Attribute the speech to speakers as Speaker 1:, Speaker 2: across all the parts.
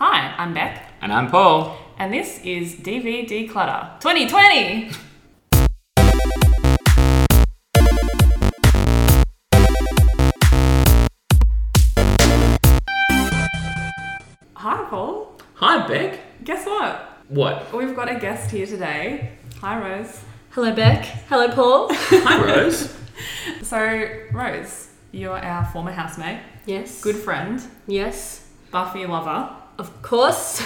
Speaker 1: I'm Beth,
Speaker 2: And I'm Paul.
Speaker 1: and this is DVD Clutter 2020. Hi, Paul.
Speaker 2: Hi, Beck.
Speaker 1: Guess what?
Speaker 2: What?
Speaker 1: We've got a guest here today. Hi, Rose.
Speaker 3: Hello, Beck. Hello, Paul.
Speaker 2: Hi, Rose.
Speaker 1: So, Rose, you're our former housemate,
Speaker 3: yes.
Speaker 1: good friend,
Speaker 3: Yes.
Speaker 1: Buffy lover.
Speaker 3: Of course.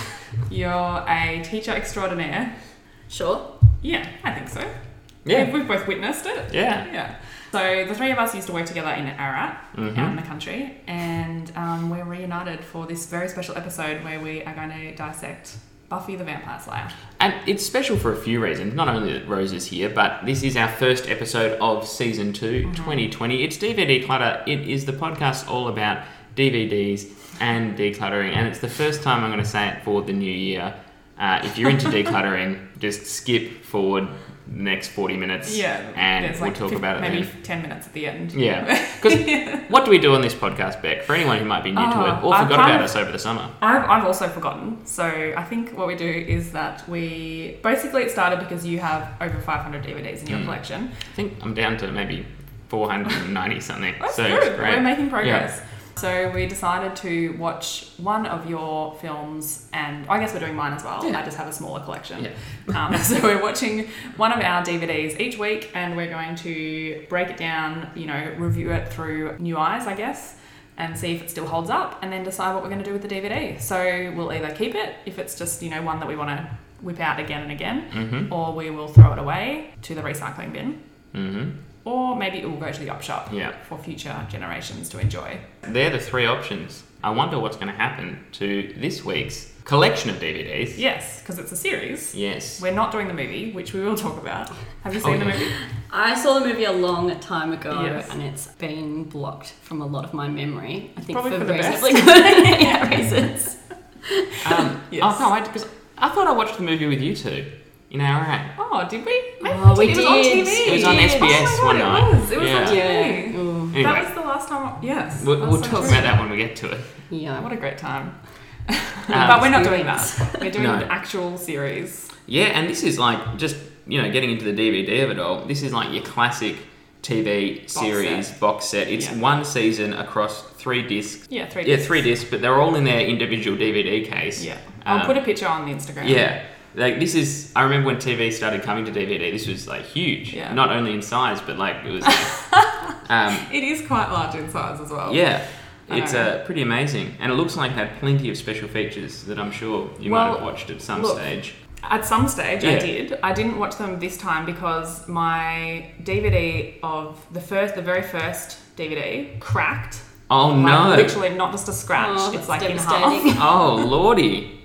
Speaker 1: You're a teacher extraordinaire.
Speaker 3: sure.
Speaker 1: Yeah, I think so.
Speaker 2: yeah.
Speaker 1: We've, we've both witnessed it.
Speaker 2: Yeah.
Speaker 1: Yeah. So the three of us used to work together in Ararat, out in
Speaker 2: Mm-hmm.
Speaker 1: the country, and um, we're reunited for this very special episode where we are going to dissect Buffy the Vampire Slayer.
Speaker 2: And it's special for a few reasons. Not only that Rose is here, but this is our first episode of season 2
Speaker 1: Mhm.
Speaker 2: 2020. It's DVD Clutter. It is the podcast all about DVDs and decluttering. And it's the first time I'm going to say it for the new year. Uh, if you're into decluttering, just skip forward the next 40 minutes.
Speaker 1: Yeah,
Speaker 2: And
Speaker 1: it's
Speaker 2: we'll
Speaker 1: like
Speaker 2: talk
Speaker 1: fif-
Speaker 2: about it
Speaker 1: Maybe
Speaker 2: then.
Speaker 1: ten minutes at the end.
Speaker 2: Yeah. Because what do we do on this podcast, Beck? For anyone who might be new
Speaker 1: Oh,
Speaker 2: to it or
Speaker 1: I
Speaker 2: forgot
Speaker 1: kind
Speaker 2: about
Speaker 1: of-
Speaker 2: us over the summer.
Speaker 1: I've, I've also forgotten. So I think what we do is that we basically it started because you have over 500 DVDs in your
Speaker 2: Mm.
Speaker 1: collection.
Speaker 2: I think I'm down to maybe 490 something.
Speaker 1: That's
Speaker 2: so
Speaker 1: good.
Speaker 2: it's great.
Speaker 1: We're making progress. So we decided to watch one of your films, and I guess we're doing mine as well.
Speaker 2: Yeah.
Speaker 1: I just have a smaller collection. um, so we're watching one of our DVDs each week, and we're going to break it down. You know, review it through new eyes, I guess, and see if it still holds up, and then decide what we're going to do with the DVD. So we'll either keep it if it's just you know one that we want to whip out again and again,
Speaker 2: Mm-hmm.
Speaker 1: or we will throw it away to the recycling bin,
Speaker 2: Mm-hmm.
Speaker 1: or maybe it will go to the op shop
Speaker 2: Yeah.
Speaker 1: for future generations to enjoy.
Speaker 2: They're the three options. I wonder what's going to happen to this week's collection of DVDs.
Speaker 1: Yes, because it's a series.
Speaker 2: Yes.
Speaker 1: We're not doing the movie, which we will talk about. Have you seen
Speaker 2: Oh,
Speaker 1: the
Speaker 2: yeah.
Speaker 1: movie?
Speaker 3: I saw the movie a long time ago,
Speaker 1: Yes.
Speaker 3: and it's been blocked from a lot of my memory. I think
Speaker 1: Probably for the best.
Speaker 3: reasonably good yeah, reasons.
Speaker 2: Um,
Speaker 1: Yes.
Speaker 2: Oh, no, I, cause I thought I watched the movie with you two. You know, all right.
Speaker 1: Oh, did we? Maybe
Speaker 3: Oh, we
Speaker 1: It was on TV.
Speaker 3: did.
Speaker 2: It was on
Speaker 3: Yes.
Speaker 2: SBS
Speaker 1: oh my
Speaker 2: one
Speaker 1: God,
Speaker 2: night.
Speaker 1: It was. It was on
Speaker 2: Yeah.
Speaker 1: TV.
Speaker 3: Yeah. Ooh.
Speaker 2: Anyway,
Speaker 1: That was the last time. I- yes.
Speaker 2: we'll,
Speaker 1: that's
Speaker 2: we'll
Speaker 1: so
Speaker 2: talk
Speaker 1: true.
Speaker 2: about that when we get to it.
Speaker 3: Yeah. Oh,
Speaker 1: What a great time.
Speaker 2: Um,
Speaker 1: but we're not doing that. We're doing
Speaker 2: No.
Speaker 1: the actual series.
Speaker 2: Yeah, and this is like just you know getting into the DVD of it all. This is like your classic TV series box set. It's
Speaker 1: Yeah.
Speaker 2: one season across three discs.
Speaker 1: Yeah, three.
Speaker 2: Yeah,
Speaker 1: discs.
Speaker 2: three discs, but they're all in their individual DVD case.
Speaker 1: Yeah. I'll
Speaker 2: Um,
Speaker 1: put a picture on the Instagram.
Speaker 2: Yeah. Like this is, I remember when TV started coming to DVD. This was like huge,
Speaker 1: Yeah.
Speaker 2: not only in size, but like it was. um,
Speaker 1: It is quite large in size as well.
Speaker 2: yeah,
Speaker 1: I
Speaker 2: it's
Speaker 1: know.
Speaker 2: uh, pretty amazing, and it looks like it had plenty of special features that I'm sure you might have
Speaker 1: Well,
Speaker 2: watched at some
Speaker 1: look,
Speaker 2: stage.
Speaker 1: At some stage, I
Speaker 2: Yeah.
Speaker 1: did. I didn't watch them this time because my DVD of the first, the very first DVD, cracked.
Speaker 2: Oh
Speaker 1: Like,
Speaker 2: no!
Speaker 1: Literally, not just a scratch.
Speaker 3: Oh,
Speaker 1: it's like
Speaker 3: that's
Speaker 1: in half.
Speaker 3: devastating.
Speaker 2: Oh lordy!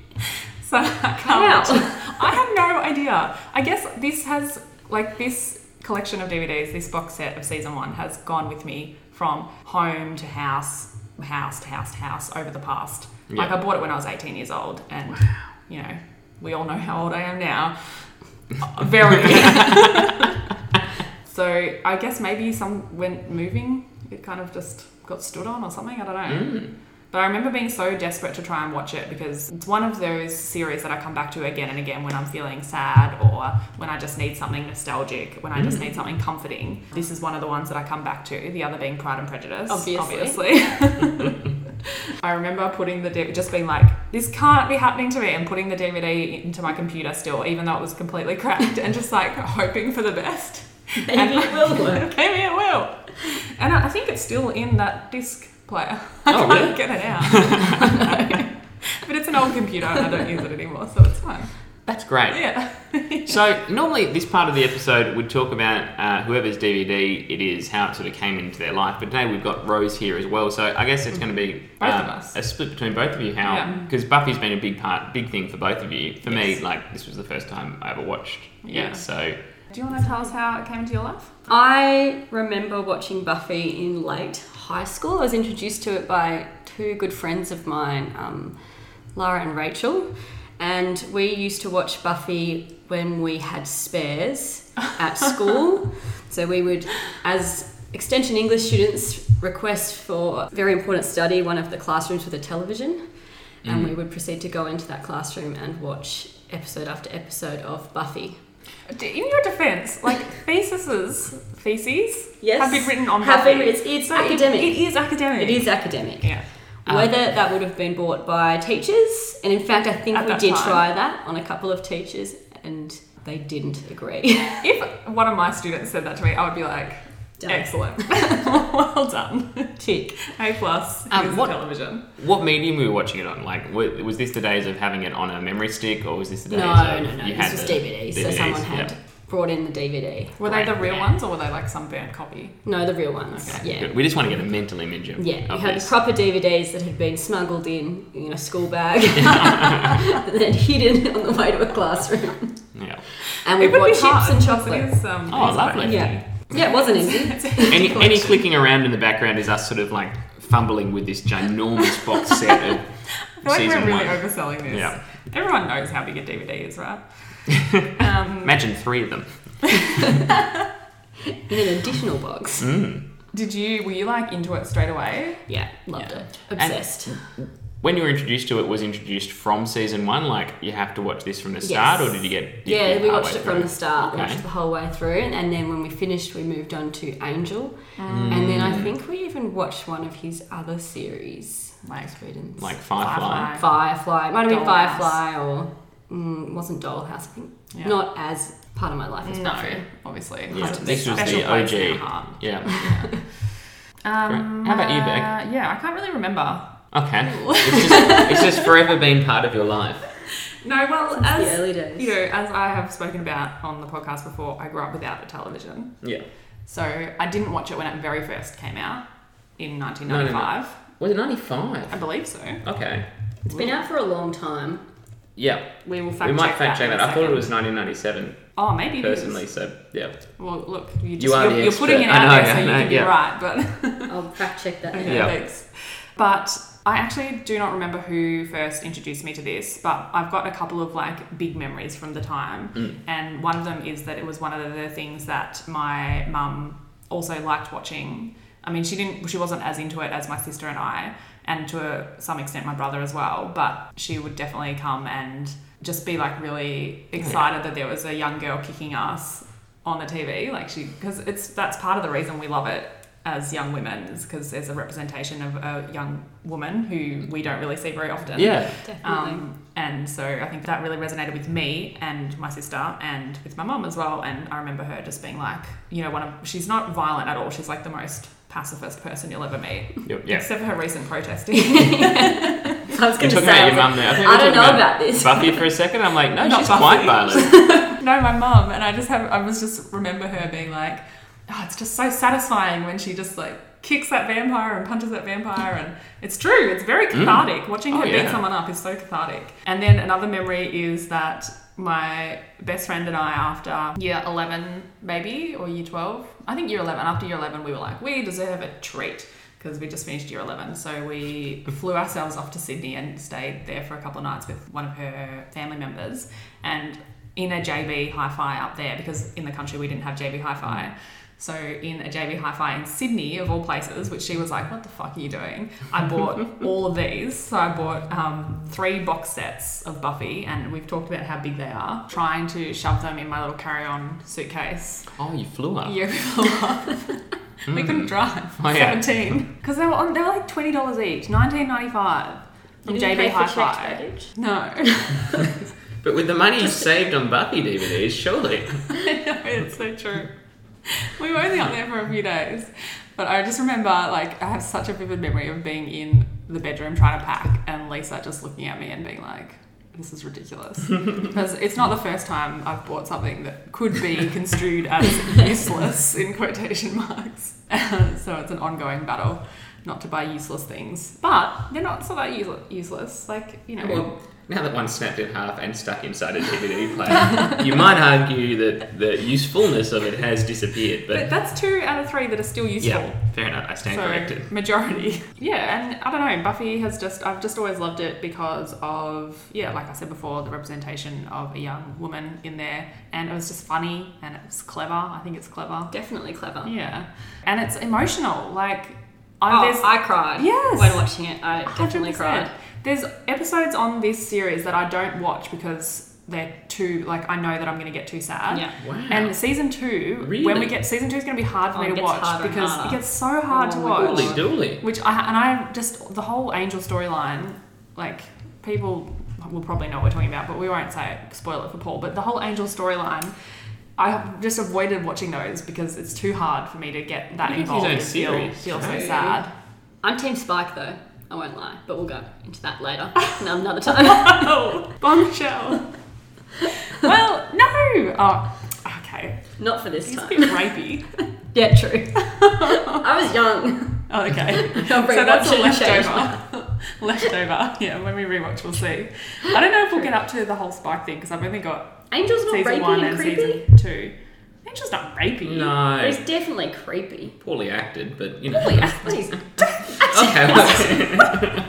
Speaker 1: So I can't
Speaker 3: Wow.
Speaker 1: watch it. I have no idea. I guess this has like this collection of DVDs, this box set of season one, has gone with me from home to house, house to house to house over the past. Like
Speaker 2: Yeah.
Speaker 1: I bought it when I was 18 years old, and you know, we all know how old I am now. Very. so I guess maybe some went moving. It kind of just got stood on or something. I don't know.
Speaker 2: Mm.
Speaker 1: But I remember being so desperate to try and watch it because it's one of those series that I come back to again and again when I'm feeling sad or when I just need something nostalgic, when I just need something comforting. This is one of the ones that I come back to, the other being Pride and Prejudice.
Speaker 3: Obviously.
Speaker 1: obviously. I remember putting the D- just being like, this can't be happening to me, and putting the DVD into my computer still, even though it was completely cracked, and just like hoping for the best.
Speaker 3: Maybe it will work.
Speaker 1: Maybe it will. And I I think it's still in that disc player. I
Speaker 2: Oh,
Speaker 1: can't
Speaker 2: really?
Speaker 1: get it out. but it's an old computer and I don't use it anymore, so it's fine.
Speaker 2: That's great.
Speaker 1: Yeah.
Speaker 2: So normally this part of the episode would talk about uh, whoever's DVD it is, how it sort of came into their life. But today we've got Rose here as well, so I guess it's going to be
Speaker 1: Both
Speaker 2: uh,
Speaker 1: of us.
Speaker 2: a split between both of you.
Speaker 1: Yeah.
Speaker 2: How because Buffy's been a big part, big thing for both of you. For
Speaker 1: Yes.
Speaker 2: me, like this was the first time I ever watched.
Speaker 1: Yeah.
Speaker 2: it, so
Speaker 1: Do you want to tell us how it came into your life?
Speaker 3: I remember watching Buffy in late high school. I was introduced to it by two good friends of mine, um, Lara and Rachel. And we used to watch Buffy when we had spares at school. so we would, as Extension English students, request for very important study, one of the classrooms with a television. and
Speaker 2: Mm.
Speaker 3: we would proceed to go into that classroom and watch episode after episode of Buffy.
Speaker 1: In your defense, like theses, theses
Speaker 3: Yes,
Speaker 1: have been written on
Speaker 3: Have
Speaker 1: Buffy.
Speaker 3: been- it's it's
Speaker 1: So it-
Speaker 3: academic.
Speaker 1: It is academic.
Speaker 3: It is academic.
Speaker 1: Yeah.
Speaker 2: Um,
Speaker 3: Whether that would have been bought by teachers, and in fact, I think
Speaker 1: At
Speaker 3: we
Speaker 1: that
Speaker 3: did
Speaker 1: time.
Speaker 3: try that on a couple of teachers, and they didn't agree.
Speaker 1: If one of my students said that to me, I would be like,
Speaker 3: Done.
Speaker 1: excellent, well done, tick, A plus.
Speaker 2: Um,
Speaker 1: Here's the
Speaker 2: what-
Speaker 1: television?
Speaker 2: What medium were you watching it on? Like, wa- was this the days of having it on a memory stick, or was this the
Speaker 3: no,
Speaker 2: days
Speaker 3: no,
Speaker 2: of
Speaker 3: no,
Speaker 2: you
Speaker 3: This
Speaker 2: had
Speaker 3: was
Speaker 2: the
Speaker 3: DVD, so
Speaker 2: DVDs,
Speaker 3: someone had
Speaker 2: yeah.
Speaker 3: brought in the DVD.
Speaker 1: Were they the real ones or were they like some bad copy?
Speaker 3: No, the real ones.
Speaker 1: Okay.
Speaker 3: Yeah.
Speaker 2: Good. We just want to get a mental image of,
Speaker 3: Yeah, you
Speaker 2: of
Speaker 3: had
Speaker 2: this.
Speaker 3: proper DVDs that had been smuggled in in a school bag and then hidden on the way to a classroom.
Speaker 2: yeah.
Speaker 3: And we
Speaker 1: it would
Speaker 3: bought
Speaker 1: be
Speaker 3: chips
Speaker 1: hard,
Speaker 3: and
Speaker 1: because
Speaker 3: chocolate.
Speaker 1: It is, um,
Speaker 2: Oh,
Speaker 1: it's
Speaker 2: lovely.
Speaker 3: Yeah. Yeah, it wasn't easy.
Speaker 2: Any, any clicking around in the background is us sort of like fumbling with this ginormous box set
Speaker 1: I
Speaker 2: of
Speaker 1: feel like
Speaker 2: season
Speaker 1: we're really
Speaker 2: one.
Speaker 1: overselling this.
Speaker 2: Yeah.
Speaker 1: Everyone knows how big a DVD is, right? um,
Speaker 2: Imagine three of them.
Speaker 3: In an additional box.
Speaker 2: Mm.
Speaker 1: did you, were you like into it straight away?
Speaker 3: Yeah, loved
Speaker 1: Yeah.
Speaker 3: it. Obsessed.
Speaker 2: When you were introduced to it, was introduced from season one. Like you have to watch this from the
Speaker 3: Yes.
Speaker 2: start, or did you get? did you
Speaker 3: yeah,
Speaker 2: get
Speaker 3: we watched
Speaker 2: partway
Speaker 3: it from the
Speaker 2: through?
Speaker 3: start,
Speaker 2: Okay.
Speaker 3: watched it the whole way through, and then when we finished, we moved on to Angel, and then
Speaker 1: Mm.
Speaker 3: I think we even watched one of his other series,
Speaker 1: Like-
Speaker 3: students,
Speaker 2: Like
Speaker 1: Firefly.
Speaker 2: Firefly.
Speaker 3: Firefly. It might have been
Speaker 1: Dollhouse.
Speaker 3: Firefly or mm, wasn't Dollhouse. I think
Speaker 1: Yeah.
Speaker 3: not as part of my life as Buffy.
Speaker 1: No, obviously.
Speaker 2: Yeah,
Speaker 1: It's a
Speaker 2: this was
Speaker 1: special
Speaker 2: the
Speaker 1: place in
Speaker 2: OG.
Speaker 1: your heart.
Speaker 2: Yeah.
Speaker 1: Um,
Speaker 2: How about you,
Speaker 1: uh, Yeah, I can't really remember.
Speaker 2: Okay. It's just, it's just forever been part of your life.
Speaker 1: No, well,
Speaker 3: Since the
Speaker 1: as
Speaker 3: early days.
Speaker 1: you know, as I have spoken about on the podcast before, I grew up without a television,
Speaker 2: Yeah.
Speaker 1: so I didn't watch it when it very first came out in 1995.
Speaker 2: Was it
Speaker 1: I
Speaker 2: 95?
Speaker 1: believe so.
Speaker 2: Okay.
Speaker 3: It's been out for a long time.
Speaker 2: Yeah.
Speaker 1: We will fact
Speaker 2: we might
Speaker 1: check
Speaker 2: fact check
Speaker 1: that. in
Speaker 2: that.
Speaker 1: a
Speaker 2: I thought it
Speaker 1: second.
Speaker 2: was 1997,
Speaker 1: Oh, maybe it is.
Speaker 2: personally, so yeah.
Speaker 1: Well, look, you, just,
Speaker 2: You are
Speaker 1: you're,
Speaker 2: the
Speaker 1: you're putting it
Speaker 2: expert. I
Speaker 1: out
Speaker 2: know,
Speaker 1: there, so
Speaker 2: yeah,
Speaker 1: you
Speaker 2: no,
Speaker 1: could be
Speaker 2: yeah.
Speaker 1: right. But
Speaker 3: I'll fact check that.
Speaker 1: okay,
Speaker 2: Yeah.
Speaker 1: thanks. But I actually do not remember who first introduced me to this, but I've got a couple of like big memories from the time,
Speaker 2: Mm.
Speaker 1: and one of them is that it was one of the things that my mum also liked watching. I mean, she didn't, she wasn't as into it as my sister and I, and to a, some extent my brother as well. But she would definitely come and just be like really excited that there was a young girl kicking ass on the TV. Like she, because it's that's part of the reason we love it as young women is because there's a representation of a young woman who we don't really see very often.
Speaker 2: Yeah.
Speaker 3: Definitely.
Speaker 1: Um, and so I think that really resonated with me and my sister and with my mum as well. And I remember her just being like, you know, one of she's not violent at all. She's like the most pacifist person you'll ever meet,
Speaker 2: Yep, Yeah.
Speaker 1: except for her recent protesting.
Speaker 3: I was
Speaker 2: You're
Speaker 3: going to
Speaker 2: talking
Speaker 3: say,
Speaker 2: about
Speaker 3: I was
Speaker 2: your
Speaker 3: like,
Speaker 2: mum there. I, think
Speaker 3: I
Speaker 2: we're
Speaker 3: don't
Speaker 2: talking
Speaker 3: know about this.
Speaker 2: Buffy for a second. I'm like, no,
Speaker 1: Not
Speaker 2: she's
Speaker 1: Buffy.
Speaker 2: quite violent.
Speaker 1: no, my mum. And I just have I was just remember her being like, oh, it's just so satisfying when she just like kicks that vampire and punches that vampire and it's true it's very cathartic watching
Speaker 2: Oh,
Speaker 1: her beat
Speaker 2: yeah.
Speaker 1: someone up is so cathartic and then another memory is that my best friend and i after year 11 maybe or year 12 i think year 11 after year 11 we were like we deserve a treat because we just finished year 11 so we flew ourselves off to sydney and stayed there for a couple of nights with one of her family members and in a JB hi-fi up there because in the country we didn't have JB hi-fi. So in a JB hi-fi in Sydney of all places, which she was like, "What the fuck are you doing?" I bought all of these. So I bought um, three box sets of Buffy, and we've talked about how big they are. Trying to shove them in my little carry-on suitcase.
Speaker 2: Oh, you flew up.
Speaker 1: Yeah, we
Speaker 3: Hmm.
Speaker 1: couldn't drive.
Speaker 2: Oh, yeah.
Speaker 1: Seventeen, because they were on. They were like twenty dollars each, nineteen ninety-five from
Speaker 3: You didn't
Speaker 1: JB
Speaker 3: pay for
Speaker 1: Hi-Fi.
Speaker 3: checked luggage?
Speaker 1: No.
Speaker 2: But with the money you saved on Buffy DVDs, surely.
Speaker 1: know, it's so true. We were only up there for a few days, but I just remember like I have such a vivid memory of being in the bedroom trying to pack, and Lisa just looking at me and being like, "This is ridiculous," because it's not the first time I've bought something that could be construed as useless in quotation marks. so it's an ongoing battle. Not to buy useless things, but they're not so that use- useless. Like you know,
Speaker 2: Well, now that one's snapped in half and stuck inside a DVD player, you might argue that the usefulness of it has disappeared.
Speaker 1: but
Speaker 2: But,
Speaker 1: that's two out of three that are still useful.
Speaker 2: yeah, fair enough. I stand corrected.
Speaker 1: majority. Yeah, and I don't know. Buffy has just I've just always loved it because of yeah, like I said before, the representation of a young woman in there, and it was just funny and it was clever. I think it's clever.
Speaker 3: Definitely clever.
Speaker 1: Yeah, and it's emotional. Like,
Speaker 3: Oh,
Speaker 1: I, there's
Speaker 3: I cried
Speaker 1: Yes.
Speaker 3: when watching it. I definitely
Speaker 1: 100%.
Speaker 3: cried.
Speaker 1: There's episodes on this series that I don't watch because they're too like I know that I'm going to get too sad.
Speaker 3: Yeah.
Speaker 2: Wow.
Speaker 1: And season two, when
Speaker 2: Really?
Speaker 1: we get season two, is going to be hard for
Speaker 3: Oh,
Speaker 1: me
Speaker 3: it
Speaker 1: to
Speaker 3: gets
Speaker 1: watch
Speaker 3: harder and
Speaker 1: because it
Speaker 3: harder.
Speaker 1: gets so hard
Speaker 3: Oh
Speaker 1: to
Speaker 3: my
Speaker 1: watch.
Speaker 2: Holy dooly.
Speaker 1: Which I and I just the whole angel storyline, like people will probably know what we're talking about, but we won't say it, spoil it for Paul. But the whole angel storyline, I have just avoided watching those because it's too hard for me to get that
Speaker 2: You can do
Speaker 1: involved
Speaker 2: that
Speaker 1: and feel,
Speaker 2: series,
Speaker 1: feel so
Speaker 2: right?
Speaker 1: sad.
Speaker 3: I'm Team Spike though. I won't lie, but we'll go into that later, No- another time.
Speaker 1: Oh, bombshell. well, no. Oh, okay.
Speaker 3: Not for this
Speaker 1: He's a
Speaker 3: time.
Speaker 1: bit rapey.
Speaker 3: Yeah, true. I was young.
Speaker 1: Oh, okay.
Speaker 3: I'll
Speaker 1: So that's a
Speaker 3: rewatch it and change
Speaker 1: leftover. leftover. Yeah, when we rewatch, we'll see. I don't know if we'll get up to the whole Spike thing because I've only got
Speaker 3: Angel's not
Speaker 1: season
Speaker 3: rapey
Speaker 1: one
Speaker 3: and
Speaker 1: and
Speaker 3: creepy.
Speaker 1: season two. Angel's not rapey.
Speaker 3: But
Speaker 2: No.
Speaker 3: he's definitely creepy.
Speaker 2: Poorly acted, but you know.
Speaker 3: Holy please.
Speaker 2: okay. well,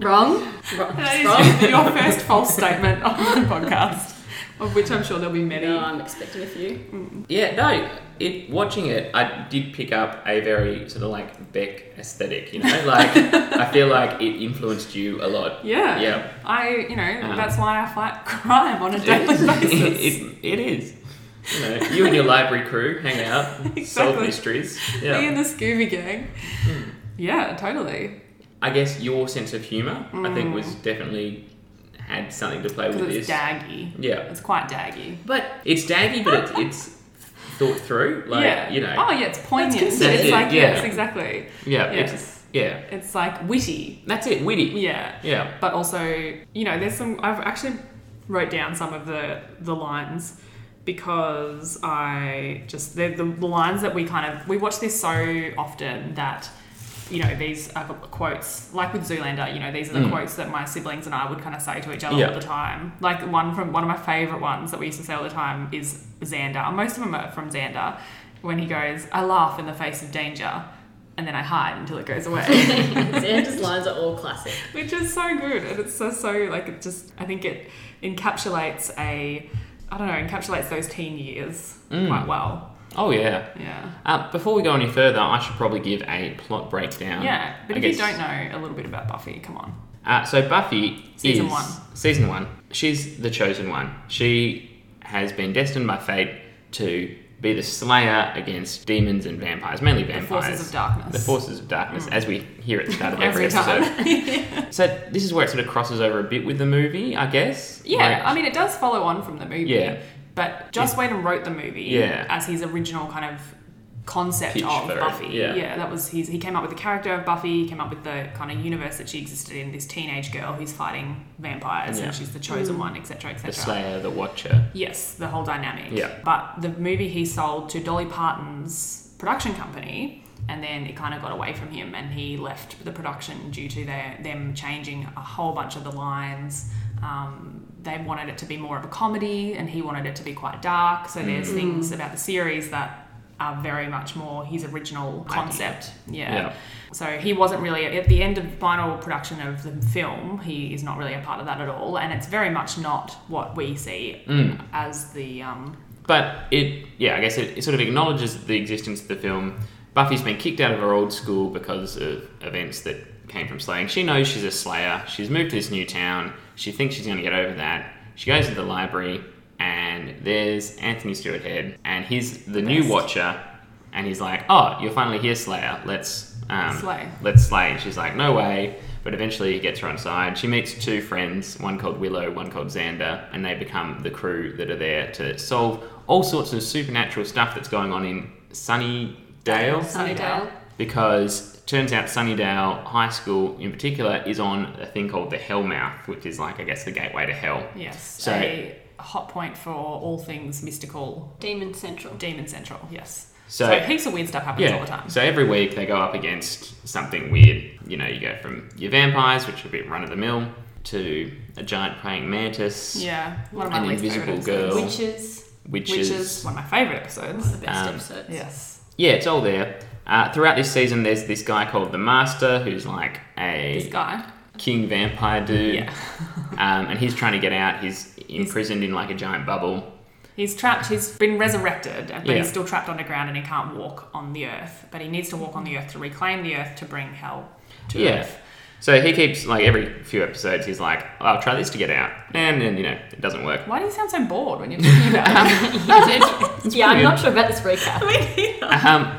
Speaker 3: Wrong. Wrong.
Speaker 1: That
Speaker 3: Wrong.
Speaker 1: is your, your first false statement on the podcast, of which I'm sure there'll be many.
Speaker 3: No, I'm expecting a few.
Speaker 2: yeah. No. It watching it, I did pick up a very sort of like Beck aesthetic. You know, like I feel like it influenced you a lot.
Speaker 1: Yeah.
Speaker 2: Yeah.
Speaker 1: I, you know,
Speaker 2: Um,
Speaker 1: that's why I fight crime on a daily
Speaker 2: it,
Speaker 1: basis.
Speaker 2: it, it is. You, know, you and your library crew hang out, solve
Speaker 1: Exactly.
Speaker 2: mysteries.
Speaker 1: Me
Speaker 2: Yeah. Hmm.
Speaker 1: and the Scooby Gang. Yeah, totally.
Speaker 2: I guess your sense of humour, I think, was definitely had something to play with
Speaker 1: Because
Speaker 2: this.
Speaker 1: Mm. it's daggy.
Speaker 2: yeah.
Speaker 1: It's quite daggy.
Speaker 2: But it's daggy, but it's, it's thought through. Like
Speaker 1: yeah.
Speaker 2: you know.
Speaker 1: Oh yeah, it's poignant. It's
Speaker 2: considered,
Speaker 1: like
Speaker 2: yeah.
Speaker 1: yes, exactly.
Speaker 2: yeah. It's,
Speaker 1: Yes.
Speaker 2: yeah.
Speaker 1: It's like witty.
Speaker 2: That's it. Witty.
Speaker 1: Yeah.
Speaker 2: Yeah.
Speaker 1: But also, you know, there's some I've actually wrote down some of the the lines because I just they're the, the lines that we kind of we watch this so often that you know these are the quotes like with Zoolander you know these are the
Speaker 2: Mm.
Speaker 1: quotes that my siblings and I would kind of say to each other
Speaker 2: Yeah.
Speaker 1: all the time like the one from one of my favorite ones that we used to say all the time is Xander most of them are from Xander when he goes I laugh in the face of danger and then I hide until it goes away
Speaker 3: Xander's lines are all classic.
Speaker 1: which is so good and it's so so like it just i think it encapsulates a i don't know encapsulates those teen years
Speaker 2: Mm.
Speaker 1: quite well
Speaker 2: Oh yeah.
Speaker 1: yeah
Speaker 2: Uh, before we go any further, I should probably give a plot breakdown.
Speaker 1: yeah but
Speaker 2: I
Speaker 1: if
Speaker 2: guess-
Speaker 1: you don't know a little bit about buffy come on
Speaker 2: Uh, so Buffy
Speaker 1: Season
Speaker 2: is
Speaker 1: one.
Speaker 2: season one. She's the chosen one. She has been destined by fate to be the slayer against demons and vampires, mainly
Speaker 1: the
Speaker 2: vampires.
Speaker 1: forces of darkness
Speaker 2: The forces of darkness, as we hear at the start of every,
Speaker 1: every
Speaker 2: episode.
Speaker 1: time
Speaker 2: So this is where it sort of crosses over a bit with the movie, I guess.
Speaker 1: yeah
Speaker 2: Like-
Speaker 1: i mean it does follow on from the movie
Speaker 2: Yeah.
Speaker 1: but joss whedon wrote the movie
Speaker 2: Yeah.
Speaker 1: as his original kind of concept
Speaker 2: Pitch
Speaker 1: of
Speaker 2: for it,
Speaker 1: buffy
Speaker 2: yeah.
Speaker 1: that was his he came up with the character of buffy he came up with the kind of universe that she existed in this teenage girl who's fighting vampires
Speaker 2: Yeah.
Speaker 1: and she's the chosen one etc
Speaker 2: the
Speaker 1: etc
Speaker 2: slayer, the watcher.
Speaker 1: Yes, the whole dynamic.
Speaker 2: Yeah.
Speaker 1: But the movie he sold to Dolly Parton's production company, and then it kind of got away from him, and he left the production due to their them changing a whole bunch of the lines. Um, they wanted it to be more of a comedy, and he wanted it to be quite dark. So there's
Speaker 2: Mm.
Speaker 1: things about the series that are very much more his original concept.
Speaker 2: Yeah.
Speaker 1: So he wasn't really at the end of the final production of the film. He is not really a part of that at all, and it's very much not what we see
Speaker 2: Mm.
Speaker 1: as the. Um,
Speaker 2: But it, yeah, I guess it, it sort of acknowledges the existence of the film. Buffy's been kicked out of her old school because of events that came from slaying. She knows she's a slayer. She's moved to this new town. She thinks she's going to get over that. She goes to the library, and there's Anthony Stewart Head, and he's the new
Speaker 1: Best.
Speaker 2: watcher, and he's like, "Oh, you're finally here, Slayer. Let's um,
Speaker 1: Slay.
Speaker 2: Let's slay." And she's like, "No way." But eventually, he gets her on side. She meets two friends, one called Willow, one called Xander, and they become the crew that are there to solve all sorts of supernatural stuff that's going on in Sunnydale.
Speaker 3: Sunnydale.
Speaker 2: Because turns out Sunnydale High School, in particular, is on a thing called the Hellmouth, which is like I guess the gateway to hell.
Speaker 1: yes,
Speaker 2: So-
Speaker 1: a hot point for all things mystical,
Speaker 3: Demon Central.
Speaker 1: demon central. Yes.
Speaker 2: So-
Speaker 1: So, heaps of weird stuff happens all the time.
Speaker 2: So every week they go up against something weird. You know, you go from your vampires, which are a bit run of the mill, to a giant praying mantis,
Speaker 1: Yeah, one of
Speaker 2: An
Speaker 1: my least favorite
Speaker 2: invisible
Speaker 1: episodes.
Speaker 2: girl.
Speaker 3: Witches.
Speaker 1: which
Speaker 2: witches.
Speaker 1: is one of my favorite episodes.
Speaker 3: One of the
Speaker 2: Um,
Speaker 3: best episodes.
Speaker 1: Yes.
Speaker 2: yeah, it's all there. Uh, throughout this season, there's this guy called the Master, who's like
Speaker 1: This
Speaker 2: a
Speaker 1: guy.
Speaker 2: king vampire dude,
Speaker 1: Yeah.
Speaker 2: um, and he's trying to get out. He's imprisoned in like a giant bubble.
Speaker 1: He's trapped. He's been resurrected, but
Speaker 2: Yeah.
Speaker 1: he's still trapped underground and he can't walk on the earth. But he needs to walk on the earth to reclaim the earth to bring hell to
Speaker 2: Yeah.
Speaker 1: earth.
Speaker 2: So he keeps like every few episodes, he's like, "I'll try this to get out," and then you know it doesn't work.
Speaker 1: Why do you sound so bored when you're talking about it?
Speaker 3: yeah, I'm not sure about this recap.
Speaker 2: Um,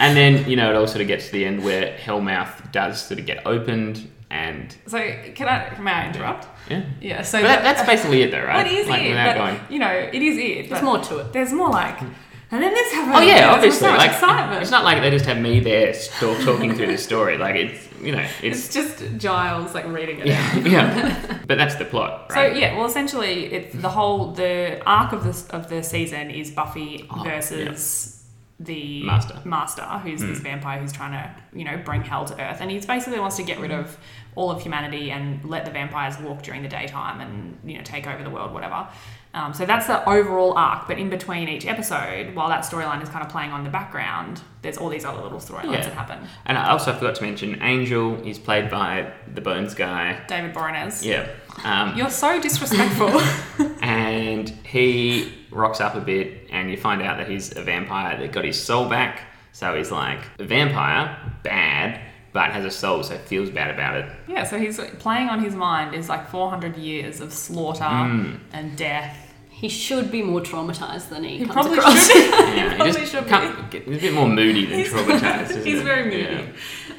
Speaker 2: and then you know it all sort of gets to the end where Hellmouth does sort of get opened, and
Speaker 1: So can I? May I interrupt?
Speaker 2: yeah.
Speaker 1: Yeah. So
Speaker 2: But that, that's basically it, though, right?
Speaker 1: What is
Speaker 2: like,
Speaker 1: it?
Speaker 2: Without
Speaker 1: but,
Speaker 2: going.
Speaker 1: You know, it is it.
Speaker 3: There's
Speaker 1: but
Speaker 3: more to it.
Speaker 1: There's more like, and then this happened.
Speaker 2: Oh yeah,
Speaker 1: There's
Speaker 2: obviously.
Speaker 1: So much
Speaker 2: like
Speaker 1: excitement.
Speaker 2: it's not like they just have me there still talking through the story. Like it's you know it's,
Speaker 1: It's just Giles like reading it out.
Speaker 2: yeah, yeah. But that's the plot,
Speaker 1: So
Speaker 2: right?
Speaker 1: yeah, well, essentially, it's the whole the arc of this of the season is Buffy
Speaker 2: Oh,
Speaker 1: versus the
Speaker 2: Master. Hmm.
Speaker 1: Master, who's this vampire who's trying to you know bring hell to Earth, and he basically wants to get rid of all of humanity and let the vampires walk during the daytime and you know take over the world, whatever. Um, so that's the overall arc, but in between each episode, while that storyline is kind of playing on the background, there's all these other little storylines
Speaker 2: Yeah.
Speaker 1: that happen.
Speaker 2: And I also forgot to mention Angel is played by the Bones guy.
Speaker 1: David Boreanaz,
Speaker 2: Yeah. Um,
Speaker 1: you're so disrespectful.
Speaker 2: and he rocks up a bit, and you find out that he's a vampire that got his soul back. So he's like a vampire, bad, but has a soul, so feels bad about it.
Speaker 1: Yeah, so he's playing on his mind is like 400 years of slaughter
Speaker 2: Mm.
Speaker 1: and death.
Speaker 3: He should be more traumatized than he,
Speaker 1: He
Speaker 3: comes
Speaker 1: probably
Speaker 3: across.
Speaker 1: should.
Speaker 2: Yeah,
Speaker 1: probably
Speaker 2: just
Speaker 1: should be.
Speaker 2: can't- He's a bit more moody than
Speaker 1: He's-
Speaker 2: traumatized. isn't
Speaker 1: he's
Speaker 2: it?
Speaker 1: very moody.
Speaker 2: Yeah.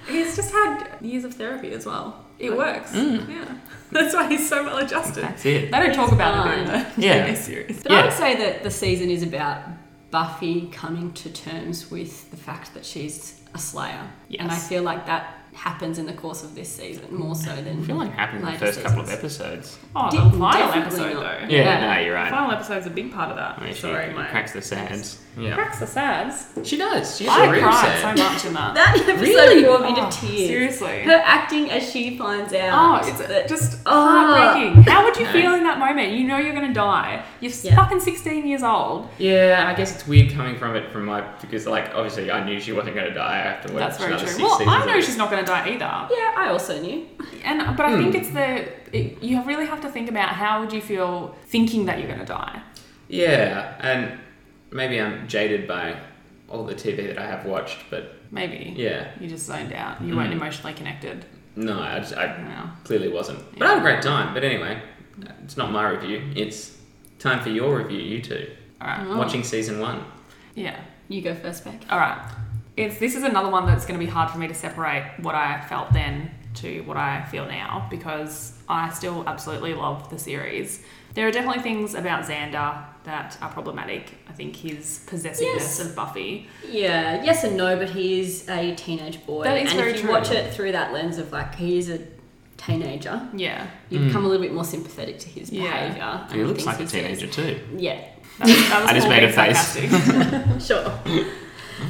Speaker 1: He's just had years of therapy as well. It works.
Speaker 2: Mm.
Speaker 1: Yeah. That's why he's so well adjusted.
Speaker 2: That's it.
Speaker 1: They don't talk about it
Speaker 3: fine.
Speaker 1: in the
Speaker 2: Yeah.
Speaker 1: yeah. series.
Speaker 3: But
Speaker 2: Yeah.
Speaker 3: I would say that the season is about Buffy coming to terms with the fact that she's a Slayer. And I
Speaker 1: Yes.
Speaker 3: feel like that happens in the course of this season more so than.
Speaker 2: I feel like it happened in the
Speaker 3: Later
Speaker 2: first couple of
Speaker 3: seasons.
Speaker 2: episodes.
Speaker 1: Oh,
Speaker 3: Didn't-
Speaker 1: the final
Speaker 3: definitely
Speaker 1: episode,
Speaker 3: not.
Speaker 1: though.
Speaker 2: Yeah,
Speaker 3: Yeah.
Speaker 2: no, you're
Speaker 1: The
Speaker 2: right.
Speaker 1: final episode's a big part of that.
Speaker 2: I mean, she
Speaker 1: Sorry, mate.
Speaker 2: cracks the sads. Yeah,
Speaker 1: Cracks the sads.
Speaker 2: she does. She's a
Speaker 1: I
Speaker 2: real
Speaker 1: cried
Speaker 2: sad.
Speaker 1: so much in that.
Speaker 3: That episode
Speaker 2: Really?
Speaker 3: brought me to
Speaker 1: Oh,
Speaker 3: tears.
Speaker 1: Seriously.
Speaker 3: Her acting as she finds out.
Speaker 1: Oh, it's
Speaker 3: that-
Speaker 1: just
Speaker 3: Oh.
Speaker 1: heartbreaking. How would you
Speaker 2: No.
Speaker 1: feel in that moment? You know you're going to die. You're
Speaker 3: Yeah.
Speaker 1: fucking 16 years old.
Speaker 2: Yeah, I guess it's weird coming from it from my because like obviously I knew she wasn't going to die after what
Speaker 1: That's very
Speaker 2: another six
Speaker 1: true. Well,
Speaker 2: seasons
Speaker 1: I know
Speaker 2: of it.
Speaker 1: she's not going to die either.
Speaker 3: yeah, I also knew.
Speaker 1: And but I think it's the it, you really have to think about how would you feel thinking that you're going to die.
Speaker 2: Yeah, and maybe I'm jaded by all the TV that I have watched, but
Speaker 1: Maybe
Speaker 2: yeah,
Speaker 1: you just zoned out. You weren't emotionally connected.
Speaker 2: no, I, just, I
Speaker 1: No.
Speaker 2: clearly wasn't. But I had a great time. But anyway, it's not my review. It's time for your review, you two.
Speaker 1: All right.
Speaker 3: Oh.
Speaker 2: Watching season one.
Speaker 1: Yeah.
Speaker 3: You go first, Beck.
Speaker 1: All right. It's this is another one that's going to be hard for me to separate what I felt then to what I feel now because I still absolutely love the series. There are definitely things about Xander that are problematic. I think his possessiveness
Speaker 3: Yes.
Speaker 1: of Buffy.
Speaker 3: Yeah, yes and no, but he is a teenage boy.
Speaker 1: That is
Speaker 3: and
Speaker 1: very
Speaker 3: if you
Speaker 1: true.
Speaker 3: watch it through that lens of like he is a teenager,
Speaker 1: Yeah.
Speaker 3: you become a little bit more sympathetic to his
Speaker 1: Yeah.
Speaker 3: behaviour. and
Speaker 2: Mm. He
Speaker 3: the
Speaker 2: looks
Speaker 3: things
Speaker 2: like a
Speaker 3: says.
Speaker 2: teenager too.
Speaker 3: Yeah,
Speaker 1: That was- that was
Speaker 2: I just
Speaker 1: all
Speaker 2: made a
Speaker 1: being
Speaker 2: face.
Speaker 1: sarcastic.
Speaker 3: sure.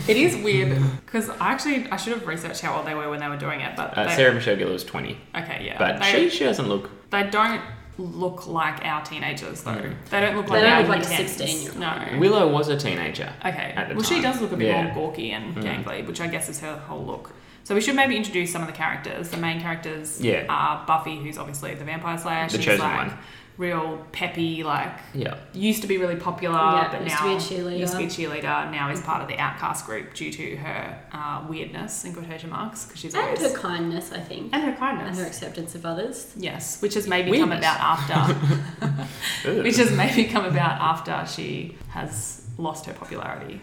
Speaker 1: It is weird because I actually I should have researched how old they were when they were doing it, but
Speaker 2: Uh,
Speaker 1: they,
Speaker 2: Sarah Michelle Gellar was twenty,
Speaker 1: okay, yeah,
Speaker 2: but
Speaker 1: they,
Speaker 2: she, she doesn't look.
Speaker 1: they don't look like our teenagers though.
Speaker 2: Mm.
Speaker 1: They don't look
Speaker 3: They
Speaker 1: like
Speaker 3: don't
Speaker 1: our
Speaker 3: look like a
Speaker 1: mid-tens.
Speaker 3: 16-year-old.
Speaker 1: No.
Speaker 2: Willow was a teenager.
Speaker 1: okay.
Speaker 2: at the
Speaker 1: well, she
Speaker 2: time.
Speaker 1: does look a bit
Speaker 2: Yeah.
Speaker 1: more gawky and
Speaker 2: Mm.
Speaker 1: gangly, which I guess is her whole look. So we should maybe introduce some of the characters. The main characters
Speaker 2: Yeah.
Speaker 1: are Buffy, who's obviously the vampire slayer.
Speaker 2: The
Speaker 1: She's
Speaker 2: chosen
Speaker 1: like
Speaker 2: one.
Speaker 1: real peppy, like
Speaker 2: Yeah.
Speaker 1: used to be really popular,
Speaker 3: Yeah,
Speaker 1: but
Speaker 3: used to
Speaker 1: now
Speaker 3: be a cheerleader. Mm-hmm.
Speaker 1: used to be a cheerleader, now is part of the outcast group due to her uh, weirdness in quotation marks because she's
Speaker 3: And
Speaker 1: always
Speaker 3: her kindness, I think,
Speaker 1: and her
Speaker 3: and
Speaker 1: kindness.
Speaker 3: her acceptance of others.
Speaker 1: Yes, which has maybe come
Speaker 2: Weirdness.
Speaker 1: about after,
Speaker 2: Ugh.
Speaker 1: which has maybe come about after she has lost her popularity.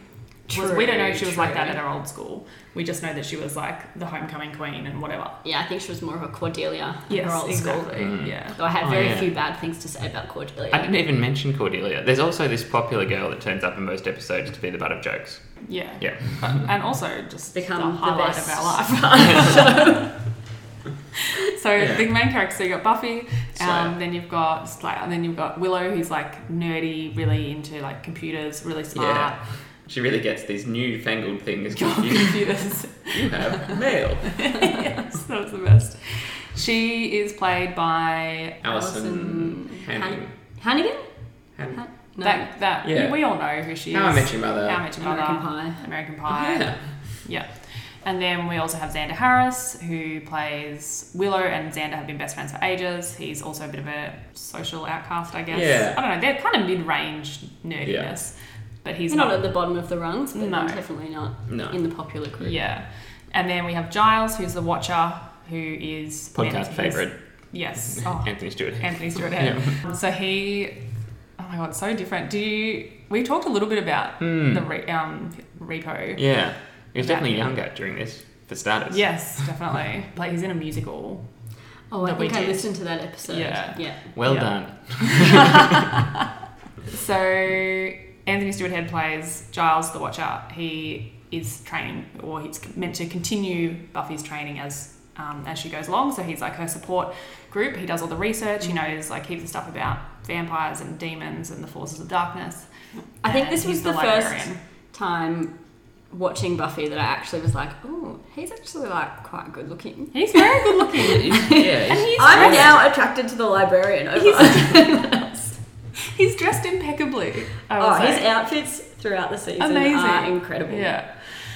Speaker 1: 'Cause we don't know if she was like that at her old school. We just know that she was like the homecoming queen and whatever.
Speaker 3: Yeah, I think she was more of a Cordelia in her old school.
Speaker 1: exactly.
Speaker 2: Mm.
Speaker 1: Yeah.
Speaker 3: Though I had
Speaker 2: Oh,
Speaker 3: very
Speaker 2: yeah.
Speaker 3: few bad things to say about Cordelia.
Speaker 2: I didn't even mention Cordelia. There's also this popular girl that turns up in most episodes to be the butt of jokes.
Speaker 1: Yeah.
Speaker 2: Yeah.
Speaker 1: And also just
Speaker 3: Become
Speaker 1: the
Speaker 3: the
Speaker 1: highlight
Speaker 3: best.
Speaker 1: of our life. So
Speaker 2: Yeah.
Speaker 1: the main characters, so you got Buffy,
Speaker 2: Slayer.
Speaker 1: um, then you've got Slayer, and then you've got Willow, who's like nerdy, really into like computers, really smart.
Speaker 2: Yeah. She really gets these newfangled things
Speaker 1: Got
Speaker 2: confused.
Speaker 1: computers.
Speaker 2: you have mail.
Speaker 1: yes, that was the best. She is played by
Speaker 2: Alison
Speaker 3: Alison
Speaker 2: Hanning.
Speaker 3: Hannigan?
Speaker 2: Han-
Speaker 3: Han- no.
Speaker 1: that that
Speaker 2: Yeah.
Speaker 1: we all know who she is.
Speaker 2: How I Met Your Mother.
Speaker 1: How I Met Your Mother.
Speaker 3: American Pie.
Speaker 1: American Pie.
Speaker 2: Yeah.
Speaker 1: Yeah. And then we also have Xander Harris, who plays Willow, and Xander have been best friends for ages. He's also a bit of a social outcast, I guess.
Speaker 2: Yeah.
Speaker 1: I don't know. They're kind of mid-range nerdiness, but he's
Speaker 3: He's not at the bottom of the rungs, but
Speaker 1: No.
Speaker 3: definitely not
Speaker 2: No.
Speaker 3: in the popular group.
Speaker 1: Yeah. And then we have Giles, who's the Watcher, who is
Speaker 2: Podcast
Speaker 1: he's-
Speaker 2: favourite,
Speaker 1: Yes. Oh,
Speaker 2: Anthony Stewart.
Speaker 1: Anthony Stewart Head. So he, oh my god, it's so different. Do you? We talked a little bit about
Speaker 2: Hmm.
Speaker 1: the re, um, repo.
Speaker 2: Yeah. He was
Speaker 1: That-
Speaker 2: definitely younger during this, for starters.
Speaker 1: Yes, definitely. like he's in a musical.
Speaker 3: Oh, I
Speaker 1: That we
Speaker 3: think I
Speaker 1: did.
Speaker 3: listened to that episode.
Speaker 1: Yeah.
Speaker 3: Yeah.
Speaker 2: Well
Speaker 1: Yeah.
Speaker 2: done.
Speaker 1: So Anthony Stewart Head plays Giles the Watcher. He is training, or he's meant to continue Buffy's training as um, as she goes along. So he's like her support group. He does all the research.
Speaker 3: Mm.
Speaker 1: He knows like heaps of stuff about vampires and demons and the forces of darkness.
Speaker 3: I think
Speaker 1: And
Speaker 3: this
Speaker 1: he's
Speaker 3: was the first-
Speaker 1: librarian.
Speaker 3: Time watching Buffy that I actually was like, oh, he's actually like quite good looking.
Speaker 1: He's very good looking.
Speaker 2: yeah.
Speaker 1: And he's
Speaker 3: I'm
Speaker 1: dressed-
Speaker 3: now attracted to the librarian. Over.
Speaker 1: He's dressed impeccably. I would
Speaker 3: oh,
Speaker 1: say.
Speaker 3: his outfits throughout the season
Speaker 1: Amazing.
Speaker 3: are incredible.
Speaker 1: yeah,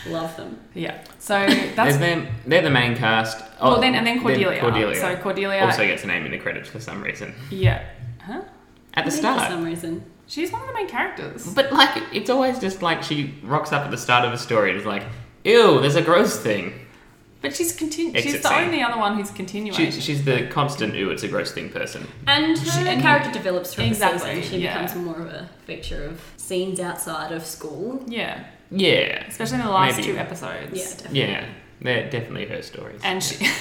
Speaker 3: Love them.
Speaker 1: yeah. So
Speaker 2: That's
Speaker 1: that's
Speaker 2: they're, they're the main cast. Oh,
Speaker 1: well, then and then Cordelia.
Speaker 2: Cordelia
Speaker 1: So Cordelia,
Speaker 2: also gets a name in the credits for some reason.
Speaker 1: yeah, huh?
Speaker 2: At the
Speaker 3: Maybe For
Speaker 2: start.
Speaker 3: some reason.
Speaker 1: She's one of the main characters.
Speaker 2: But like, it's always just like she rocks up at the start of a story and is like, ew, there's a gross thing.
Speaker 1: But she's continu- She's
Speaker 2: Exit
Speaker 1: the
Speaker 2: scene.
Speaker 1: only other one who's
Speaker 2: She,
Speaker 1: continuation.
Speaker 2: she's the constant, ooh, it's a gross thing person.
Speaker 3: And her
Speaker 1: and-
Speaker 3: character develops through the
Speaker 1: Exactly,
Speaker 3: season. She
Speaker 1: yeah.
Speaker 3: becomes more of a feature of scenes outside of school.
Speaker 1: yeah,
Speaker 2: Yeah.
Speaker 1: especially in the last
Speaker 2: Maybe.
Speaker 1: two episodes.
Speaker 3: Yeah, definitely.
Speaker 2: Yeah. They're definitely her stories.
Speaker 1: And she,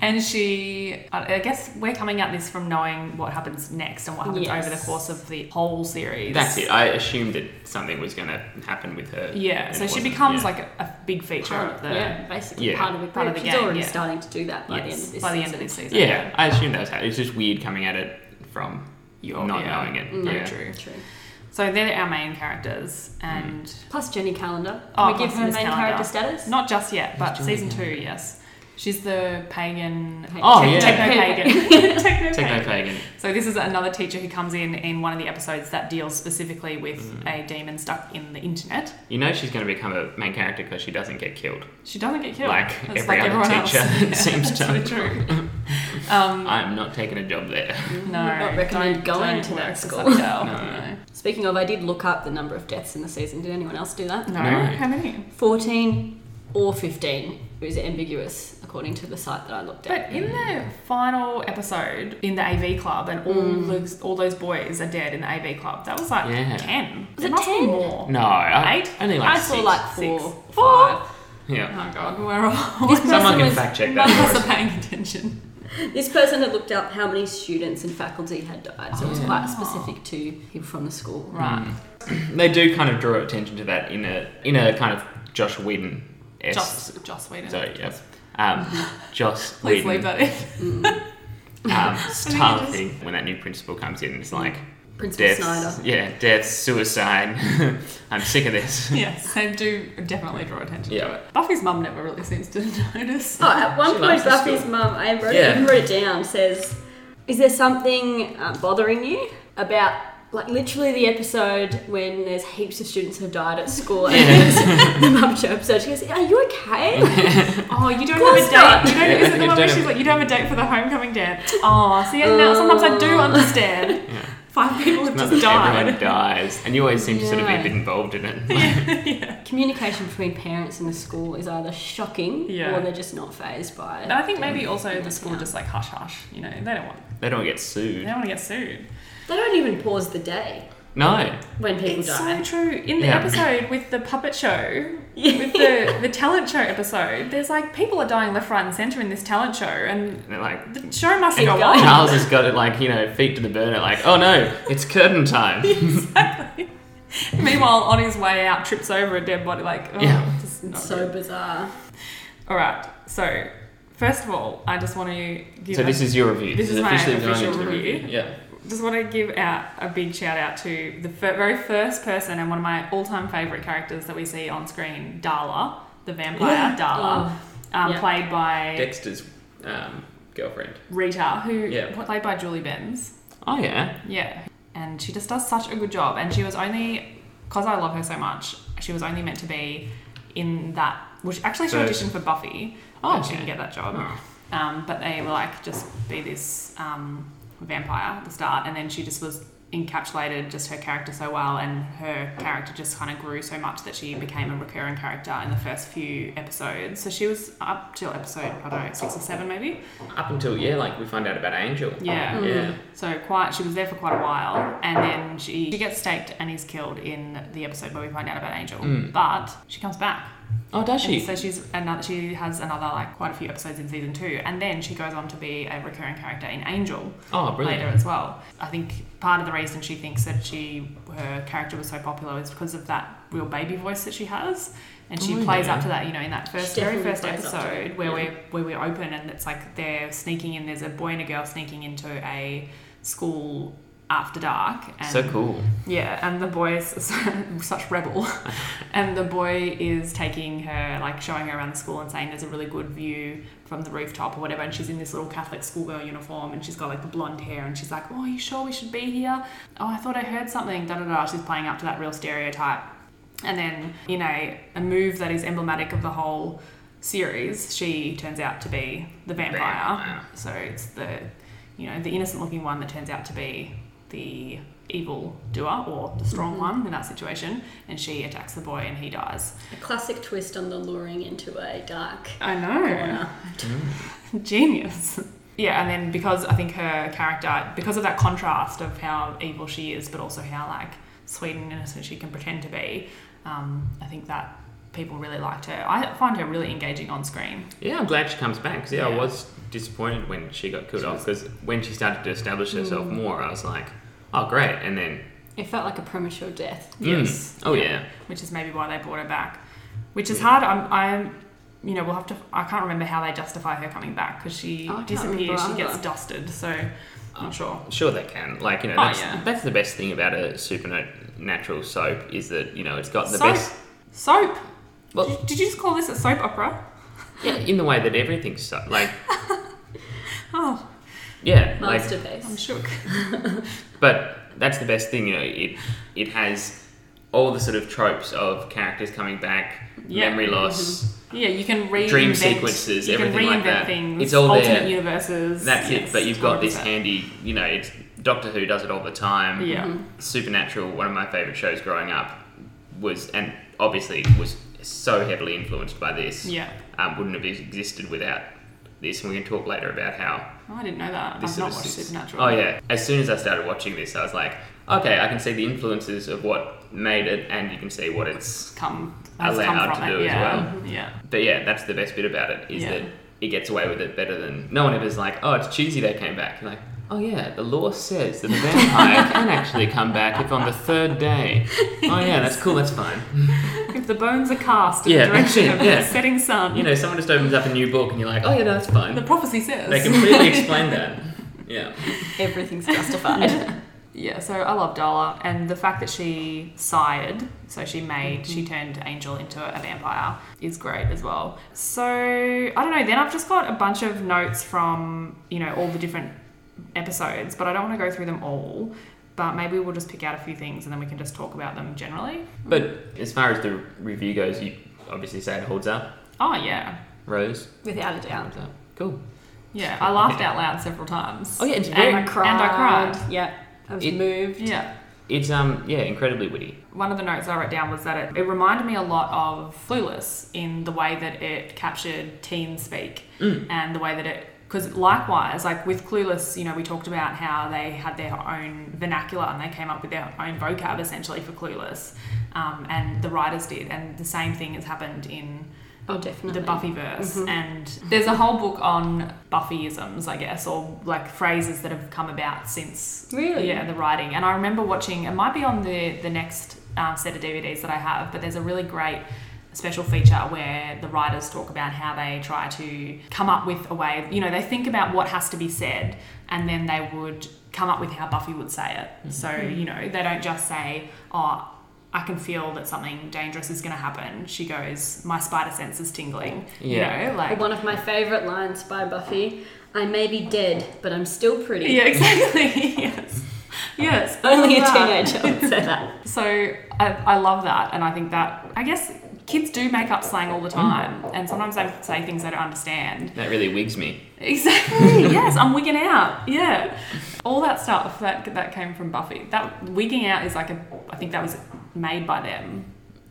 Speaker 1: and she, I I guess we're coming at this from knowing what happens next and what happens
Speaker 3: Yes.
Speaker 1: over the course of the whole series.
Speaker 2: That's it. I assumed that something was going to happen with her.
Speaker 1: Yeah,
Speaker 2: and
Speaker 1: so
Speaker 2: it
Speaker 1: she
Speaker 2: wasn't.
Speaker 1: becomes
Speaker 2: Yeah.
Speaker 1: like a, a big feature
Speaker 3: Part
Speaker 1: of
Speaker 3: of,
Speaker 1: the
Speaker 3: yeah, basically
Speaker 2: Yeah.
Speaker 3: part of a group.
Speaker 1: Part of the
Speaker 3: She's
Speaker 1: game,
Speaker 3: already
Speaker 1: yeah.
Speaker 3: starting to do that by the end of this
Speaker 1: by the end
Speaker 3: season.
Speaker 1: of this season.
Speaker 2: Yeah, I assumed that was how it's just weird coming at it from
Speaker 1: You're-
Speaker 2: not
Speaker 1: yeah.
Speaker 2: knowing it.
Speaker 3: Mm.
Speaker 1: Very
Speaker 2: yeah.
Speaker 1: true.
Speaker 3: True.
Speaker 1: So they're our main characters, and
Speaker 3: Plus Jenny Calendar. Can
Speaker 1: Oh,
Speaker 3: we give
Speaker 1: plus
Speaker 3: her main
Speaker 1: Miss Calendar.
Speaker 3: character status?
Speaker 1: not just yet, but
Speaker 2: Johnny
Speaker 1: season two, yes. She's the pagan.
Speaker 3: Pagan.
Speaker 2: Oh, yeah.
Speaker 1: Techno pagan. Techno
Speaker 2: Techno
Speaker 1: pagan.
Speaker 2: pagan.
Speaker 1: So this is another teacher who comes in in one of the episodes that deals specifically with
Speaker 2: Mm.
Speaker 1: a demon stuck in the internet.
Speaker 2: You know she's going to become a main character because she doesn't get killed.
Speaker 1: She doesn't get killed.
Speaker 2: Like
Speaker 1: It's
Speaker 2: every other
Speaker 1: everyone
Speaker 2: teacher
Speaker 1: else.
Speaker 2: seems
Speaker 1: that's
Speaker 2: to.
Speaker 1: so true. Um,
Speaker 2: I'm not taking a job there.
Speaker 1: no,
Speaker 3: not recommend
Speaker 1: don't-
Speaker 3: going
Speaker 1: don't
Speaker 3: to that
Speaker 1: work for
Speaker 3: school.
Speaker 1: such a girl.
Speaker 2: No.
Speaker 3: Speaking of, I did look up the number of deaths in the season. Did anyone else do that?
Speaker 1: No.
Speaker 2: No.
Speaker 1: How many?
Speaker 3: 14 or 15 It was ambiguous according to the site that I looked at.
Speaker 1: But in the final episode in the AV club, and all
Speaker 3: Mm.
Speaker 1: those all those boys are dead in the AV club. That was like
Speaker 2: Yeah.
Speaker 1: ten.
Speaker 3: Was
Speaker 1: There
Speaker 3: it
Speaker 1: must be
Speaker 3: 10?
Speaker 1: more.
Speaker 2: No, I,
Speaker 1: Eight?
Speaker 2: only like
Speaker 3: I saw
Speaker 2: six.
Speaker 3: like
Speaker 1: six.
Speaker 3: four,
Speaker 1: Four?
Speaker 3: five.
Speaker 1: Oh
Speaker 2: yeah.
Speaker 1: my god, we're all.
Speaker 3: This person,
Speaker 2: Someone can
Speaker 3: was,
Speaker 2: fact check
Speaker 1: None of us
Speaker 2: that.
Speaker 1: are paying attention.
Speaker 3: this person had looked up how many students and faculty had died, so it was
Speaker 2: Oh.
Speaker 3: quite specific to people from the school.
Speaker 1: Right.
Speaker 2: Mm, for us. They do kind of draw attention to that in a in a kind of Josh Whedon esque.
Speaker 1: Joss, Joss Whedon.
Speaker 2: So yeah, um, Joss
Speaker 1: Please
Speaker 2: Whedon
Speaker 1: leave that in.
Speaker 3: Mm.
Speaker 2: um, style
Speaker 1: just-
Speaker 2: thing when that new principal comes in. It's like
Speaker 3: Principal
Speaker 2: death,
Speaker 3: Snyder.
Speaker 2: yeah, death, suicide. I'm sick of this.
Speaker 1: yes, they do definitely draw attention
Speaker 2: Yeah.
Speaker 1: to it. Buffy's mum never really seems to notice.
Speaker 3: Oh, at
Speaker 2: She
Speaker 3: one point,
Speaker 2: loves the
Speaker 3: Buffy's
Speaker 2: school.
Speaker 3: mum, I wrote,
Speaker 2: Yeah.
Speaker 3: even wrote it down, says, Is there something uh, bothering you about, like, literally the episode when there's heaps of students who have died at school? And the mum chirps her, she goes, Are you okay?
Speaker 1: Oh, you don't
Speaker 3: Course
Speaker 1: have a date. You don't, is
Speaker 2: not.
Speaker 1: it the
Speaker 2: You
Speaker 1: one where
Speaker 2: don't
Speaker 1: she's
Speaker 2: have-
Speaker 1: like, you don't have a date for the homecoming dance? Oh, see, and now sometimes I do understand.
Speaker 2: Ah. Yeah.
Speaker 1: Five people have
Speaker 2: Not
Speaker 1: just
Speaker 2: that
Speaker 1: died.
Speaker 2: Everyone dies, and you always seem to sort of be a
Speaker 3: Yeah.
Speaker 2: bit involved in it.
Speaker 3: Communication between parents and the school is either shocking
Speaker 1: Yeah.
Speaker 3: or they're just not phased by it.
Speaker 1: And I think maybe also the school just like hush hush, you know, they don't want
Speaker 2: They don't get
Speaker 1: they
Speaker 2: sued.
Speaker 1: don't want to get sued.
Speaker 3: They don't even pause the day
Speaker 2: No.
Speaker 3: when people
Speaker 1: It's
Speaker 3: die.
Speaker 1: so true. In the
Speaker 2: Yeah.
Speaker 1: episode with the puppet show, with the, the talent show episode, there's like people are dying left, right, and centre in this talent show, and
Speaker 2: And they're like,
Speaker 1: the show must go
Speaker 3: going.
Speaker 1: on.
Speaker 2: Charles has got it like, you know, feet to the burner, like, oh no, it's curtain time.
Speaker 1: Meanwhile, on his way out, trips over a dead body. Like, oh,
Speaker 2: Yeah.
Speaker 1: just not
Speaker 3: It's so bizarre.
Speaker 1: good. all right. So, first of all, I just want to give
Speaker 2: so
Speaker 1: a-
Speaker 2: this is your review.
Speaker 1: This is my official
Speaker 2: into the
Speaker 1: review.
Speaker 2: Yeah.
Speaker 1: just want to give out a big shout out to the fir- very first person and one of my all time favorite characters that we see on screen, Darla, the vampire
Speaker 2: Yeah.
Speaker 1: Darla, um,
Speaker 3: Oh, yeah.
Speaker 1: played by
Speaker 2: Dexter's um, girlfriend.
Speaker 1: Rita, who
Speaker 2: Yeah.
Speaker 1: played by Julie Benz.
Speaker 2: Oh yeah.
Speaker 1: Yeah. And she just does such a good job. And she was only, because I love her so much, she was only meant to be in that, which actually she
Speaker 2: So-
Speaker 1: auditioned for Buffy.
Speaker 2: Oh,
Speaker 1: but she
Speaker 2: okay.
Speaker 1: didn't get that job.
Speaker 2: Oh.
Speaker 1: Um, but they were like, just be this um, vampire at the start. And then she just was encapsulated just her character so well, and her character just kind of grew so much that she became a recurring character in the first few episodes. So she was up till episode I don't know six or seven maybe.
Speaker 2: Up until yeah, like we find out about Angel.
Speaker 1: Yeah. Hmm.
Speaker 2: Yeah.
Speaker 1: So quite, she was there for quite a while, and then she, she gets staked and is killed in the episode where we find out about Angel.
Speaker 2: Mm.
Speaker 1: But she comes back.
Speaker 2: Oh, does
Speaker 1: And
Speaker 2: she?
Speaker 1: So she's another. She has another like quite a few episodes in season two, and then she goes on to be a recurring character in Angel
Speaker 2: Oh, brilliant.
Speaker 1: later as well. I think part of the reason she thinks that she her character was so popular is because of that real baby voice that she has, and she
Speaker 2: Oh,
Speaker 1: plays
Speaker 2: yeah.
Speaker 1: up to that. You know, in that first
Speaker 3: She
Speaker 1: very
Speaker 3: definitely
Speaker 1: first
Speaker 3: plays up to it,
Speaker 1: episode where
Speaker 3: yeah.
Speaker 1: we're where we're open and it's like they're sneaking in. There's a boy and a girl sneaking into a school after dark. And
Speaker 2: So cool.
Speaker 1: yeah, and the boy is such rebel, and the boy is taking her, like showing her around the school and saying there's a really good view from the rooftop or whatever. And she's in this little Catholic schoolgirl uniform, and she's got like the blonde hair, and she's like, "Oh, are you sure we should be here? Oh, I thought I heard something." Da da da. She's playing up to that real stereotype, and then in a a move that is emblematic of the whole series, she turns out to be the
Speaker 2: Vampire.
Speaker 1: so it's the, you know, the innocent looking one that turns out to be the evil doer or the strong
Speaker 3: Mhm.
Speaker 1: one in that situation, and she attacks the boy and he dies.
Speaker 3: A classic twist on the luring into a dark
Speaker 1: I
Speaker 3: corner.
Speaker 1: Genius. Yeah, and then because I think her character, because of that contrast of how evil she is, but also how like sweet and innocent she can pretend to be, um, I think that people really liked her. I find her really engaging on screen.
Speaker 2: Yeah, I'm glad she comes back because yeah, I
Speaker 1: Yeah.
Speaker 2: was disappointed when she got killed
Speaker 1: She
Speaker 2: off because when she started to establish herself
Speaker 1: Hmm.
Speaker 2: more, I was like, oh great, and then
Speaker 3: It felt like a premature death.
Speaker 2: mm,
Speaker 1: Yes.
Speaker 2: oh yeah,
Speaker 1: which is maybe why they brought her back. Which is
Speaker 2: Yeah.
Speaker 1: hard. I'm, I'm, you know, we'll have to. I can't remember how they justify her coming back because she
Speaker 3: Oh, I can't
Speaker 1: disappears. She
Speaker 3: remember
Speaker 1: gets
Speaker 3: either.
Speaker 1: dusted. So I'm
Speaker 2: Oh.
Speaker 1: not sure.
Speaker 2: sure they can. Like you know,
Speaker 1: Oh,
Speaker 2: that's,
Speaker 1: yeah.
Speaker 2: that's the best thing about a supernatural soap is that you know it's got the
Speaker 1: Soap?
Speaker 2: best.
Speaker 1: Soap.
Speaker 2: Well-
Speaker 1: did, did you just call this a soap opera?
Speaker 2: Yeah, in the way that everything's so like
Speaker 1: Oh,
Speaker 2: yeah, like
Speaker 3: Masterpiece.
Speaker 1: I'm shook.
Speaker 2: But that's the best thing, you know. It it has all the sort of tropes of characters coming back,
Speaker 1: Yeah. Mm-hmm.
Speaker 2: memory loss.
Speaker 1: Yeah, you can reinvent
Speaker 2: Dream sequences,
Speaker 1: You can
Speaker 2: everything like
Speaker 1: reinvent
Speaker 2: that.
Speaker 1: things.
Speaker 2: It's all
Speaker 1: alternate
Speaker 2: there.
Speaker 1: universes.
Speaker 2: That's
Speaker 1: Yes,
Speaker 2: it. But you've got this
Speaker 1: 100%.
Speaker 2: handy, you know. It's Doctor Who does it all the time.
Speaker 1: Yeah.
Speaker 3: Mhm.
Speaker 2: Supernatural, one of my favorite shows growing up, was and obviously was so heavily influenced by this.
Speaker 1: Yeah.
Speaker 2: Um, wouldn't have existed without this. And we can talk later about how
Speaker 1: Oh, I didn't know that.
Speaker 2: This
Speaker 1: I've not
Speaker 2: sort of
Speaker 1: watched
Speaker 2: sits-
Speaker 1: Supernatural.
Speaker 2: Oh yeah. As soon as I started watching this, I was like, okay, I can see the influences of what made it, and you can see what it's.
Speaker 1: Come. Has
Speaker 2: Allowed
Speaker 1: come from
Speaker 2: to
Speaker 1: it.
Speaker 2: do as
Speaker 1: yeah.
Speaker 2: well.
Speaker 1: Mhm. Yeah.
Speaker 2: But yeah, that's the best bit about it is
Speaker 1: Yeah.
Speaker 2: that it gets away with it better than no one ever's like, oh, it's cheesy they came back. You're like, oh yeah, the law says that the vampire can actually come back if on the third day. Oh yeah, that's cool. That's fine.
Speaker 1: If the bones are cast in
Speaker 2: Yeah,
Speaker 1: the direction of
Speaker 2: yeah.
Speaker 1: the setting sun,
Speaker 2: You know, someone just opens up a new book, and you're like, oh yeah, that's fine.
Speaker 1: The prophecy says.
Speaker 2: They completely explain that. Yeah.
Speaker 3: Everything's justified.
Speaker 1: yeah, so I love Darla and the fact that she sired, so she made, she turned Angel into a vampire is great as well. So I don't know. Then I've just got a bunch of notes from you know all the different episodes, but I don't want to go through them all. But maybe we'll just pick out a few things and then we can just talk about them generally.
Speaker 2: But as far as the review goes, you obviously say it holds up.
Speaker 1: Oh yeah,
Speaker 2: Rose
Speaker 3: Without a doubt.
Speaker 2: holds up. Cool.
Speaker 1: yeah. I laughed out loud several times.
Speaker 2: Oh yeah, it's
Speaker 1: And
Speaker 2: very.
Speaker 1: I cried. And I cried.
Speaker 3: Yeah. I was
Speaker 2: It-
Speaker 3: moved.
Speaker 1: Yeah.
Speaker 2: It's um yeah, incredibly witty.
Speaker 1: One of the notes I wrote down was that it, it reminded me a lot of Clueless in the way that it captured teen speak
Speaker 3: Mm.
Speaker 1: and the way that it. Because likewise, like with Clueless, you know, we talked about how they had their own vernacular and they came up with their own vocab essentially for Clueless, um, and the writers did, and the same thing has happened in
Speaker 3: Oh, definitely. Mm-hmm.
Speaker 1: the Buffyverse, and there's a whole book on Buffyisms, I guess, or like phrases that have come about since
Speaker 3: Really?
Speaker 1: yeah, the writing. And I remember watching. It might be on the the next um, set of DVDs that I have, but there's a really great special feature where the writers talk about how they try to come up with a way. You know, they think about what has to be said, and then they would come up with how Buffy would say it.
Speaker 3: Mm-hmm.
Speaker 1: So you know, they don't just say, "Oh." I can feel that something dangerous is going to happen. She goes, "My spider sense is tingling."
Speaker 2: Yeah.
Speaker 1: You know, like
Speaker 3: One of my favourite lines by Buffy I may be dead, but I'm still pretty.
Speaker 1: yeah, exactly. yes, yes.
Speaker 3: Only a
Speaker 1: Yeah.
Speaker 3: teenager would say that.
Speaker 1: So I, I love that, and I think that I guess kids do make up slang all the time, and sometimes they say things they don't understand.
Speaker 2: That really wigs me.
Speaker 1: Exactly. yes, I'm wigging out. Yeah. all that stuff that that came from Buffy. That wigging out is like a, I think that was made by them.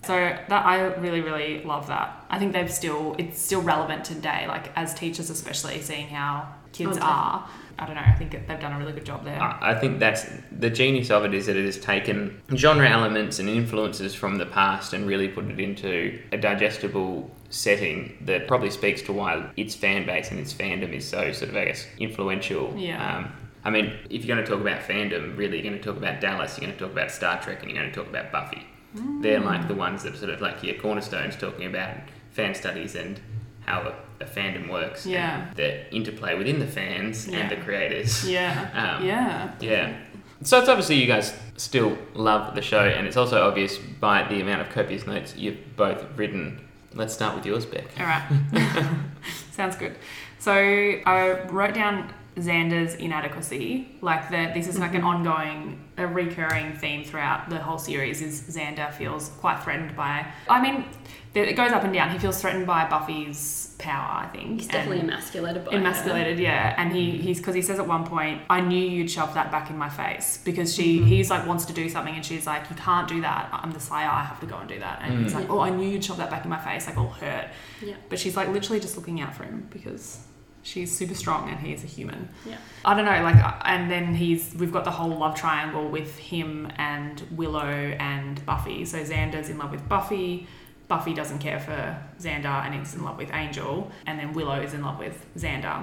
Speaker 1: So that I really really love that. I think they've still it's still relevant today, like as teachers especially seeing how kids
Speaker 3: Oh,
Speaker 1: are. I don't know. I think that they've done a really good job there.
Speaker 2: I I think that's the genius of it is that it has taken genre elements and influences from the past and really put it into a digestible setting that probably speaks to why its fan base and its fandom is so sort of I guess influential.
Speaker 1: Yeah.
Speaker 2: Um, I mean, if you're going to talk about fandom, really, you're going to talk about Dallas, you're going to talk about Star Trek, and you're going to talk about Buffy.
Speaker 1: Mm.
Speaker 2: They're like the ones that sort of like your cornerstones talking about fan studies and how a, a fandom works. and
Speaker 1: Yeah.
Speaker 2: the interplay within the fans
Speaker 1: Yeah.
Speaker 2: and the creators.
Speaker 1: Yeah.
Speaker 2: Um,
Speaker 1: yeah.
Speaker 2: Yeah. So it's obviously you guys still love the show, and it's also obvious by the amount of copious notes you've both written. Let's start with yours, Beck.
Speaker 1: All right. Sounds good. So I wrote down Xander's inadequacy, like that. This is like an
Speaker 3: Mm-hmm.
Speaker 1: ongoing, a recurring theme throughout the whole series. Is Xander feels quite threatened by. I mean, th- it goes up and down. He feels threatened by Buffy's power. I think
Speaker 3: He's definitely Mm-hmm.
Speaker 1: and-
Speaker 3: emasculated by her.
Speaker 1: emasculated yeah and he he's because he says at one point i knew you'd shove that back in my face because she
Speaker 3: Mm-hmm.
Speaker 1: he's like wants to do something and she's like you can't do that i'm the slayer i have to go and do that and
Speaker 2: Mm.
Speaker 1: he's like oh i knew you'd shove that back in my face like all hurt
Speaker 3: Yeah.
Speaker 1: but she's like literally just looking out for him because she's super strong and he is a human
Speaker 3: Yeah.
Speaker 1: I don't know, like, uh, and then he's we've got the whole love triangle with him and Willow and Buffy. So Xander's in love with Buffy. Buffy doesn't care for Xander and is in love with Angel, and then Willow is in love with Xander,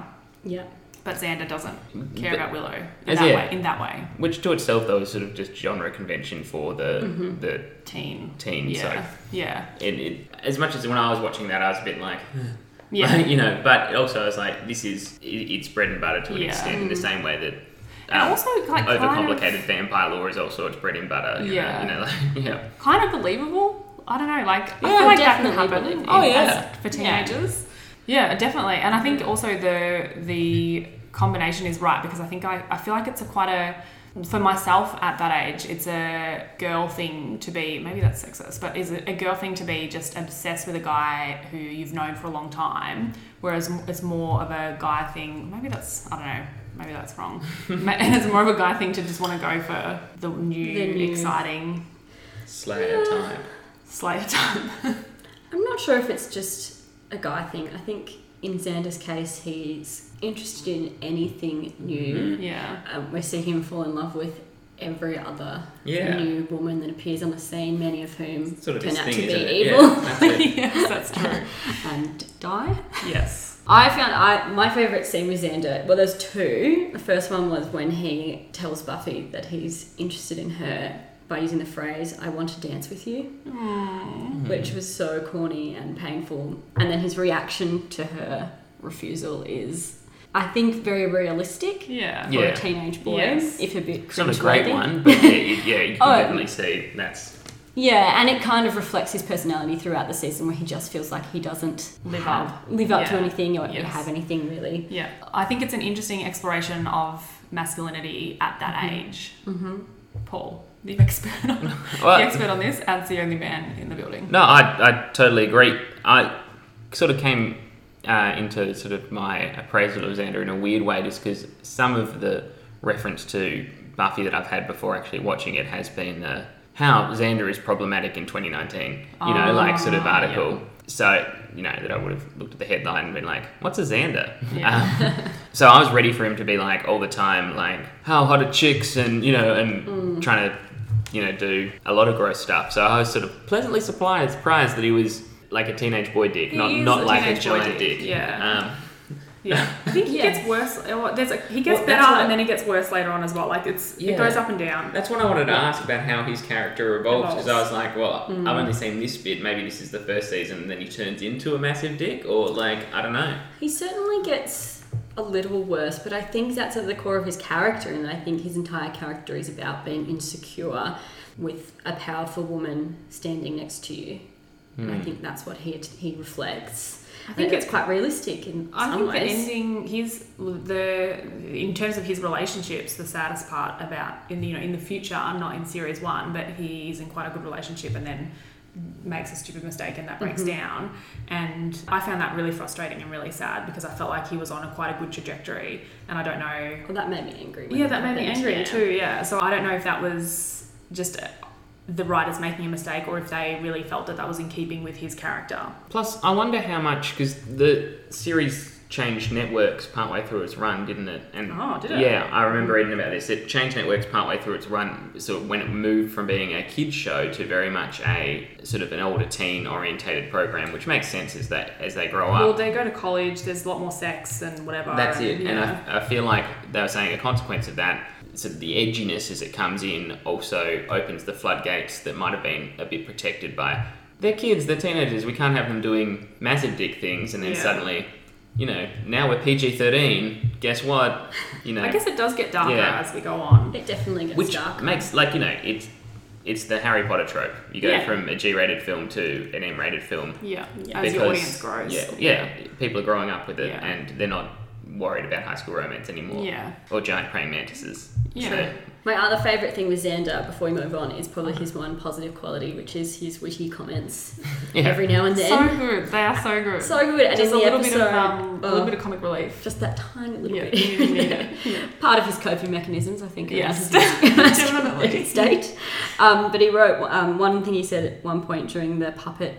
Speaker 3: Yeah.
Speaker 1: but Xander doesn't care
Speaker 2: But-
Speaker 1: about Willow in
Speaker 2: As
Speaker 1: that
Speaker 2: yeah.
Speaker 1: way. In that way,
Speaker 2: Which to itself though is sort of just genre convention for the the
Speaker 1: teen.
Speaker 2: teen.
Speaker 1: Mm-hmm. Yeah, yeah,
Speaker 2: So it, it, as much as when I was watching that, I was a bit like,
Speaker 1: yeah.
Speaker 2: you know. But also I was like, this is it, it's bread and butter to an
Speaker 1: Yeah. Mm.
Speaker 2: extent in the same way that.
Speaker 1: And
Speaker 2: um,
Speaker 1: also, like, kind of-
Speaker 2: overcomplicated vampire lore is also its bread and butter. you know,
Speaker 1: Yeah.
Speaker 2: you know, like, yeah.
Speaker 1: kind of believable. I don't know, like I
Speaker 3: Yeah,
Speaker 1: feel like that can
Speaker 3: definitely
Speaker 1: happen.
Speaker 3: believable.
Speaker 2: Oh, yeah.
Speaker 1: as- for
Speaker 3: Yeah.
Speaker 1: teenagers. Yeah. definitely. And I think also the the combination is right because I think I, I feel like it's a quite a for myself at that age, it's a girl thing to be maybe that's sexist, but is it a girl thing to be just obsessed with a guy who you've known for a long time, whereas m- it's more of a guy thing. Maybe that's I don't know. Maybe that's wrong. Ma- it's more of a guy thing to just want to go for the new,
Speaker 3: The new-
Speaker 1: exciting
Speaker 2: Slayer time.
Speaker 1: Slayer time.
Speaker 3: I'm not sure if it's just a guy thing. I think in Xander's case, he's interested in anything new.
Speaker 1: Yeah.
Speaker 3: Um, we see him fall in love with every other
Speaker 2: Yeah.
Speaker 3: new woman that appears on the scene, many of whom
Speaker 2: Sort of
Speaker 3: turn
Speaker 2: his
Speaker 3: out
Speaker 2: thing,
Speaker 3: to be
Speaker 2: isn't it?
Speaker 3: evil
Speaker 2: Yeah, that's it.
Speaker 1: yes, that's true.
Speaker 3: and die.
Speaker 1: Yes.
Speaker 3: I found I my favorite scene with Xander. Well, there's two. The first one was when he tells Buffy that he's interested in her by using the phrase "I want to dance with you," which was so corny and painful. And then his reaction to her refusal is, I think, very realistic
Speaker 1: Yeah.
Speaker 3: for
Speaker 2: Yeah.
Speaker 3: a teenage boy,
Speaker 1: Yes.
Speaker 3: if a bit.
Speaker 2: It's not a
Speaker 3: cringeworthy.
Speaker 2: great one, but yeah, you, yeah, you can
Speaker 3: Oh.
Speaker 2: definitely see that's
Speaker 3: Yeah, and it kind of reflects his personality throughout the season, where he just feels like he doesn't
Speaker 1: Live
Speaker 3: have-
Speaker 1: up.
Speaker 3: live up to
Speaker 1: Yeah.
Speaker 3: anything or
Speaker 1: Yes.
Speaker 3: have anything really.
Speaker 1: Yeah. I think it's an interesting exploration of masculinity at that
Speaker 2: Mm-hmm.
Speaker 1: age.
Speaker 3: hmm
Speaker 1: Paul, the expert, on, the
Speaker 2: well,
Speaker 1: expert on this, as the only man in the building.
Speaker 2: no, I, I totally agree. I sort of came uh, into sort of my appraisal of Xander in a weird way, just because some of the reference to Buffy that I've had before actually watching it has been uh, how Xander is problematic in 2019. You know, like sort of
Speaker 1: Ah,
Speaker 2: article. So you know that I would have looked at the headline and been like, "What's a Xander?"
Speaker 1: Yeah.
Speaker 2: Um, so I was ready for him to be like all the time, like how hot are chicks, and you know, and
Speaker 1: Mm.
Speaker 2: trying to, you know, do a lot of gross stuff. So I was sort of pleasantly surprised, surprised that he was like a teenage boy dick,
Speaker 1: He
Speaker 2: not
Speaker 1: is
Speaker 2: not
Speaker 1: a
Speaker 2: like a
Speaker 1: teenage boy
Speaker 2: giant
Speaker 1: dick,
Speaker 2: dick.
Speaker 1: yeah.
Speaker 2: Um,
Speaker 1: Yeah. I think he
Speaker 3: Yeah.
Speaker 1: gets worse. oh, There's a, he gets
Speaker 2: Well, that's
Speaker 1: better
Speaker 2: what-
Speaker 1: and then he gets worse later on as well. Like it's
Speaker 2: Yeah.
Speaker 1: it goes up and down.
Speaker 2: that's what I wanted to ask about how his character evolves, because I was like, well,
Speaker 1: Mm.
Speaker 2: I've only seen this bit. Maybe this is the first season, and then he turns into a massive dick, or like I don't know.
Speaker 3: He certainly gets a little worse, but I think that's at the core of his character, and I think his entire character is about being insecure with a powerful woman standing next to you. And
Speaker 2: Hmm.
Speaker 3: I think that's what he he reflects. I
Speaker 1: think
Speaker 3: think it's quite realistic in
Speaker 1: I
Speaker 3: some
Speaker 1: think the
Speaker 3: ways.
Speaker 1: ending, his the in terms of his relationships, the saddest part about in the, you know in the future, I'm not in series one, but he is in quite a good relationship, and then makes a stupid mistake and that breaks down. And I found that really frustrating and really sad because I felt like he was on a quite a good trajectory, and I don't know
Speaker 3: Well, that made me angry. when
Speaker 1: yeah,
Speaker 3: it
Speaker 1: that made me
Speaker 3: happened,
Speaker 1: angry
Speaker 3: yeah.
Speaker 1: too. Yeah. So I don't know if that was just uh, the writers making a mistake or if they really felt that that was in keeping with his character.
Speaker 2: Plus, I wonder how much because the series changed networks partway through its run, didn't it? And
Speaker 1: Oh, did it?
Speaker 2: Yeah, I remember reading about this. It changed networks partway through its run, so when it moved from being a kids show to very much a sort of an older teen orientated program, which makes sense as that as they grow
Speaker 1: Well,
Speaker 2: up.
Speaker 1: they go to college. There's a lot more sex and whatever.
Speaker 2: That's it,
Speaker 1: Yeah.
Speaker 2: and I, I feel like they were saying a consequence of that. So the edginess as it comes in also opens the floodgates that might have been a bit protected by they're kids, they're teenagers. We can't have them doing massive dick things, and then
Speaker 1: Yeah.
Speaker 2: suddenly, you know, now we're PG thirteen. Guess what? You know,
Speaker 1: I guess it does get darker
Speaker 2: Yeah.
Speaker 1: as we go on.
Speaker 3: It definitely gets
Speaker 2: which
Speaker 3: dark.
Speaker 2: makes like you know it's it's the Harry Potter trope. You go
Speaker 1: Yeah.
Speaker 2: from a G rated film to an M rated film
Speaker 1: Yeah,
Speaker 3: Yeah.
Speaker 1: as the
Speaker 2: because-
Speaker 1: audience grows.
Speaker 2: Yeah, yeah, people are growing up with it,
Speaker 1: Yeah.
Speaker 2: and they're not worried about high school romance anymore.
Speaker 1: Yeah.
Speaker 2: or giant praying mantises.
Speaker 1: Yeah.
Speaker 2: So,
Speaker 3: My other favourite thing with Xander, before we move on, is probably his one positive quality, which is his witty comments
Speaker 2: yeah.
Speaker 3: every now and
Speaker 1: So
Speaker 3: then.
Speaker 1: good. They are so good.
Speaker 3: So, good. And
Speaker 1: just
Speaker 3: in
Speaker 1: a
Speaker 3: the
Speaker 1: little
Speaker 3: episode,
Speaker 1: bit of um, a
Speaker 3: oh,
Speaker 1: little bit of comic relief.
Speaker 3: just that tiny little
Speaker 1: Yeah,
Speaker 3: bit.
Speaker 1: you need it. Yeah.
Speaker 3: Part of his coping mechanisms, I think. are
Speaker 1: Yes,
Speaker 3: his
Speaker 1: definitely.
Speaker 3: state. Um, but he wrote um, one thing he said at one point during the puppet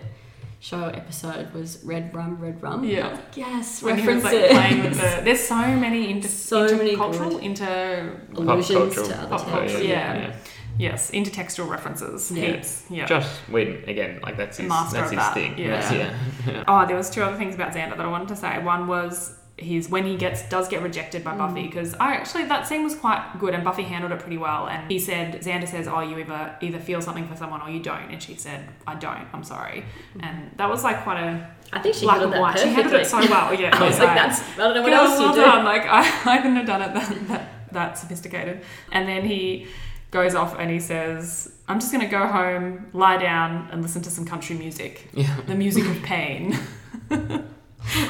Speaker 3: show episode was "Red Rum, Red Rum."
Speaker 1: Yeah.
Speaker 3: And I was like, yes,
Speaker 1: When he was,
Speaker 3: reference
Speaker 1: like,
Speaker 3: it.
Speaker 1: playing with the- There's so many inter-
Speaker 3: So many
Speaker 1: intercultural,
Speaker 3: good-
Speaker 1: inter
Speaker 3: Allusions
Speaker 2: cultural-
Speaker 3: to other
Speaker 1: pop
Speaker 3: tales.
Speaker 1: culture, yeah. yes, intertextual references.
Speaker 3: Yeah.
Speaker 1: Heaps. Yeah.
Speaker 2: Josh Whedon again, like that's
Speaker 1: The
Speaker 2: his
Speaker 1: master
Speaker 2: that's
Speaker 1: of
Speaker 2: his
Speaker 1: that,
Speaker 2: thing.
Speaker 1: yeah.
Speaker 2: That's- yeah.
Speaker 1: Oh, there was two other things about Xander that I wanted to say. One was his when he gets does get rejected by Buffy
Speaker 3: Mm.
Speaker 1: because I actually that scene was quite good and Buffy handled it pretty well. And he said Xander says, "Oh, you either either feel something for someone or you don't," and she said, "I don't. I'm sorry."
Speaker 3: Mm.
Speaker 1: And that was like quite a
Speaker 3: I think she
Speaker 1: black
Speaker 3: handled
Speaker 1: and
Speaker 3: that
Speaker 1: white. She
Speaker 3: perfectly.
Speaker 1: handled it so well. Yeah,
Speaker 3: I was like, that's I don't know what
Speaker 1: Girl,
Speaker 3: else
Speaker 1: well
Speaker 3: you do.
Speaker 1: done. Like I, I couldn't have done it that, that that sophisticated. And then he goes off and he says, "I'm just gonna go home, lie down, and listen to some country music,
Speaker 2: yeah.
Speaker 1: the music of pain."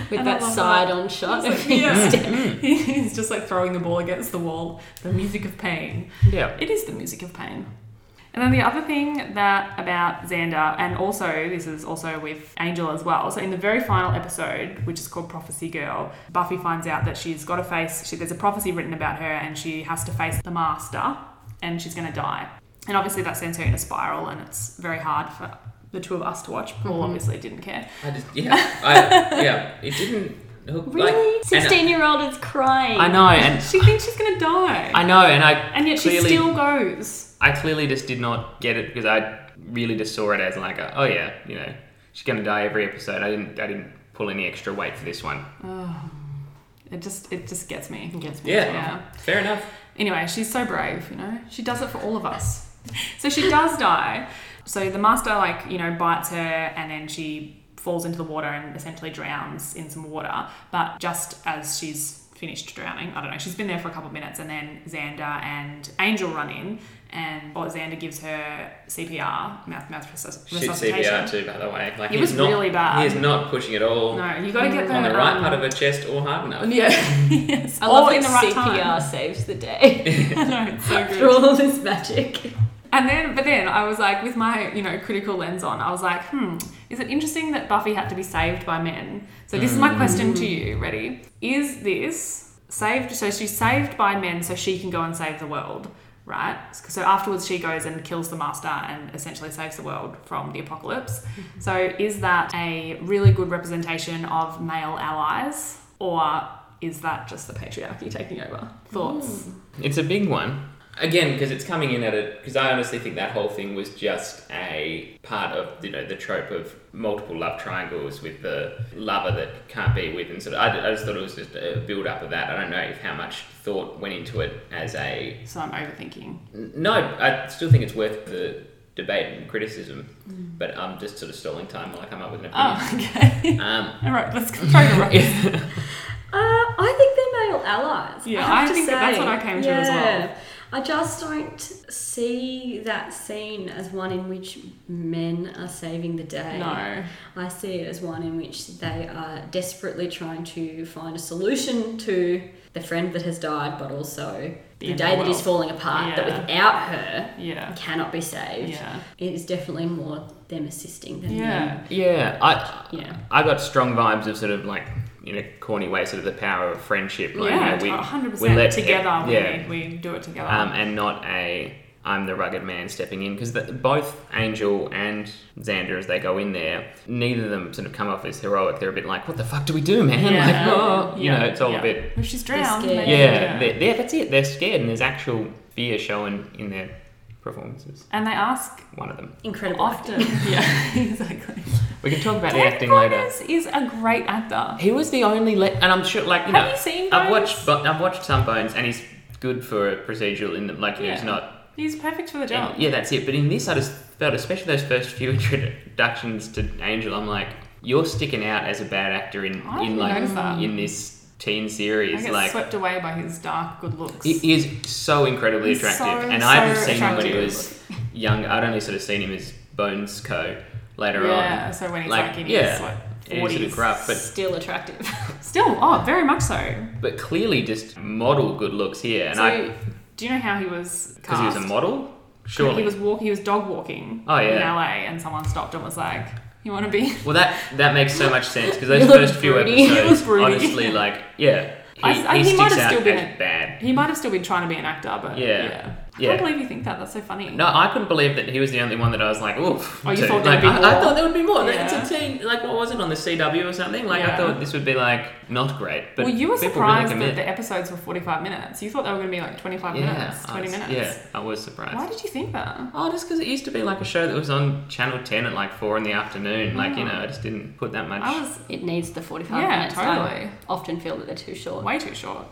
Speaker 3: With
Speaker 1: And I
Speaker 3: that
Speaker 1: love
Speaker 3: side
Speaker 1: that.
Speaker 3: on shot.
Speaker 1: It's like, yeah. He's just like throwing the ball against the wall. The music of pain.
Speaker 2: Yeah.
Speaker 1: It is the music of pain. And then the other thing that about Xander, and also this is also with Angel as well. So in the very final episode, which is called Prophecy Girl, Buffy finds out that she's got to face. She, there's a prophecy written about her, and she has to face the Master, and she's going to die. And obviously that sends her in a spiral, and it's very hard for the two of us to watch. Paul
Speaker 2: Mm-hmm.
Speaker 3: Mhm.
Speaker 1: obviously didn't care.
Speaker 2: I just yeah. I, yeah. It didn't hook
Speaker 3: Really?
Speaker 2: like and-
Speaker 3: Sixteen-year-old is crying.
Speaker 2: I know and
Speaker 1: She thinks she's going to die,
Speaker 2: I know and I
Speaker 1: and yet she
Speaker 2: clearly-
Speaker 1: still goes.
Speaker 2: I clearly just did not get it because I really just saw it as like, a, oh yeah, you know, she's gonna die every episode. I didn't, I didn't pull any extra weight for this one.
Speaker 1: Oh, it just it just gets me.
Speaker 3: Gets me.
Speaker 2: Yeah,
Speaker 1: Yeah.
Speaker 2: fair enough.
Speaker 1: Anyway, she's so brave, you know. She does it for all of us. So she does die. So the master like, you know, bites her and then she falls into the water and essentially drowns in some water. But just as she's finished drowning, I don't know, she's been there for a couple of minutes and then Xander and Angel run in and or Xander gives her CPR, mouth mouth resus-
Speaker 2: Shit
Speaker 1: resuscitation.
Speaker 2: CPR too, by the way. Like
Speaker 1: It
Speaker 2: he's
Speaker 1: was
Speaker 2: not,
Speaker 1: really bad.
Speaker 2: He is not pushing at all
Speaker 1: No, you gotta get the
Speaker 2: on the right
Speaker 1: um,
Speaker 2: part of her chest or hard enough.
Speaker 1: Yeah. yes.
Speaker 3: I love
Speaker 1: or in the
Speaker 3: that
Speaker 1: right
Speaker 3: CPR
Speaker 1: time.
Speaker 3: saves the day
Speaker 1: I know, it's so good.
Speaker 3: for all this magic.
Speaker 1: And then, but then I was like, with my you know critical lens on, I was like, hmm, is it interesting that Buffy had to be saved by men? So this is my question to you. Ready? Is this saved? So she's saved by men, so she can go and save the world, right? So afterwards, she goes and kills the master and essentially saves the world from the apocalypse. So is that a really good representation of male allies, or is that just the patriarchy taking over? Thoughts?
Speaker 2: It's a big one. Again, because it's coming in at it. Because I honestly think that whole thing was just a part of you know the trope of multiple love triangles with the lover that can't be with, and sort of. I, I just thought it was just a build up of that. I don't know if how much thought went into it as a
Speaker 1: So I'm overthinking.
Speaker 2: no. I still think it's worth the debate and criticism, but I'm just sort of stalling time while I come up with an opinion.
Speaker 1: Mm. Oh, okay.
Speaker 2: Um,
Speaker 1: All right, let's go try to rock.
Speaker 3: Uh, I think they're male allies.
Speaker 1: Yeah,
Speaker 3: have
Speaker 1: I
Speaker 3: to
Speaker 1: think that that's
Speaker 3: say.
Speaker 1: what I came to as well.
Speaker 3: I just don't see that scene as one in which men are saving the day.
Speaker 1: No.
Speaker 3: I see it as one in which they are desperately trying to find a solution to the friend that has died, but also the
Speaker 1: end of
Speaker 3: day
Speaker 1: the
Speaker 3: that is
Speaker 1: world.
Speaker 3: falling apart, that
Speaker 1: Yeah.
Speaker 3: without her
Speaker 1: Yeah.
Speaker 3: cannot be saved.
Speaker 1: Yeah.
Speaker 3: It is definitely more them assisting than
Speaker 1: Yeah.
Speaker 2: Yeah, I
Speaker 3: them. Yeah.
Speaker 2: I got strong vibes of sort of like in a corny way, sort of the power of friendship. Like,
Speaker 1: yeah, oh.
Speaker 2: you know, we-
Speaker 1: 100%
Speaker 2: we let-
Speaker 1: together. We,
Speaker 2: yeah.
Speaker 1: we do it together.
Speaker 2: um, and not a I'm the rugged man stepping in because both Angel and Xander, as they go in there, neither of them sort of come off as heroic. They're a bit like, "What the fuck do we do, man?"
Speaker 1: Yeah.
Speaker 2: Like, oh, you know, it's all
Speaker 1: yeah.
Speaker 2: a bit.
Speaker 1: If she's drowned,
Speaker 3: scared.
Speaker 1: then-
Speaker 2: Yeah, They're, they're- that's it. They're scared, and there's actual fear shown in their performances.
Speaker 1: And they ask
Speaker 2: One of them.
Speaker 3: Incredible.
Speaker 1: often. yeah, exactly.
Speaker 2: We can talk about the
Speaker 1: Dan
Speaker 2: acting later.
Speaker 1: Cronus is a great actor.
Speaker 2: He was the only, le- and I'm sure, like you know,
Speaker 1: Have you seen?
Speaker 2: I've
Speaker 1: Bones?
Speaker 2: watched, but I've watched some Bones, and he's good for a procedural in them. Like you know, he's
Speaker 1: Yeah.
Speaker 2: not
Speaker 1: He's perfect for the
Speaker 2: Yeah,
Speaker 1: job.
Speaker 2: yeah, that's it. But in this, I just felt, especially those first few introductions to Angel, I'm like, you're sticking out as a bad actor in
Speaker 1: I
Speaker 2: in
Speaker 1: didn't
Speaker 2: like
Speaker 1: notice that.
Speaker 2: in this teen
Speaker 1: I
Speaker 2: series.
Speaker 1: get
Speaker 2: Like,
Speaker 1: swept away by his dark good looks.
Speaker 2: it is so incredibly
Speaker 1: He's
Speaker 2: attractive,
Speaker 1: so,
Speaker 2: and I haven't
Speaker 1: so
Speaker 2: seen him when he
Speaker 1: attractive.
Speaker 2: was young. I'd only sort of seen him as Bones Co. Later
Speaker 1: yeah,
Speaker 2: on.
Speaker 1: so when he's
Speaker 2: like,
Speaker 1: like, in his
Speaker 2: yeah,
Speaker 1: like
Speaker 2: And he's sort of
Speaker 1: 40s.
Speaker 2: gruff, but
Speaker 3: Still attractive.
Speaker 1: Still, oh, very much so.
Speaker 2: but clearly just model good looks here, and
Speaker 1: so,
Speaker 2: I
Speaker 1: do you know how he was
Speaker 2: because he was a
Speaker 1: cast?
Speaker 2: model,
Speaker 1: He
Speaker 2: surely
Speaker 1: was walk. He was dog walking.
Speaker 2: Oh, yeah.
Speaker 1: In LA, and someone stopped and was like, "You want to be?"
Speaker 2: Well, that that makes so much sense because
Speaker 3: It
Speaker 2: those
Speaker 3: looks
Speaker 2: first few
Speaker 3: broody. It
Speaker 1: looks
Speaker 2: episodes,
Speaker 1: broody.
Speaker 2: honestly, like yeah, he,
Speaker 1: I- I-
Speaker 2: he
Speaker 1: he might
Speaker 2: sticks
Speaker 1: have
Speaker 2: out
Speaker 1: still been
Speaker 2: as
Speaker 1: a-
Speaker 2: bad.
Speaker 1: He might have still been trying to be an actor, but
Speaker 2: Yeah.
Speaker 1: yeah, I
Speaker 2: Yeah.
Speaker 1: can't believe you think that. That's so funny.
Speaker 2: No, I couldn't believe that he was the only one that I was like, oof.
Speaker 1: Oh, you
Speaker 2: to.
Speaker 1: thought there'd
Speaker 2: like,
Speaker 1: be
Speaker 2: I, I
Speaker 1: more.
Speaker 2: thought there would be more.
Speaker 1: Yeah.
Speaker 2: It's a teen, like what was it on the CW or something? Like I
Speaker 1: Yeah.
Speaker 2: thought this would be like not great. But
Speaker 1: well, you were
Speaker 2: people really
Speaker 1: surprised that
Speaker 2: commit.
Speaker 1: the episodes were forty-five minutes. You thought they were going to be like twenty-five
Speaker 2: yeah,
Speaker 1: minutes,
Speaker 2: I
Speaker 1: twenty
Speaker 2: was,
Speaker 1: minutes.
Speaker 2: Yeah, I was surprised.
Speaker 1: Why did you think that?
Speaker 2: Oh, just because it used to be like a show that was on Channel Ten at like four in the afternoon. Like you
Speaker 1: Oh.
Speaker 2: know, I just didn't put that much.
Speaker 1: I was
Speaker 3: it needs the 45
Speaker 1: Yeah,
Speaker 3: minutes.
Speaker 1: totally.
Speaker 3: I often feel that they're too short.
Speaker 1: way too short.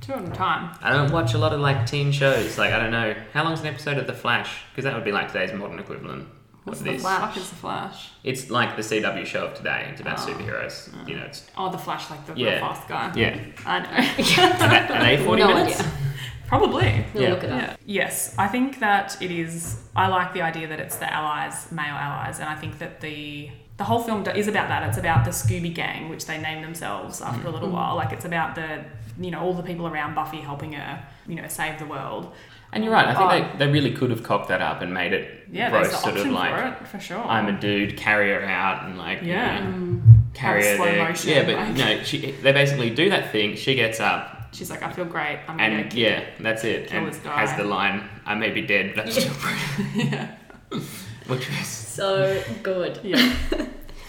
Speaker 1: Two at a time.
Speaker 2: I don't watch a lot of like teen shows. Like I don't know how long's an episode of The Flash because that would be like today's modern equivalent.
Speaker 3: What's
Speaker 2: of
Speaker 3: The
Speaker 2: this.
Speaker 3: Flash?
Speaker 1: Fuck is the Flash.
Speaker 2: It's like the CW show of today. It's about
Speaker 1: Oh.
Speaker 2: superheroes. You know, it's
Speaker 1: Oh, the Flash, like the
Speaker 2: Yeah.
Speaker 1: real fast guy.
Speaker 2: yeah.
Speaker 1: I know.
Speaker 2: Are they forty
Speaker 3: no
Speaker 2: minutes?
Speaker 3: idea.
Speaker 1: Probably.
Speaker 3: We'll
Speaker 2: Yeah.
Speaker 3: look it up.
Speaker 1: Yeah. Yes, I think that it is. I like the idea that it's the allies, male allies, and I think that the the whole film is about that. It's about the Scooby Gang, which they name themselves after a
Speaker 2: Mm.
Speaker 1: little while. Like it's about the you know all the people around Buffy helping her you know save the world.
Speaker 2: And you're right. I think they, they really could have copped that up and made it
Speaker 1: Oh. Yeah,
Speaker 2: gross,
Speaker 1: there's the
Speaker 2: sort
Speaker 1: option
Speaker 2: of like
Speaker 1: for it for sure.
Speaker 2: I'm a dude, carry her out and like
Speaker 1: Yeah. Mm.
Speaker 2: you know,
Speaker 1: Have
Speaker 2: carry her
Speaker 1: slow
Speaker 2: there.
Speaker 1: motion,
Speaker 2: yeah, but
Speaker 1: like-
Speaker 2: no, she, they basically do that thing. She gets up
Speaker 1: She's like, I feel great. I'm gonna
Speaker 2: and
Speaker 1: go
Speaker 2: yeah, that's it.
Speaker 1: Oh, Kill
Speaker 2: and
Speaker 1: this guy.
Speaker 2: has the line, "I may be dead, but I'm still breathing." Which was
Speaker 3: So good.
Speaker 1: Yeah.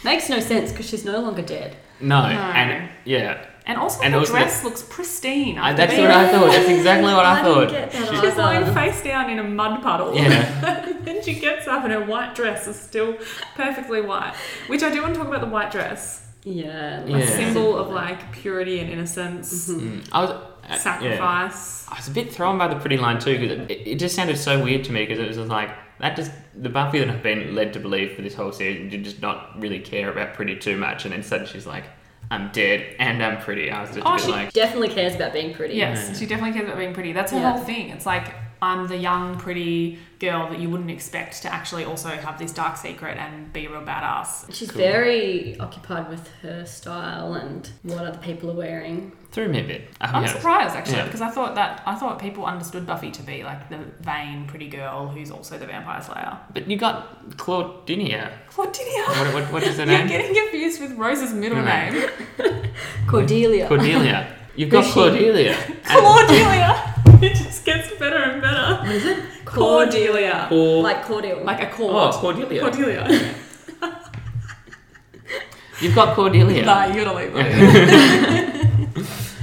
Speaker 3: Makes no sense because she's no longer dead.
Speaker 2: No,
Speaker 1: No.
Speaker 2: and yeah,
Speaker 1: And also,
Speaker 2: And
Speaker 1: her
Speaker 2: also
Speaker 1: dress looks pristine.
Speaker 2: I,
Speaker 1: after
Speaker 2: that's
Speaker 1: being-
Speaker 2: what I thought. That's exactly what I
Speaker 3: I didn't
Speaker 2: thought.
Speaker 3: get that
Speaker 2: She-
Speaker 1: She's lying
Speaker 3: Awesome.
Speaker 1: face down in a mud puddle.
Speaker 2: Yeah,
Speaker 1: then she gets up and her white dress is still perfectly white. Which I do want to talk about the white dress.
Speaker 3: Yeah.
Speaker 1: A
Speaker 2: Yeah.
Speaker 1: symbol of like purity and innocence,
Speaker 2: Mm. I was uh, yeah.
Speaker 1: sacrifice.
Speaker 2: I was a bit thrown by the pretty line too because it, it just sounded so weird to me because it was just like that just the Buffy that I've been led to believe for this whole season did just not really care about pretty too much, and then suddenly she's like, "I'm dead and I'm pretty." I was just
Speaker 1: Oh,
Speaker 2: a bit
Speaker 1: she-
Speaker 2: like,
Speaker 3: Definitely cares about being pretty.
Speaker 1: Yes, she definitely cares about being pretty. That's her
Speaker 3: Yeah.
Speaker 1: whole thing. It's like I'm the young, pretty girl that you wouldn't expect to actually also have this dark secret and be a real badass.
Speaker 3: She's
Speaker 2: Cool.
Speaker 3: very occupied with her style and what other people are wearing.
Speaker 2: threw me a bit. I'll
Speaker 1: I'm
Speaker 2: be honest.
Speaker 1: surprised actually
Speaker 2: Yeah.
Speaker 1: because I thought that I thought people understood Buffy to be like the vain, pretty girl who's also the vampire slayer.
Speaker 2: But you got Claudinia.
Speaker 1: Cordelia.
Speaker 2: What, what, what is her
Speaker 1: You're
Speaker 2: name?
Speaker 1: getting confused with Rose's middle
Speaker 2: No, no.
Speaker 1: name.
Speaker 3: Cordelia.
Speaker 2: Cordelia. You've got
Speaker 3: Is she-
Speaker 2: Cordelia.
Speaker 1: Cordelia. it just gets better and better. What is it? Cordelia.
Speaker 2: Or,
Speaker 3: Like cordial.
Speaker 1: Like a cord.
Speaker 2: oh, Cordelia.
Speaker 1: Cordelia.
Speaker 2: You've got Cordelia.
Speaker 1: Nah, you gotta leave that.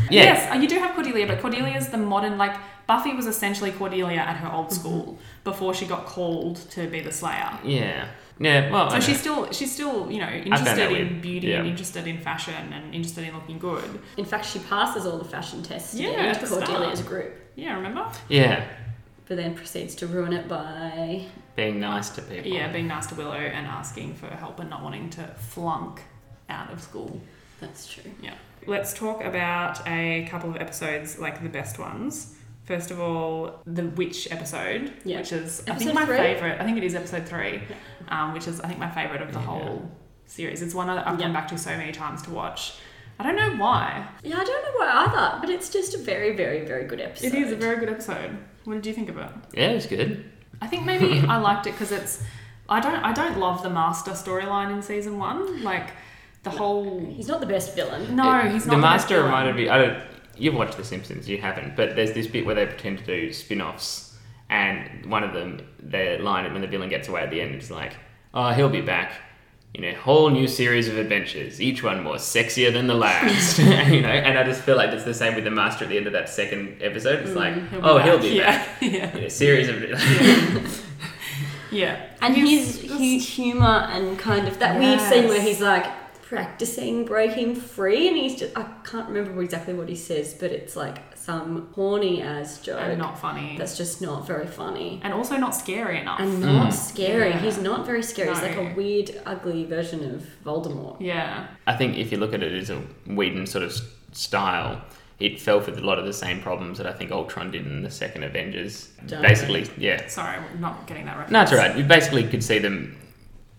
Speaker 2: yeah.
Speaker 1: Yes, uh, you do have Cordelia, but Cordelia's the modern, like, Buffy was essentially Cordelia at her old school
Speaker 2: Mm-hmm.
Speaker 1: before she got called to be the Slayer.
Speaker 2: Yeah. Yeah. Well, Oh,
Speaker 1: So
Speaker 2: I know.
Speaker 1: she's still, she's still, you know,
Speaker 2: found that
Speaker 1: interested in
Speaker 2: weird.
Speaker 1: beauty and
Speaker 2: Yeah.
Speaker 1: interested in fashion and interested in looking good.
Speaker 3: In fact, she passes all the fashion tests to
Speaker 1: Yeah,
Speaker 3: get
Speaker 1: at
Speaker 3: into
Speaker 1: the start.
Speaker 3: Cordelia's group,
Speaker 1: Yeah, remember?
Speaker 2: yeah
Speaker 3: but then proceeds to ruin it by
Speaker 2: being nice to people.
Speaker 1: Yeah, being nice to Willow and asking for help and not wanting to flunk out of school.
Speaker 3: that's true.
Speaker 1: Let's talk about a couple of episodes, like the best ones. First of all, the witch episode,
Speaker 3: Yeah.
Speaker 1: which is I
Speaker 3: Episode
Speaker 1: think my
Speaker 3: three?
Speaker 1: favorite. I think it is episode three, um, which is I think my favorite of the
Speaker 2: Yeah.
Speaker 1: whole series. It's one that I've
Speaker 3: Yeah.
Speaker 1: come back to so many times to watch. I don't know why.
Speaker 3: Yeah, I don't know why either, but it's just a very, very, very good episode.
Speaker 1: It is a very good episode. What did you think of it?
Speaker 2: Yeah, it was good.
Speaker 1: I think maybe I liked it because it's. I don't. I don't love the master storyline in season one. Like the whole.
Speaker 3: He's not the best villain.
Speaker 1: No,
Speaker 2: It-
Speaker 1: he's not the
Speaker 2: The
Speaker 1: best
Speaker 2: master
Speaker 1: villain.
Speaker 2: reminded me. I don't. You've watched The Simpsons, you haven't, but there's this bit where they pretend to do spin-offs, and one of them, their line when the villain gets away at the end is like, "Oh, he'll be back." In a whole new series of adventures, each one more sexier than the last. you know, and I just feel like it's the same with the master at the end of that second episode. It's like,
Speaker 1: Mm, He'll be
Speaker 2: oh, he'll
Speaker 1: back.
Speaker 2: be
Speaker 1: yeah.
Speaker 2: back.
Speaker 1: Yeah.
Speaker 2: In a series of
Speaker 1: Yeah.
Speaker 3: And his,
Speaker 1: He's-
Speaker 3: his humour and kind of that
Speaker 1: Yes.
Speaker 3: weird scene where he's like practicing breaking free, and he's just I can't remember exactly what he says, but it's like some horny ass joke
Speaker 1: and not funny.
Speaker 3: that's just not very funny
Speaker 1: And also not scary enough.
Speaker 3: and
Speaker 2: Mm.
Speaker 3: not scary.
Speaker 1: Yeah.
Speaker 3: He's not very scary. He's like
Speaker 1: No.
Speaker 3: a weird, ugly version of Voldemort.
Speaker 1: yeah.
Speaker 2: I think if you look at it as a Whedon sort of s- style, it fell for a lot of the same problems that I think Ultron did in the second Avengers.
Speaker 3: Done.
Speaker 2: Basically, yeah.
Speaker 1: Sorry, I'm not getting that reference.
Speaker 2: No, it's all right. You basically could see them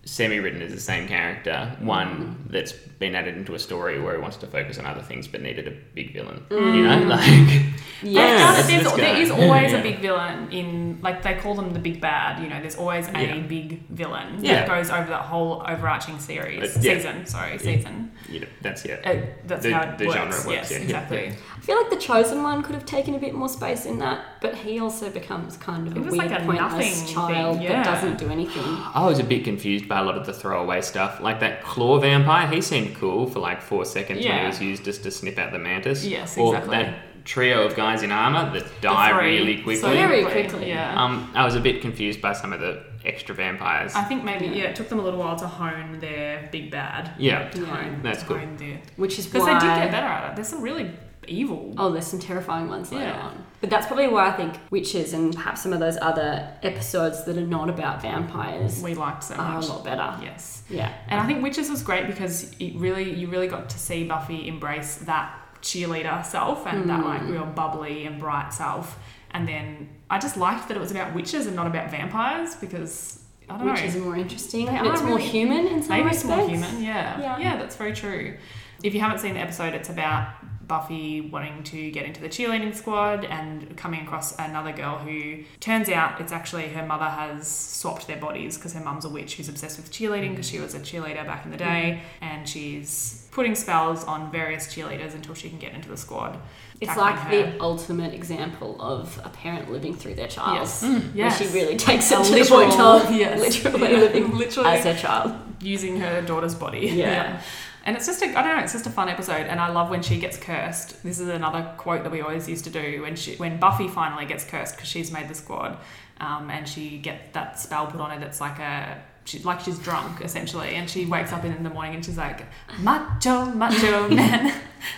Speaker 2: semi-written as the same character, one that's been added into a story where he wants to focus on other things but needed a big villain. You know, like
Speaker 1: I
Speaker 2: Yeah,
Speaker 1: found that
Speaker 2: let's-
Speaker 1: there's,
Speaker 2: let's go.
Speaker 1: there is always
Speaker 2: Yeah.
Speaker 1: a big villain in like they call them the big bad. You know, there's always a
Speaker 2: Yeah.
Speaker 1: big villain
Speaker 2: Yeah.
Speaker 1: that goes over that whole overarching series
Speaker 2: But, yeah.
Speaker 1: season. Sorry, season.
Speaker 2: you know, that's yeah.
Speaker 1: Uh, that's
Speaker 2: The-
Speaker 1: how it
Speaker 2: the
Speaker 1: works.
Speaker 2: genre works,
Speaker 1: Yes,
Speaker 2: yeah, yeah,
Speaker 1: exactly.
Speaker 2: yeah.
Speaker 3: I feel like the chosen one could have taken a bit more space in that, but he also becomes kind of
Speaker 1: It
Speaker 3: a
Speaker 1: was
Speaker 3: weird,
Speaker 1: like a
Speaker 3: pointless
Speaker 1: nothing thing,
Speaker 3: child
Speaker 1: yeah.
Speaker 3: that doesn't do anything.
Speaker 2: I was a bit confused by a lot of the throwaway stuff, like that claw vampire. He seemed cool for like four seconds when
Speaker 1: Yeah.
Speaker 2: he was used just to snip out the mantis.
Speaker 1: Yes,
Speaker 2: or
Speaker 1: exactly.
Speaker 2: that trio of guys in armor that die
Speaker 1: The three.
Speaker 2: really quickly.
Speaker 1: So
Speaker 3: Very quickly.
Speaker 1: Yeah.
Speaker 2: Um, I was a bit confused by some of the extra vampires.
Speaker 1: I think maybe yeah, it took them a little while to hone their big bad.
Speaker 2: yeah,
Speaker 1: To
Speaker 3: Yeah.
Speaker 1: hone,
Speaker 2: That's
Speaker 1: to
Speaker 2: cool.
Speaker 1: hone their
Speaker 3: Which is
Speaker 1: because
Speaker 3: why
Speaker 1: they did get better at it. There's some really evil.
Speaker 3: Oh, there's some terrifying ones later
Speaker 1: Yeah.
Speaker 3: on. But that's probably why I think witches and perhaps some of those other episodes that are not about vampires
Speaker 1: We liked so
Speaker 3: are a
Speaker 1: much.
Speaker 3: lot better.
Speaker 1: Yes.
Speaker 3: Yeah.
Speaker 1: And I think Witches was great because it really you really got to see Buffy embrace that cheerleader self and that like
Speaker 3: Hmm.
Speaker 1: real bubbly and bright self. And then I just liked that it was about witches and not about vampires because I don't
Speaker 3: Which
Speaker 1: know.
Speaker 3: is more interesting.
Speaker 1: They
Speaker 3: and it's
Speaker 1: are
Speaker 3: more
Speaker 1: really-
Speaker 3: human in some
Speaker 1: Maybe it's
Speaker 3: respects.
Speaker 1: more human, yeah.
Speaker 3: Yeah.
Speaker 1: that's very true. If you haven't seen the episode, it's about Buffy wanting to get into the cheerleading squad and coming across another girl who turns out it's actually her mother has swapped their bodies because her mum's a witch who's obsessed with cheerleading because she was a cheerleader back in the day
Speaker 3: Mm-hmm.
Speaker 1: and she's putting spells on various cheerleaders until she can get into the squad.
Speaker 3: It's
Speaker 1: tackling
Speaker 3: like
Speaker 1: her.
Speaker 3: the ultimate example of a parent living through their child.
Speaker 1: Yes.
Speaker 3: Where
Speaker 1: Yes.
Speaker 3: she really takes it
Speaker 1: A
Speaker 3: to the
Speaker 1: literal-
Speaker 3: point of
Speaker 1: yes.
Speaker 3: literally
Speaker 1: Yeah.
Speaker 3: living
Speaker 1: Literally.
Speaker 3: as their child.
Speaker 1: using her daughter's body.
Speaker 3: Yeah.
Speaker 1: And it's just a, I don't know, it's just a fun episode. And I love when she gets cursed. This is another quote that we always used to do when she, when Buffy finally gets cursed because she's made the squad, um, and she gets that spell put on her that's like a, she, like she's drunk essentially, and she wakes up in the morning and she's like, macho, macho man,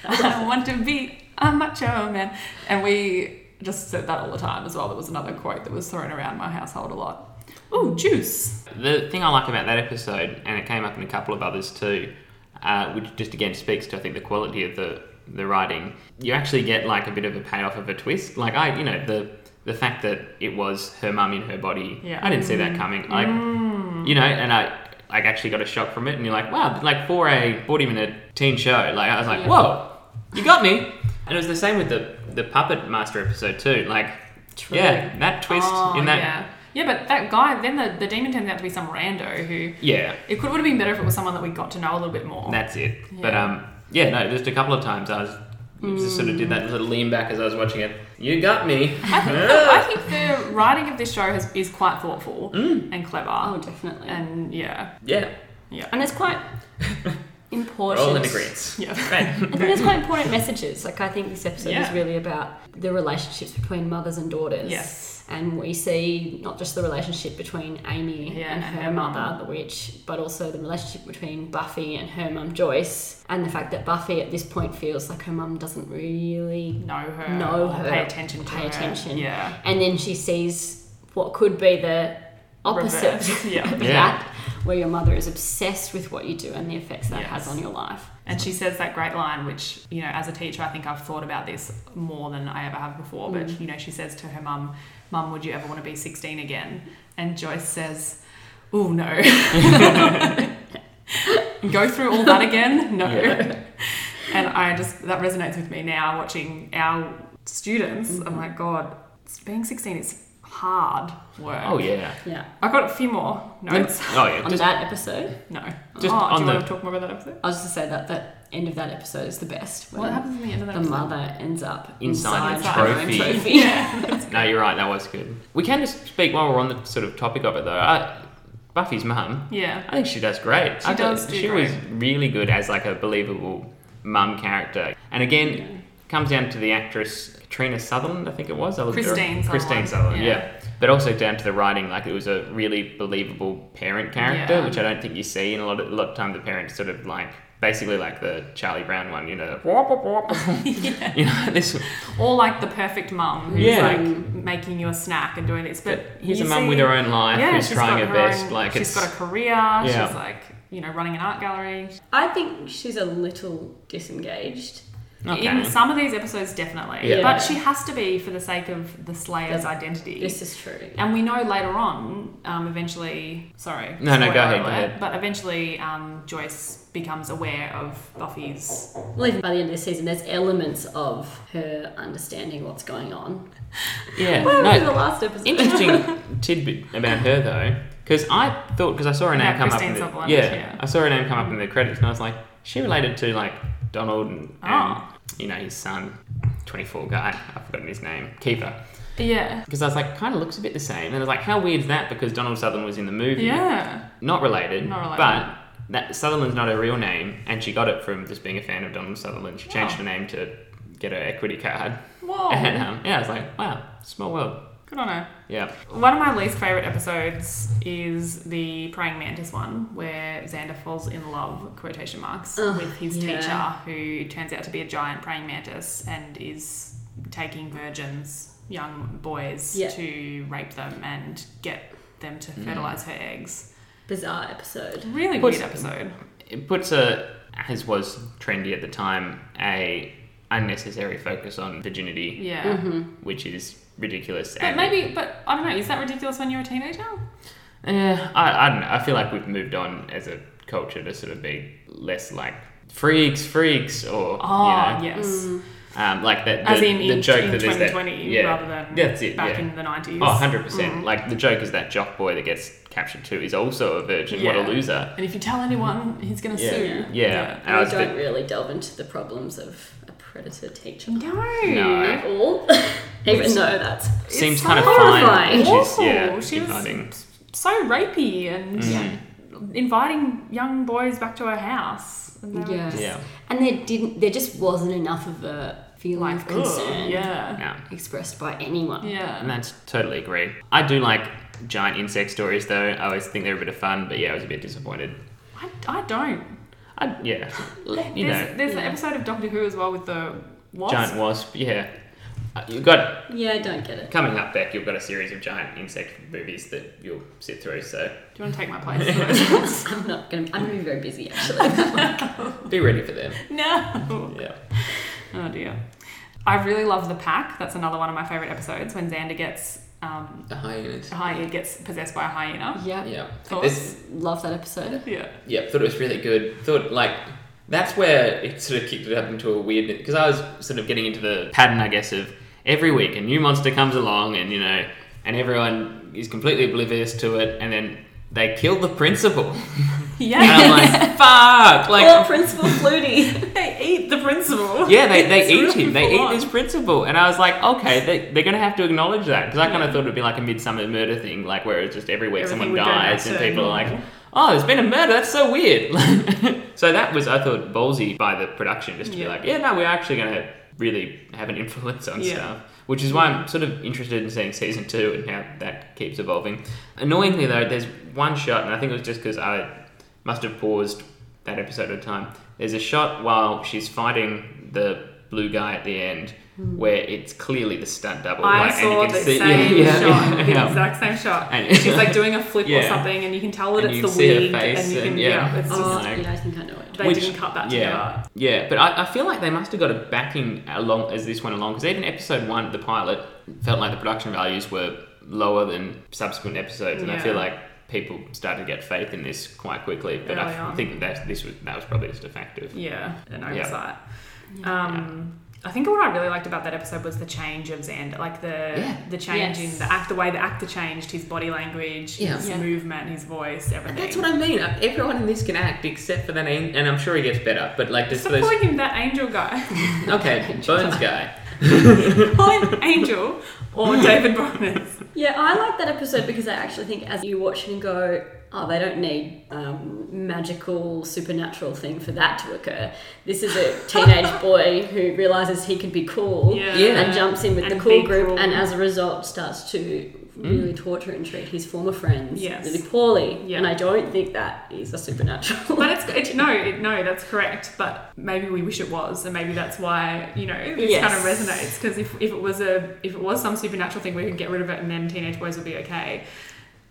Speaker 1: I want to be a macho man. And we just said that all the time as well. That was another quote that was thrown around my household a lot. Oh, juice.
Speaker 2: The thing I like about that episode, and it came up in a couple of others too, uh, which just again speaks to I think the quality of the the writing. You actually get like a bit of a payoff of a twist. Like I, you know, the the fact that it was her mum in her body.
Speaker 1: Yeah.
Speaker 2: I didn't see that coming. Like you know, and I like actually got a shock from it. And you're like, wow, like for a 40 minute teen show, like I was like,
Speaker 3: Yeah.
Speaker 2: whoa, you got me. And it was the same with the the puppet master episode too. Like
Speaker 3: True.
Speaker 2: yeah, that twist
Speaker 1: Oh,
Speaker 2: in that.
Speaker 1: Yeah. Yeah, but that guy, then the, the demon turns out to be some rando who.
Speaker 2: yeah.
Speaker 1: It could would have been better if it was someone that we got to know a little bit more.
Speaker 2: That's it. But
Speaker 1: Yeah.
Speaker 2: um, yeah, no, just a couple of times I was just sort of did
Speaker 1: Mm.
Speaker 2: that little lean back as I was watching it. You got me.
Speaker 1: I, think the, I think the writing of this show has, is quite thoughtful
Speaker 2: Mm.
Speaker 1: and clever.
Speaker 3: Oh, definitely. And,
Speaker 1: and yeah,
Speaker 2: yeah,
Speaker 1: yeah,
Speaker 3: it's quite
Speaker 2: we're
Speaker 3: important.
Speaker 2: all in agreement.
Speaker 1: yeah,
Speaker 2: Right.
Speaker 3: I think there's quite important messages. Like I think this episode
Speaker 1: Yeah.
Speaker 3: is really about the relationships between mothers and daughters.
Speaker 1: yes,
Speaker 3: And we see not just the relationship between Amy
Speaker 1: Yeah, and
Speaker 3: and her
Speaker 1: her mum.
Speaker 3: mother, the witch, but also the relationship between Buffy and her mum Joyce, and the fact that Buffy at this point feels like her mum doesn't really.
Speaker 1: know her,
Speaker 3: Know
Speaker 1: or
Speaker 3: her,
Speaker 1: pay attention to
Speaker 3: pay
Speaker 1: her.
Speaker 3: attention.
Speaker 1: Yeah,
Speaker 3: And then she sees what could be the opposite
Speaker 1: Reverse, yeah.
Speaker 3: of
Speaker 2: Yeah.
Speaker 3: that, where your mother is obsessed with what you do and the effects that has
Speaker 1: Yes.
Speaker 3: on your life.
Speaker 1: And she says that great line, which, you know, as a teacher, I think I've thought about this more than I ever have before. But, you know, she says to her mum, Mum, would you ever want to be 16 again? And Joyce says, Oh, no. Go through all that again? No.
Speaker 2: Yeah.
Speaker 1: and I just that resonates with me now watching our students. I'm like, God, being 16 is hard work.
Speaker 2: Oh yeah.
Speaker 3: Yeah.
Speaker 1: I got a few more notes.
Speaker 2: Oh yeah.
Speaker 3: On
Speaker 2: Just,
Speaker 3: that episode,
Speaker 1: no.
Speaker 2: Just
Speaker 1: oh,
Speaker 2: on
Speaker 1: do you
Speaker 2: the-
Speaker 1: want to talk more about that episode?
Speaker 3: I was just to say that the end of that episode is the best.
Speaker 1: What
Speaker 3: when
Speaker 1: happens in the end of that?
Speaker 3: The mother ends up
Speaker 2: Inside
Speaker 3: inside,
Speaker 1: the
Speaker 3: her own
Speaker 2: trophy.
Speaker 3: trophy.
Speaker 1: Yeah.
Speaker 2: no, you're right. That was good. We can just speak while we're on the sort of topic of it though. I, Buffy's mum.
Speaker 1: yeah.
Speaker 2: I think she does great.
Speaker 1: She
Speaker 2: I thought
Speaker 1: does do
Speaker 2: She
Speaker 1: great.
Speaker 2: was really good as like a believable mum character. And again, comes down to the actress Trina Sutherland, I think it was. I looked her up.
Speaker 1: Christine
Speaker 2: Christine
Speaker 1: Sutherland,
Speaker 2: Sutherland, yeah.
Speaker 1: yeah.
Speaker 2: But also down to the writing, like it was a really believable parent character,
Speaker 1: Yeah.
Speaker 2: which I don't think you see in a lot of a lot of time. The parents sort of like basically like the Charlie Brown one, you know, wop, wop, wop. you know this.
Speaker 1: Or like the perfect mum who's
Speaker 2: Yeah.
Speaker 1: like making you a snack and doing this. But
Speaker 2: Here's
Speaker 1: you
Speaker 2: a mum
Speaker 1: see-
Speaker 2: with her own life
Speaker 1: yeah,
Speaker 2: who's
Speaker 1: she's
Speaker 2: trying
Speaker 1: got
Speaker 2: her
Speaker 1: her
Speaker 2: best.
Speaker 1: Own,
Speaker 2: like
Speaker 1: she's
Speaker 2: it's
Speaker 1: got a career.
Speaker 2: Yeah.
Speaker 1: She's like you know running an art gallery.
Speaker 3: I think she's a little disengaged.
Speaker 2: okay.
Speaker 1: In some of these episodes, definitely.
Speaker 2: Yeah.
Speaker 1: But she has to be for the sake of the Slayer's identity.
Speaker 3: This is true.
Speaker 1: And we know later on, um, eventually, sorry.
Speaker 2: No, no,
Speaker 1: spoiler
Speaker 2: go ahead, go
Speaker 1: alert,
Speaker 2: ahead.
Speaker 1: But eventually, um, Joyce becomes aware of Buffy's.
Speaker 3: Well, even by the end of the season, there's elements of her understanding what's going on.
Speaker 2: yeah,
Speaker 3: Well,
Speaker 2: no,
Speaker 3: in the last episode.
Speaker 2: Interesting tidbit about her though, because I thought because I saw her name
Speaker 1: Yeah,
Speaker 2: come
Speaker 1: Christine
Speaker 2: up. In
Speaker 1: Sutherland,
Speaker 2: the, yeah,
Speaker 1: yeah.
Speaker 2: I saw her name come up in the credits, and I was like, she related to like Donald and, and
Speaker 1: Oh.
Speaker 2: you know his son, twenty four guy. I've forgotten his name, Keeper.
Speaker 1: Yeah.
Speaker 2: Because I was like, kind of looks a bit the same. And I was like, how weird is that? Because Donald Sutherland was in the movie.
Speaker 1: Yeah.
Speaker 2: Not related.
Speaker 1: Not related.
Speaker 2: But that Sutherland's not her real name, and she got it from just being a fan of Donald Sutherland. She changed
Speaker 1: Wow.
Speaker 2: her name to get her equity card.
Speaker 1: Whoa.
Speaker 2: And, um, yeah, I was like, wow, small world.
Speaker 1: Good on her.
Speaker 2: Yeah.
Speaker 1: One of my least favorite episodes is the praying mantis one, where Xander falls in love quotation marks
Speaker 3: Ugh,
Speaker 1: with his
Speaker 3: yeah.
Speaker 1: teacher, who turns out to be a giant praying mantis and is taking virgins, young boys,
Speaker 3: Yeah.
Speaker 1: to rape them and get them to
Speaker 2: Hmm.
Speaker 1: fertilize her eggs.
Speaker 3: Bizarre episode.
Speaker 1: Really
Speaker 2: Puts-
Speaker 1: weird episode.
Speaker 2: it puts a as was trendy at the time a unnecessary focus on virginity
Speaker 1: Yeah.
Speaker 3: Mm-hmm.
Speaker 2: which is ridiculous
Speaker 1: But maybe, but I don't know. Is that ridiculous when you're a teenager?
Speaker 2: eh, I, I don't know i feel like we've moved on as a culture to sort of be less like freaks freaks or
Speaker 1: Oh,
Speaker 2: you know
Speaker 1: yes.
Speaker 3: mm.
Speaker 2: um, like that the,
Speaker 1: As in,
Speaker 2: the
Speaker 1: in,
Speaker 2: joke
Speaker 1: in
Speaker 2: that is that
Speaker 1: 2020
Speaker 2: yeah,
Speaker 1: rather than
Speaker 2: that's it
Speaker 1: back
Speaker 2: yeah.
Speaker 1: in Mm. the 90s.
Speaker 2: Oh, 100%. Like, the joke is that jock boy that gets captured too is also a virgin. What
Speaker 1: Yeah.
Speaker 2: a loser.
Speaker 1: And if you tell anyone, he's going to
Speaker 2: Yeah.
Speaker 1: sue.
Speaker 2: Yeah. And I
Speaker 3: we
Speaker 2: was a bit-
Speaker 3: don't really delve into the problems of a predator teacher
Speaker 1: No.
Speaker 2: No.
Speaker 3: at all. Even though that's
Speaker 2: seems
Speaker 1: so
Speaker 2: kind of fine.
Speaker 3: horrifying.
Speaker 2: Which is, yeah,
Speaker 1: Awful. She was-
Speaker 2: inviting.
Speaker 1: So rapey and
Speaker 2: Mm.
Speaker 1: inviting young boys back to her house. And they were
Speaker 3: Yes.
Speaker 1: just
Speaker 2: Yeah.
Speaker 3: And there didn't there just wasn't enough of a
Speaker 1: Like,
Speaker 3: feeling of
Speaker 1: ugh,
Speaker 3: concern
Speaker 1: yeah.
Speaker 2: Yeah.
Speaker 3: expressed by anyone.
Speaker 2: And
Speaker 1: Yeah.
Speaker 2: that's totally agree. I do like giant insect stories though. I always think they're a bit of fun, but yeah, I was a bit disappointed.
Speaker 1: I, I don't.
Speaker 2: I, yeah, you
Speaker 1: there's
Speaker 2: know,
Speaker 1: there's an
Speaker 3: Yeah.
Speaker 1: episode of Doctor Who as well with the wasp.
Speaker 2: giant wasp. Yeah, Uh, you've got
Speaker 3: Yeah, I don't get it.
Speaker 2: coming up, Beck. You've got a series of giant insect movies that you'll sit through. So
Speaker 1: Do you want to take my place? for those?
Speaker 3: I'm not gonna I'm gonna be very busy actually.
Speaker 2: be ready for them.
Speaker 1: no.
Speaker 2: Yeah.
Speaker 1: Oh dear. I really love the pack. That's another one of my favorite episodes when Xander gets um,
Speaker 2: The hyenas.
Speaker 1: hyena gets possessed by a hyena.
Speaker 3: yeah.
Speaker 2: Yeah.
Speaker 1: Thoughts?
Speaker 2: This-
Speaker 3: Love that episode.
Speaker 1: Yeah.
Speaker 2: yeah, thought it was really good. Thought like that's where it sort of kicked it up into a weird because I was sort of getting into the pattern, I guess, of every week a new monster comes along and you know, and everyone is completely oblivious to it, and then they kill the principal, and
Speaker 1: Yeah.
Speaker 2: I'm like, fuck,
Speaker 3: Poor
Speaker 2: like.
Speaker 3: Principal Flutie.
Speaker 1: they eat the principal.
Speaker 2: Yeah, they, they
Speaker 1: It's
Speaker 2: eat
Speaker 1: really
Speaker 2: him. They
Speaker 1: full
Speaker 2: eat
Speaker 1: on.
Speaker 2: his principal. And I was like, okay, they, they're going to have to acknowledge that. Because I kind of thought it would be like a Midsummer murder thing, like where it's just every week
Speaker 1: Everything
Speaker 2: someone
Speaker 1: would go back
Speaker 2: dies and
Speaker 1: to
Speaker 2: people are like,
Speaker 1: normal.
Speaker 2: oh, there's been a murder. That's so weird. so that was, I thought, ballsy by the production just to be
Speaker 1: Yeah.
Speaker 2: like, yeah, no, we're actually going to really have an influence on
Speaker 1: Yeah.
Speaker 2: stuff. Which is why I'm sort of interested in seeing season two and how that keeps evolving. Annoyingly, though, there's one shot, and I think it was just because I must have paused that episode at a time. There's a shot while she's fighting the blue guy at the end where it's clearly the stunt double.
Speaker 1: Hmm. I
Speaker 2: like,
Speaker 1: saw the same shot, the exact same shot.
Speaker 2: And-
Speaker 1: She's like doing a flip
Speaker 2: Yeah.
Speaker 1: or something, and you can tell that
Speaker 2: And
Speaker 1: it's
Speaker 2: you
Speaker 1: the
Speaker 2: see her
Speaker 1: wig,
Speaker 2: face
Speaker 1: and you
Speaker 2: and-
Speaker 1: can
Speaker 2: yeah.
Speaker 1: yeah, it's just
Speaker 3: Oh,
Speaker 2: like-
Speaker 3: yeah, I think I know it.
Speaker 1: they didn't cut that
Speaker 2: yeah,
Speaker 1: together.
Speaker 2: Yeah, but I, I feel like they must have got a backing along as this went along because even episode one, the pilot, felt like the production values were lower than subsequent episodes, and I
Speaker 1: Yeah.
Speaker 2: feel like people started to get faith in this quite quickly. But
Speaker 1: Early
Speaker 2: I
Speaker 1: on.
Speaker 2: think that this was that was probably just a factor. of-
Speaker 1: yeah, an
Speaker 2: Yeah.
Speaker 1: oversight. Um, I think what I really liked about that episode was the change of Xander, like the
Speaker 2: Yeah.
Speaker 1: the change
Speaker 3: Yes.
Speaker 1: in the act, the way the actor changed his body language,
Speaker 2: Yeah.
Speaker 1: his
Speaker 3: Yeah.
Speaker 1: movement, his voice, everything.
Speaker 2: And that's what I mean. Everyone in this can act except for that, ang- and I'm sure he gets better. But like, just
Speaker 1: Stop
Speaker 2: those
Speaker 1: calling him that angel guy.
Speaker 2: okay, Bones guy.
Speaker 1: Call him Angel or David Bonas.
Speaker 3: Yeah, I like that episode because I actually think as you watch it and go, oh, they don't need um, magical supernatural thing for that to occur. This is a teenage boy who realizes he can be cool
Speaker 2: Yeah.
Speaker 3: and jumps in with the
Speaker 1: And
Speaker 3: cool
Speaker 1: be
Speaker 3: group,
Speaker 1: cool.
Speaker 3: and as a result, starts to really torture and treat his former friends
Speaker 1: Yes.
Speaker 3: really poorly.
Speaker 1: Yeah.
Speaker 3: And I don't think that is a supernatural.
Speaker 1: But it's, it's no, it, no, that's correct. But maybe we wish it was, and maybe that's why you know this
Speaker 3: Yes.
Speaker 1: kind of resonates. Because if, if it was a if it was some supernatural thing, we could get rid of it, and then teenage boys would be okay.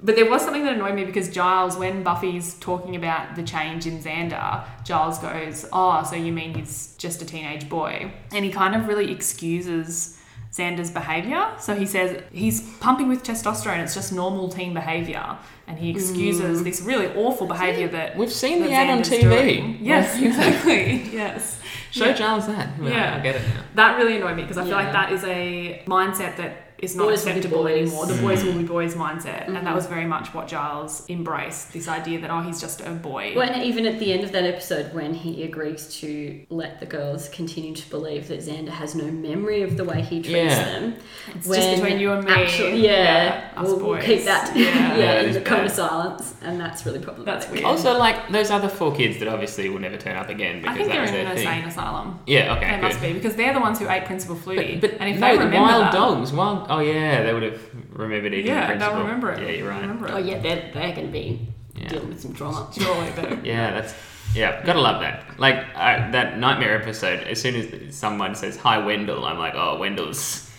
Speaker 1: But there was something that annoyed me because Giles, when Buffy's talking about the change in Xander, Giles goes, "Oh, so you mean he's just a teenage boy?" And he kind of really excuses Xander's behavior. So he says he's pumping with testosterone; it's just normal teen behavior, and he excuses this really awful behavior that
Speaker 2: We've seen the
Speaker 1: that
Speaker 2: ad on
Speaker 1: Xander's
Speaker 2: TV.
Speaker 1: doing. Yes, exactly. Yes.
Speaker 2: Show
Speaker 1: Yeah.
Speaker 2: Giles that. Well,
Speaker 1: Yeah.
Speaker 2: I get it now.
Speaker 1: That really annoyed me because I feel like
Speaker 3: Yeah.
Speaker 1: that is a mindset that is not
Speaker 3: Boys will be
Speaker 1: acceptable
Speaker 3: boys.
Speaker 1: anymore.
Speaker 2: Mm.
Speaker 1: The boys will be boys mindset. And that
Speaker 3: Mhm.
Speaker 1: was very much what Giles embraced this idea that, oh, he's just a boy.
Speaker 3: When even at the end of that episode, when he agrees to let the girls continue to believe that Xander has no memory of the way he treats
Speaker 2: Yeah.
Speaker 3: them,
Speaker 1: it's
Speaker 3: when
Speaker 1: just between you and me.
Speaker 3: actually- yeah,
Speaker 1: us
Speaker 3: we'll, we'll
Speaker 1: boys.
Speaker 3: keep that
Speaker 1: Yeah.
Speaker 3: yeah,
Speaker 2: Yeah, it
Speaker 3: in
Speaker 2: is
Speaker 3: the cone
Speaker 2: bad.
Speaker 3: of silence, and that's really problematic.
Speaker 1: That's weird.
Speaker 2: Also, like those other four kids that obviously will never turn up again
Speaker 1: I
Speaker 2: because
Speaker 1: think
Speaker 2: that
Speaker 1: they're
Speaker 2: was
Speaker 1: in
Speaker 2: their
Speaker 1: an
Speaker 2: thing.
Speaker 1: insane asylum.
Speaker 2: Yeah. Okay.
Speaker 1: They
Speaker 2: good.
Speaker 1: must be because they're the ones who ate Principal Flutie.
Speaker 2: But, but
Speaker 1: and if
Speaker 2: no,
Speaker 1: they
Speaker 2: the
Speaker 1: remember
Speaker 2: wild
Speaker 1: that,
Speaker 2: dogs. Wild. Oh yeah, they would have remembered eating
Speaker 1: yeah,
Speaker 2: the
Speaker 1: they'll
Speaker 2: principal.
Speaker 1: remember it.
Speaker 2: Yeah, you're right.
Speaker 1: Remember it.
Speaker 3: Oh yeah, they're they're going to be
Speaker 2: Yeah.
Speaker 3: dealing with some drama.
Speaker 1: Surely, but
Speaker 2: Yeah, that's yeah. Gotta love that. Like I, that nightmare episode. As soon as someone says "Hi, Wendell," I'm like, "Oh, Wendell's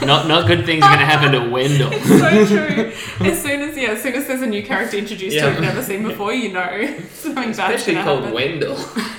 Speaker 2: not not good things are gonna happen to Wendell."
Speaker 1: It's so true. As soon as yeah, as soon as there's a new character introduced
Speaker 2: Yeah.
Speaker 1: who you've never seen before, you know something bad's
Speaker 2: Especially
Speaker 1: gonna
Speaker 2: called
Speaker 1: happen.
Speaker 2: Wendell.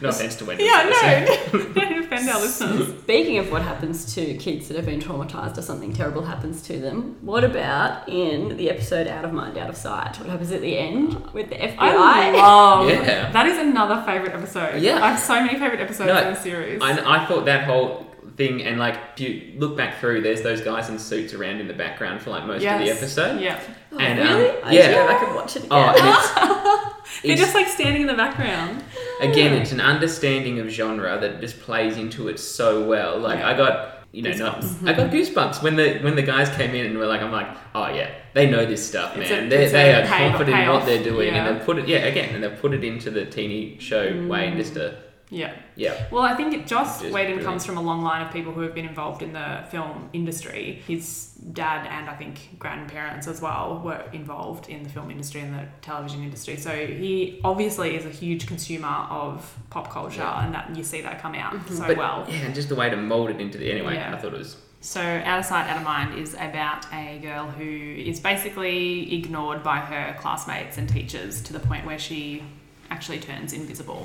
Speaker 2: no offense to Wendell.
Speaker 1: Yeah, no, don't offend our listeners.
Speaker 3: Speaking of what happens to kids that have been traumatized or something terrible happens to them, what about in the episode Out of Mind, Out of Sight? What happens at the end with the FBI?
Speaker 1: I love
Speaker 2: Yeah.
Speaker 1: that is another favorite episode.
Speaker 2: Yeah.
Speaker 1: I have so many favorite episodes
Speaker 2: No,
Speaker 1: in the series.
Speaker 2: And I thought that whole thing, and like if you look back through, there's those guys in suits around in the background for like most of the
Speaker 1: Yes.
Speaker 2: episode.
Speaker 1: Yeah,
Speaker 3: Oh,
Speaker 2: And, um,
Speaker 3: really? I
Speaker 2: yeah.
Speaker 3: should go back and watch it again.
Speaker 2: Oh, and it's,
Speaker 1: they're
Speaker 2: it's-
Speaker 1: just like standing in the background.
Speaker 2: again, it's an understanding of genre that just plays into it so well. Like
Speaker 1: Yeah.
Speaker 2: I got you know, not, I got goosebumps when the when the guys came in and were like, I'm like, oh yeah, they know this stuff,
Speaker 1: It's
Speaker 2: man.
Speaker 1: a-
Speaker 2: they
Speaker 1: it's
Speaker 2: they
Speaker 1: a
Speaker 2: are
Speaker 1: pay-
Speaker 2: confident in what
Speaker 1: payoff,
Speaker 2: they're doing,
Speaker 1: yeah. Mm.
Speaker 2: and they put it yeah again, and they put it into the teeny show way, and just a
Speaker 1: Yeah.
Speaker 2: yeah.
Speaker 1: Well, I think it, Joss Whedon
Speaker 2: Just brilliant.
Speaker 1: comes from a long line of people who have been involved in the film industry. His dad and I think grandparents as well were involved in the film industry and the television industry. So he obviously is a huge consumer of pop culture,
Speaker 2: Yeah.
Speaker 1: and that you see that come out so
Speaker 2: But-
Speaker 1: well.
Speaker 2: Yeah, and just a way to mold it into the anyway.
Speaker 1: Yeah.
Speaker 2: I thought it was
Speaker 1: So, Out of Sight, Out of Mind is about a girl who is basically ignored by her classmates and teachers to the point where she actually turns invisible.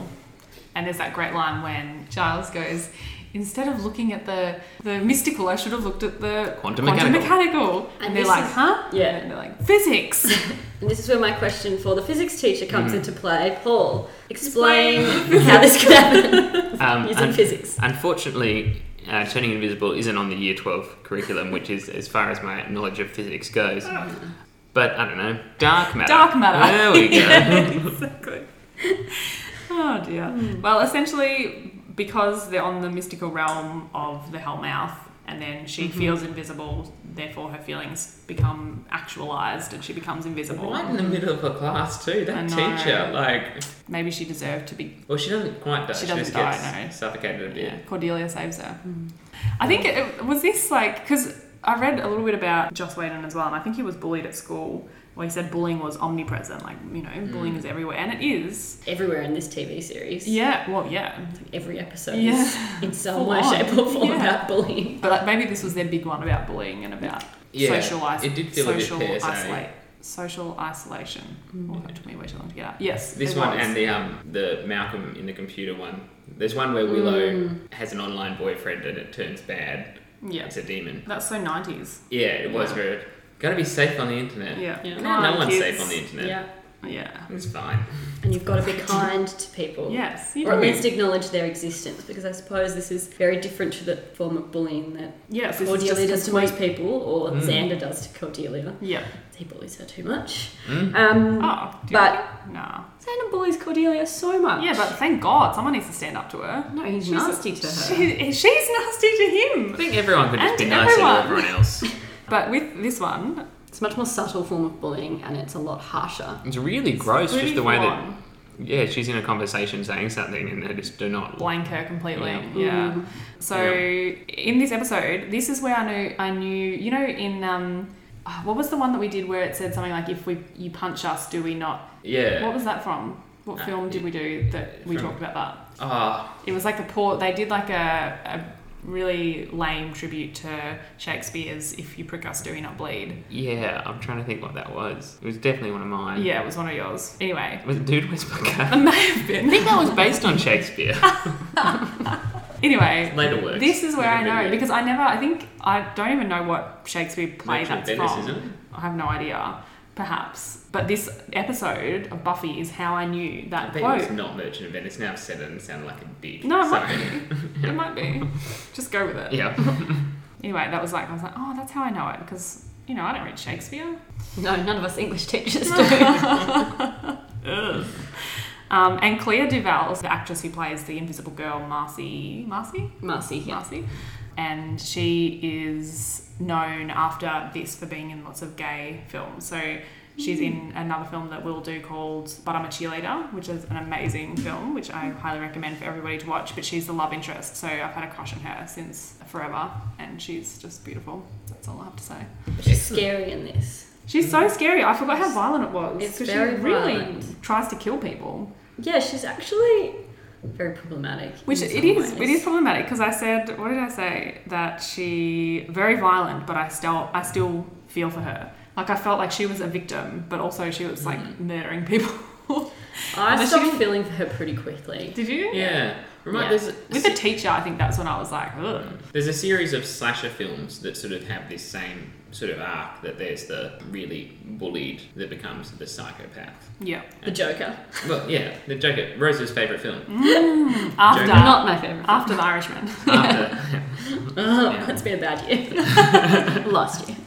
Speaker 1: And there's that great line when Giles goes, Instead of looking at the, the mystical, I should have looked at the
Speaker 2: Quantum
Speaker 1: mechanical. And,
Speaker 3: And
Speaker 1: they're
Speaker 3: this
Speaker 1: like,
Speaker 3: is-
Speaker 1: Huh?
Speaker 3: yeah.
Speaker 1: And they're like, Physics!
Speaker 3: And this is where my question for the physics teacher comes into play. Paul, Hmm. explain how this could happen
Speaker 2: um,
Speaker 3: using
Speaker 2: un-
Speaker 3: physics.
Speaker 2: Unfortunately, uh, turning invisible isn't on the Year 12 curriculum, which is as far as my knowledge of physics goes.
Speaker 3: Hmm.
Speaker 2: But I don't know, dark matter.
Speaker 1: Dark matter.
Speaker 2: There we go.
Speaker 1: Yeah, exactly. Oh dear. Well, essentially, because they're on the mystical realm of the Hellmouth, and then she feels invisible, therefore her feelings become actualized, and she becomes invisible.
Speaker 2: Right in the middle of a class too.
Speaker 1: I
Speaker 2: That
Speaker 1: know.
Speaker 2: teacher, like,
Speaker 1: Maybe she deserved to be.
Speaker 2: well, she doesn't quite die.
Speaker 1: She
Speaker 2: She,
Speaker 1: doesn't
Speaker 2: just
Speaker 1: die,
Speaker 2: gets
Speaker 1: no.
Speaker 2: suffocated a bit.
Speaker 1: Yeah. Cordelia saves her. I think it- it was this like because I read a little bit about Joss Whedon as well, and I think he was bullied at school. Where he said bullying was omnipresent, like you know, bullying is everywhere, and it is.
Speaker 3: Everywhere in this TV series.
Speaker 1: Yeah. Well, yeah.
Speaker 3: Every episode is
Speaker 1: Yeah.
Speaker 3: in some
Speaker 1: Full
Speaker 3: way,
Speaker 1: on.
Speaker 3: shape, or form
Speaker 1: Yeah.
Speaker 3: about bullying.
Speaker 1: But like, maybe this was their big one about bullying and about
Speaker 2: Yeah,
Speaker 1: social is-
Speaker 2: it did feel a bit
Speaker 1: social
Speaker 2: PSA.
Speaker 1: isolate, social isolation. Oh, that took me way too long to get out. Yes,
Speaker 2: This
Speaker 1: it
Speaker 2: one
Speaker 1: was.
Speaker 2: and the um the Malcolm in the computer one. There's one where Willow
Speaker 3: Hmm.
Speaker 2: has an online boyfriend and it turns bad.
Speaker 1: Mm. yeah,
Speaker 2: It's a demon.
Speaker 1: that's so nineties.
Speaker 2: Yeah, it was
Speaker 1: Yeah.
Speaker 2: very. Gotta be safe on the internet.
Speaker 1: Yeah.
Speaker 4: Yeah.
Speaker 1: Come
Speaker 2: No
Speaker 1: on,
Speaker 2: one's
Speaker 1: kids.
Speaker 2: safe on the internet.
Speaker 4: Yeah.
Speaker 1: Yeah.
Speaker 2: It's fine.
Speaker 4: And you've got to be kind to people.
Speaker 1: Yes.
Speaker 4: Or at
Speaker 2: Right.
Speaker 4: least acknowledge their existence, because I suppose this is very different to the form of bullying that
Speaker 1: Yes. This is
Speaker 4: Cordelia
Speaker 1: just
Speaker 4: does to
Speaker 1: complete-
Speaker 4: most people, or
Speaker 2: Mm.
Speaker 4: Xander does to Cordelia.
Speaker 1: Yeah.
Speaker 4: He bullies her too much.
Speaker 2: Mm.
Speaker 4: Um,
Speaker 1: Oh. do you
Speaker 4: but
Speaker 1: reckon? nah.
Speaker 3: Xander bullies Cordelia so much.
Speaker 1: Yeah, but thank God someone needs to stand up to her.
Speaker 3: no, he's
Speaker 1: She's a-
Speaker 3: nasty to her.
Speaker 1: She, she's nasty to
Speaker 2: I
Speaker 1: him.
Speaker 2: think everyone could just
Speaker 1: And
Speaker 2: be nicer to
Speaker 1: everyone.
Speaker 2: everyone else.
Speaker 1: But with this one,
Speaker 3: It's a much more subtle form of bullying, and it's a lot harsher.
Speaker 2: It's really gross,
Speaker 1: really
Speaker 2: just the way that.
Speaker 1: full-on.
Speaker 2: Yeah, she's in a conversation saying something, and they just do not.
Speaker 1: blank her completely.
Speaker 2: Yeah.
Speaker 1: Yeah.
Speaker 3: Mm.
Speaker 1: So
Speaker 2: Yeah.
Speaker 1: in this episode, this is where I knew I knew you know in um ah, what was the one that we did where it said something like if we you punch us do we not what
Speaker 2: Yeah.
Speaker 1: was that from what
Speaker 2: Uh,
Speaker 1: film did we do that we
Speaker 2: from-
Speaker 1: talked about that
Speaker 2: Ah,
Speaker 1: it was like the poor they did like a, a really lame tribute to Shakespeare's if you prick us do we not bleed
Speaker 2: yeah. I'm trying to think what that was. It was definitely one of mine.
Speaker 1: yeah it was one of yours anyway
Speaker 2: Was it Dude Whisper
Speaker 1: it
Speaker 2: Cat?
Speaker 1: may have
Speaker 2: I think
Speaker 1: been
Speaker 2: that was based on Shakespeare.
Speaker 1: anyway
Speaker 2: Later works.
Speaker 1: this is where I
Speaker 2: Later
Speaker 1: know
Speaker 2: video.
Speaker 1: because I never I think I don't even know what Shakespeare play
Speaker 2: Merchant of
Speaker 1: that's
Speaker 2: Venice,
Speaker 1: from
Speaker 2: isn't it?
Speaker 1: I have no idea, perhaps. But this episode of Buffy is how I knew
Speaker 2: I
Speaker 1: that
Speaker 2: think it's
Speaker 1: quote.
Speaker 2: not Merchant of Venice. Now I've said it and sounded like a bitch.
Speaker 1: No, it
Speaker 2: Sorry.
Speaker 1: might be. It might be. Just go with it.
Speaker 2: Yeah.
Speaker 1: Anyway, that was like, I was like, oh, that's how I know it because, you know, I don't read Shakespeare.
Speaker 3: No, none of us English teachers do.
Speaker 1: Um, and Claire Duval is the actress who plays the invisible girl, Marcy. Marcy?
Speaker 3: Marcy here.
Speaker 1: Marcy. And she is known after this for being in lots of gay films. So she's in
Speaker 4: Mm.
Speaker 1: another film that we'll do called But I'm a Cheerleader, which is an amazing film, which I highly recommend for everybody to watch. But she's the love interest. So I've had a crush on her since forever. And she's just beautiful. That's all I have to say.
Speaker 4: she's scary in this.
Speaker 1: She's so scary. I forgot how violent it was.
Speaker 4: Mm. It's
Speaker 1: 'cause
Speaker 4: very
Speaker 1: she really
Speaker 4: violent.
Speaker 1: tries to kill people.
Speaker 4: Yeah, she's actually very problematic.
Speaker 1: Which
Speaker 4: in
Speaker 1: it
Speaker 4: some
Speaker 1: is, it
Speaker 4: ways.
Speaker 1: is problematic because I said, what did I say? That she very violent, but I still, I still feel for her. Like I felt like she was a victim, but also she was like murdering people.
Speaker 4: I
Speaker 1: Although she
Speaker 4: stopped
Speaker 1: didn't-
Speaker 4: feeling for her pretty quickly.
Speaker 1: did you?
Speaker 2: Yeah.
Speaker 4: Yeah.
Speaker 2: Remind there's a-
Speaker 1: With the teacher, I think that's when I was like, ugh.
Speaker 2: There's a series of slasher films that sort of have this same sort of arc that there's the really bullied that becomes the psychopath.
Speaker 1: Yeah.
Speaker 4: The Joker.
Speaker 2: Well, yeah, the Joker, Rose's favourite film.
Speaker 1: Mm. After,
Speaker 2: Joker.
Speaker 3: Not my favourite.
Speaker 1: after the Irishman.
Speaker 2: After,
Speaker 4: Oh,
Speaker 2: Yeah.
Speaker 4: it's been a bad year.
Speaker 3: Last year.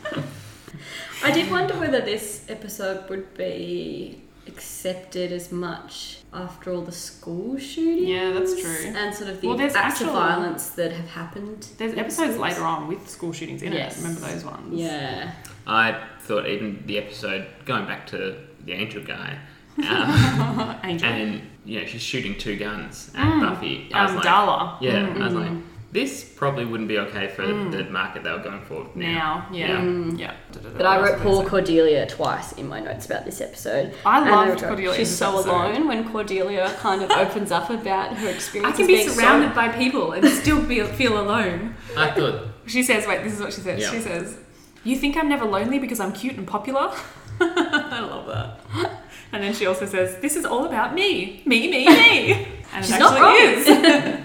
Speaker 4: I did wonder whether this episode would be accepted as much after all the school shootings.
Speaker 1: Yeah, that's true.
Speaker 4: And sort of the
Speaker 1: Well, there's
Speaker 4: acts
Speaker 1: actual-
Speaker 4: of violence that have happened.
Speaker 1: There's
Speaker 4: in
Speaker 1: episodes
Speaker 4: schools.
Speaker 1: later on with school shootings in
Speaker 4: Yes.
Speaker 1: it. Remember those ones?
Speaker 4: Yeah.
Speaker 2: I thought even the episode going back to the angel guy, um,
Speaker 1: Angel.
Speaker 2: and you know she's shooting two guns at
Speaker 1: Mm.
Speaker 2: Buffy. I was
Speaker 1: um, Mm-hmm.
Speaker 2: like,
Speaker 1: Darla.
Speaker 2: yeah, I was like, this probably wouldn't be okay for the market they were going for
Speaker 1: Mm.
Speaker 2: now.
Speaker 1: Now. Yeah.
Speaker 2: Yeah.
Speaker 1: Mm. yeah.
Speaker 4: But I wrote poor Cordelia twice in my notes about this episode.
Speaker 1: I
Speaker 4: And
Speaker 1: loved
Speaker 4: wrote-
Speaker 1: Cordelia. in
Speaker 3: She's
Speaker 1: this
Speaker 3: so
Speaker 1: episode.
Speaker 3: alone when Cordelia kind of opens up about her
Speaker 1: I
Speaker 3: experience.
Speaker 1: can be surrounded by people and still feel, feel alone.
Speaker 2: I thought
Speaker 1: She says, wait, this is what she says.
Speaker 2: Yeah.
Speaker 1: She says, You think I'm never lonely because I'm cute and popular? I love that. And then she also says, This is all about me. Me, me, me. And
Speaker 3: She's
Speaker 1: it
Speaker 3: not
Speaker 1: actually is.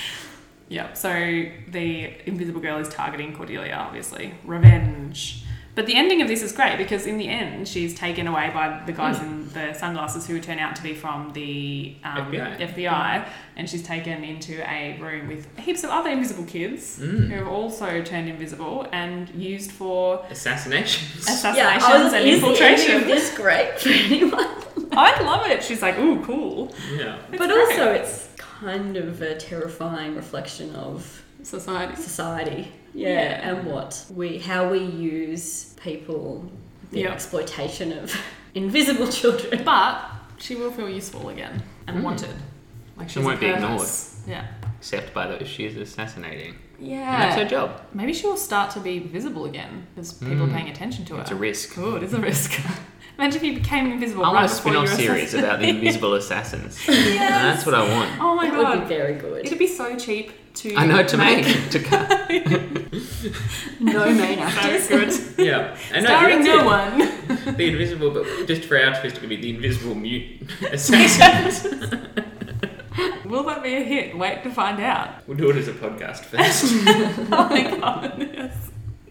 Speaker 1: yeah, so the invisible girl is targeting Cordelia, obviously. Revenge. But the ending of this is great because in the end, she's taken away by the
Speaker 4: Hmm.
Speaker 1: guys in the sunglasses who turn out to be from the um,
Speaker 2: FBI.
Speaker 1: FBI, and she's taken into a room with heaps of other invisible kids
Speaker 4: Hmm.
Speaker 1: who have also turned invisible and used for
Speaker 2: assassinations.
Speaker 1: assassinations
Speaker 4: I was like,
Speaker 1: and
Speaker 4: "Is the ending of
Speaker 1: infiltration.
Speaker 4: This great for anyone.
Speaker 1: I love it. She's like, ooh, cool.
Speaker 2: yeah.
Speaker 1: It's
Speaker 4: but
Speaker 1: great.
Speaker 4: also, it's kind of a terrifying reflection of
Speaker 1: society.
Speaker 4: society. Yeah,
Speaker 1: Yeah.
Speaker 4: and what we, how we use people, the
Speaker 1: Yeah.
Speaker 4: exploitation of invisible children.
Speaker 1: But she will feel useful again and
Speaker 4: Hmm.
Speaker 2: Mm.
Speaker 1: wanted. Like
Speaker 2: She
Speaker 1: she's a
Speaker 2: won't be
Speaker 1: purpose. Yeah.
Speaker 2: Except by those she is assassinating. And that's her
Speaker 3: Yeah.
Speaker 2: job.
Speaker 1: Maybe she will start to be visible again because people
Speaker 2: Mm.
Speaker 1: are paying attention to her.
Speaker 2: It's a risk.
Speaker 1: Ooh, it is a risk. Imagine if you became invisible. right
Speaker 2: I want a
Speaker 1: before
Speaker 2: spin off
Speaker 1: you were
Speaker 2: series
Speaker 1: assassinated.
Speaker 2: about the invisible assassins. And that's what I want.
Speaker 1: Oh my
Speaker 4: That
Speaker 1: god.
Speaker 4: would be very good.
Speaker 1: It'd be so cheap to.
Speaker 2: I know to make. to cut.
Speaker 3: No main
Speaker 1: That's
Speaker 3: actors.
Speaker 1: good.
Speaker 2: Yeah. And
Speaker 1: Starring no one.
Speaker 2: The invisible, but just for our twist, it could be the invisible mutant assassins.
Speaker 1: Will that be a hit? Wait to find out.
Speaker 2: we'll do it as a podcast first.
Speaker 1: Oh my god.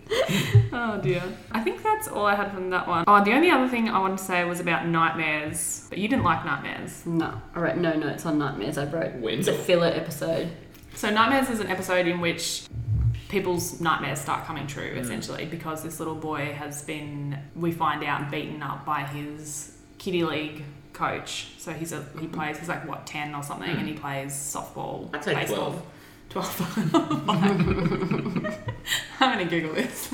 Speaker 1: Yes. Oh dear. I think that's all I had from that one. Oh, the only other thing I wanted to say was about nightmares, but you didn't like nightmares.
Speaker 3: No, I wrote no notes on nightmares. I wrote
Speaker 2: When?
Speaker 3: it's a filler episode.
Speaker 1: So nightmares is an episode in which people's nightmares start coming true
Speaker 2: Mm.
Speaker 1: essentially because this little boy has been we find out beaten up by his kiddie league coach. So he's a he plays he's like what 10 or something
Speaker 2: Mm.
Speaker 1: and he plays softball,
Speaker 2: I'd say
Speaker 1: baseball.
Speaker 2: 12.
Speaker 1: 12. I'm going to Google this.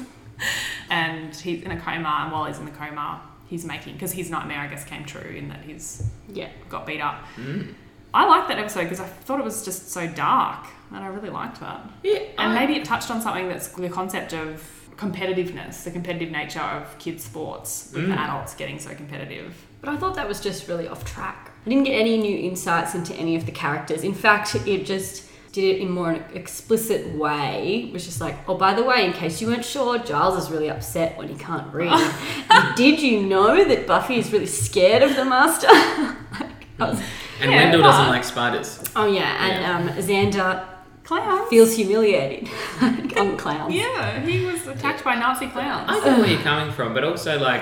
Speaker 1: And he's in a coma, and while he's in the coma, he's making, because his nightmare, I guess, came true in that he's
Speaker 3: Yeah.
Speaker 1: got beat up.
Speaker 2: Mm.
Speaker 1: I liked that episode because I thought it was just so dark, and I really liked that.
Speaker 2: Yeah,
Speaker 1: And
Speaker 2: I-
Speaker 1: maybe it touched on something that's the concept of competitiveness, the competitive nature of kids' sports, with
Speaker 2: Mm.
Speaker 1: adults getting so competitive.
Speaker 3: But I thought that was just really off track. I didn't get any new insights into any of the characters. In fact, it just did it in more an explicit way. It was just like, oh, by the way, in case you weren't sure, Giles is really upset when he can't read. And did you know that Buffy is really scared of the Master? Like, I was-
Speaker 2: and
Speaker 1: Yeah,
Speaker 2: Wendell
Speaker 1: but-
Speaker 2: doesn't like spiders.
Speaker 3: oh yeah, and um, Xander
Speaker 1: Clowns.
Speaker 3: feels humiliated. Like, I'm clowns.
Speaker 1: yeah, he was attacked by Nazi clowns.
Speaker 2: I get where you're coming from, but also like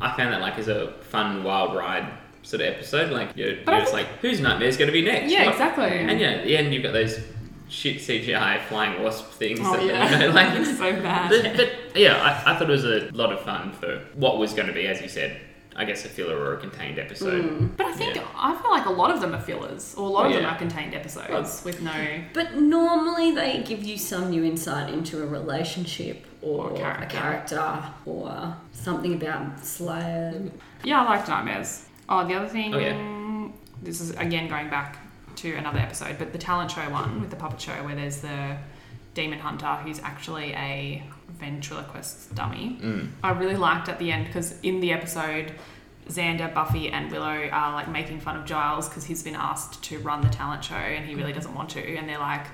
Speaker 2: I found that like as a fun wild ride sort of episode. Like you're,
Speaker 1: But I
Speaker 2: you're just like, whose nightmare's going to be next?
Speaker 1: yeah,
Speaker 2: What-
Speaker 1: exactly.
Speaker 2: And yeah, at the end you've got those shit CGI flying wasp things.
Speaker 1: Oh,
Speaker 2: that,
Speaker 1: yeah.
Speaker 2: You know, like
Speaker 1: It's so bad.
Speaker 2: But, but yeah, I, I thought it was a lot of fun for what was going to be, as you said, I guess a filler or a contained episode.
Speaker 1: But I think
Speaker 2: Yeah. Oh,
Speaker 1: I feel like a lot of them are fillers, or a lot of them
Speaker 2: Yeah.
Speaker 1: are contained episodes
Speaker 2: Oh.
Speaker 1: with no.
Speaker 4: But normally they give you some new insight into a relationship or,
Speaker 1: Or a character.
Speaker 4: a character or something about Slayer.
Speaker 1: Yeah, I liked nightmares. Oh, the other thing.
Speaker 2: Oh,
Speaker 1: This is again going back to another episode, but the talent show one with the puppet show where there's the demon hunter who's actually a ventriloquist dummy.
Speaker 2: Mm.
Speaker 1: I really liked at the end because in the episode. Xander, Buffy, and Willow are like making fun of Giles because he's been asked to run the talent show and he really doesn't want to. And they're like,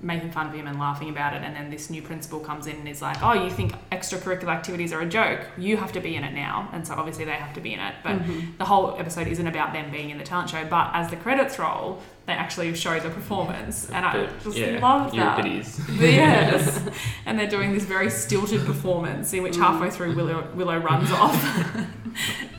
Speaker 1: making fun of him and laughing about it. And then this new principal comes in and is like, "Oh, you think extracurricular activities are a joke? You have to be in it now." And so obviously they have to be in it.
Speaker 3: Mm.
Speaker 1: But
Speaker 4: Mm-hmm.
Speaker 1: the whole episode isn't about them being in the talent show. But as the credits roll, they actually show the performance, and I
Speaker 2: But,
Speaker 1: Ah, just
Speaker 2: yeah,
Speaker 1: love that.
Speaker 2: Euripides.
Speaker 1: yes, and they're doing this very stilted performance in which halfway through Willow, Willow runs off.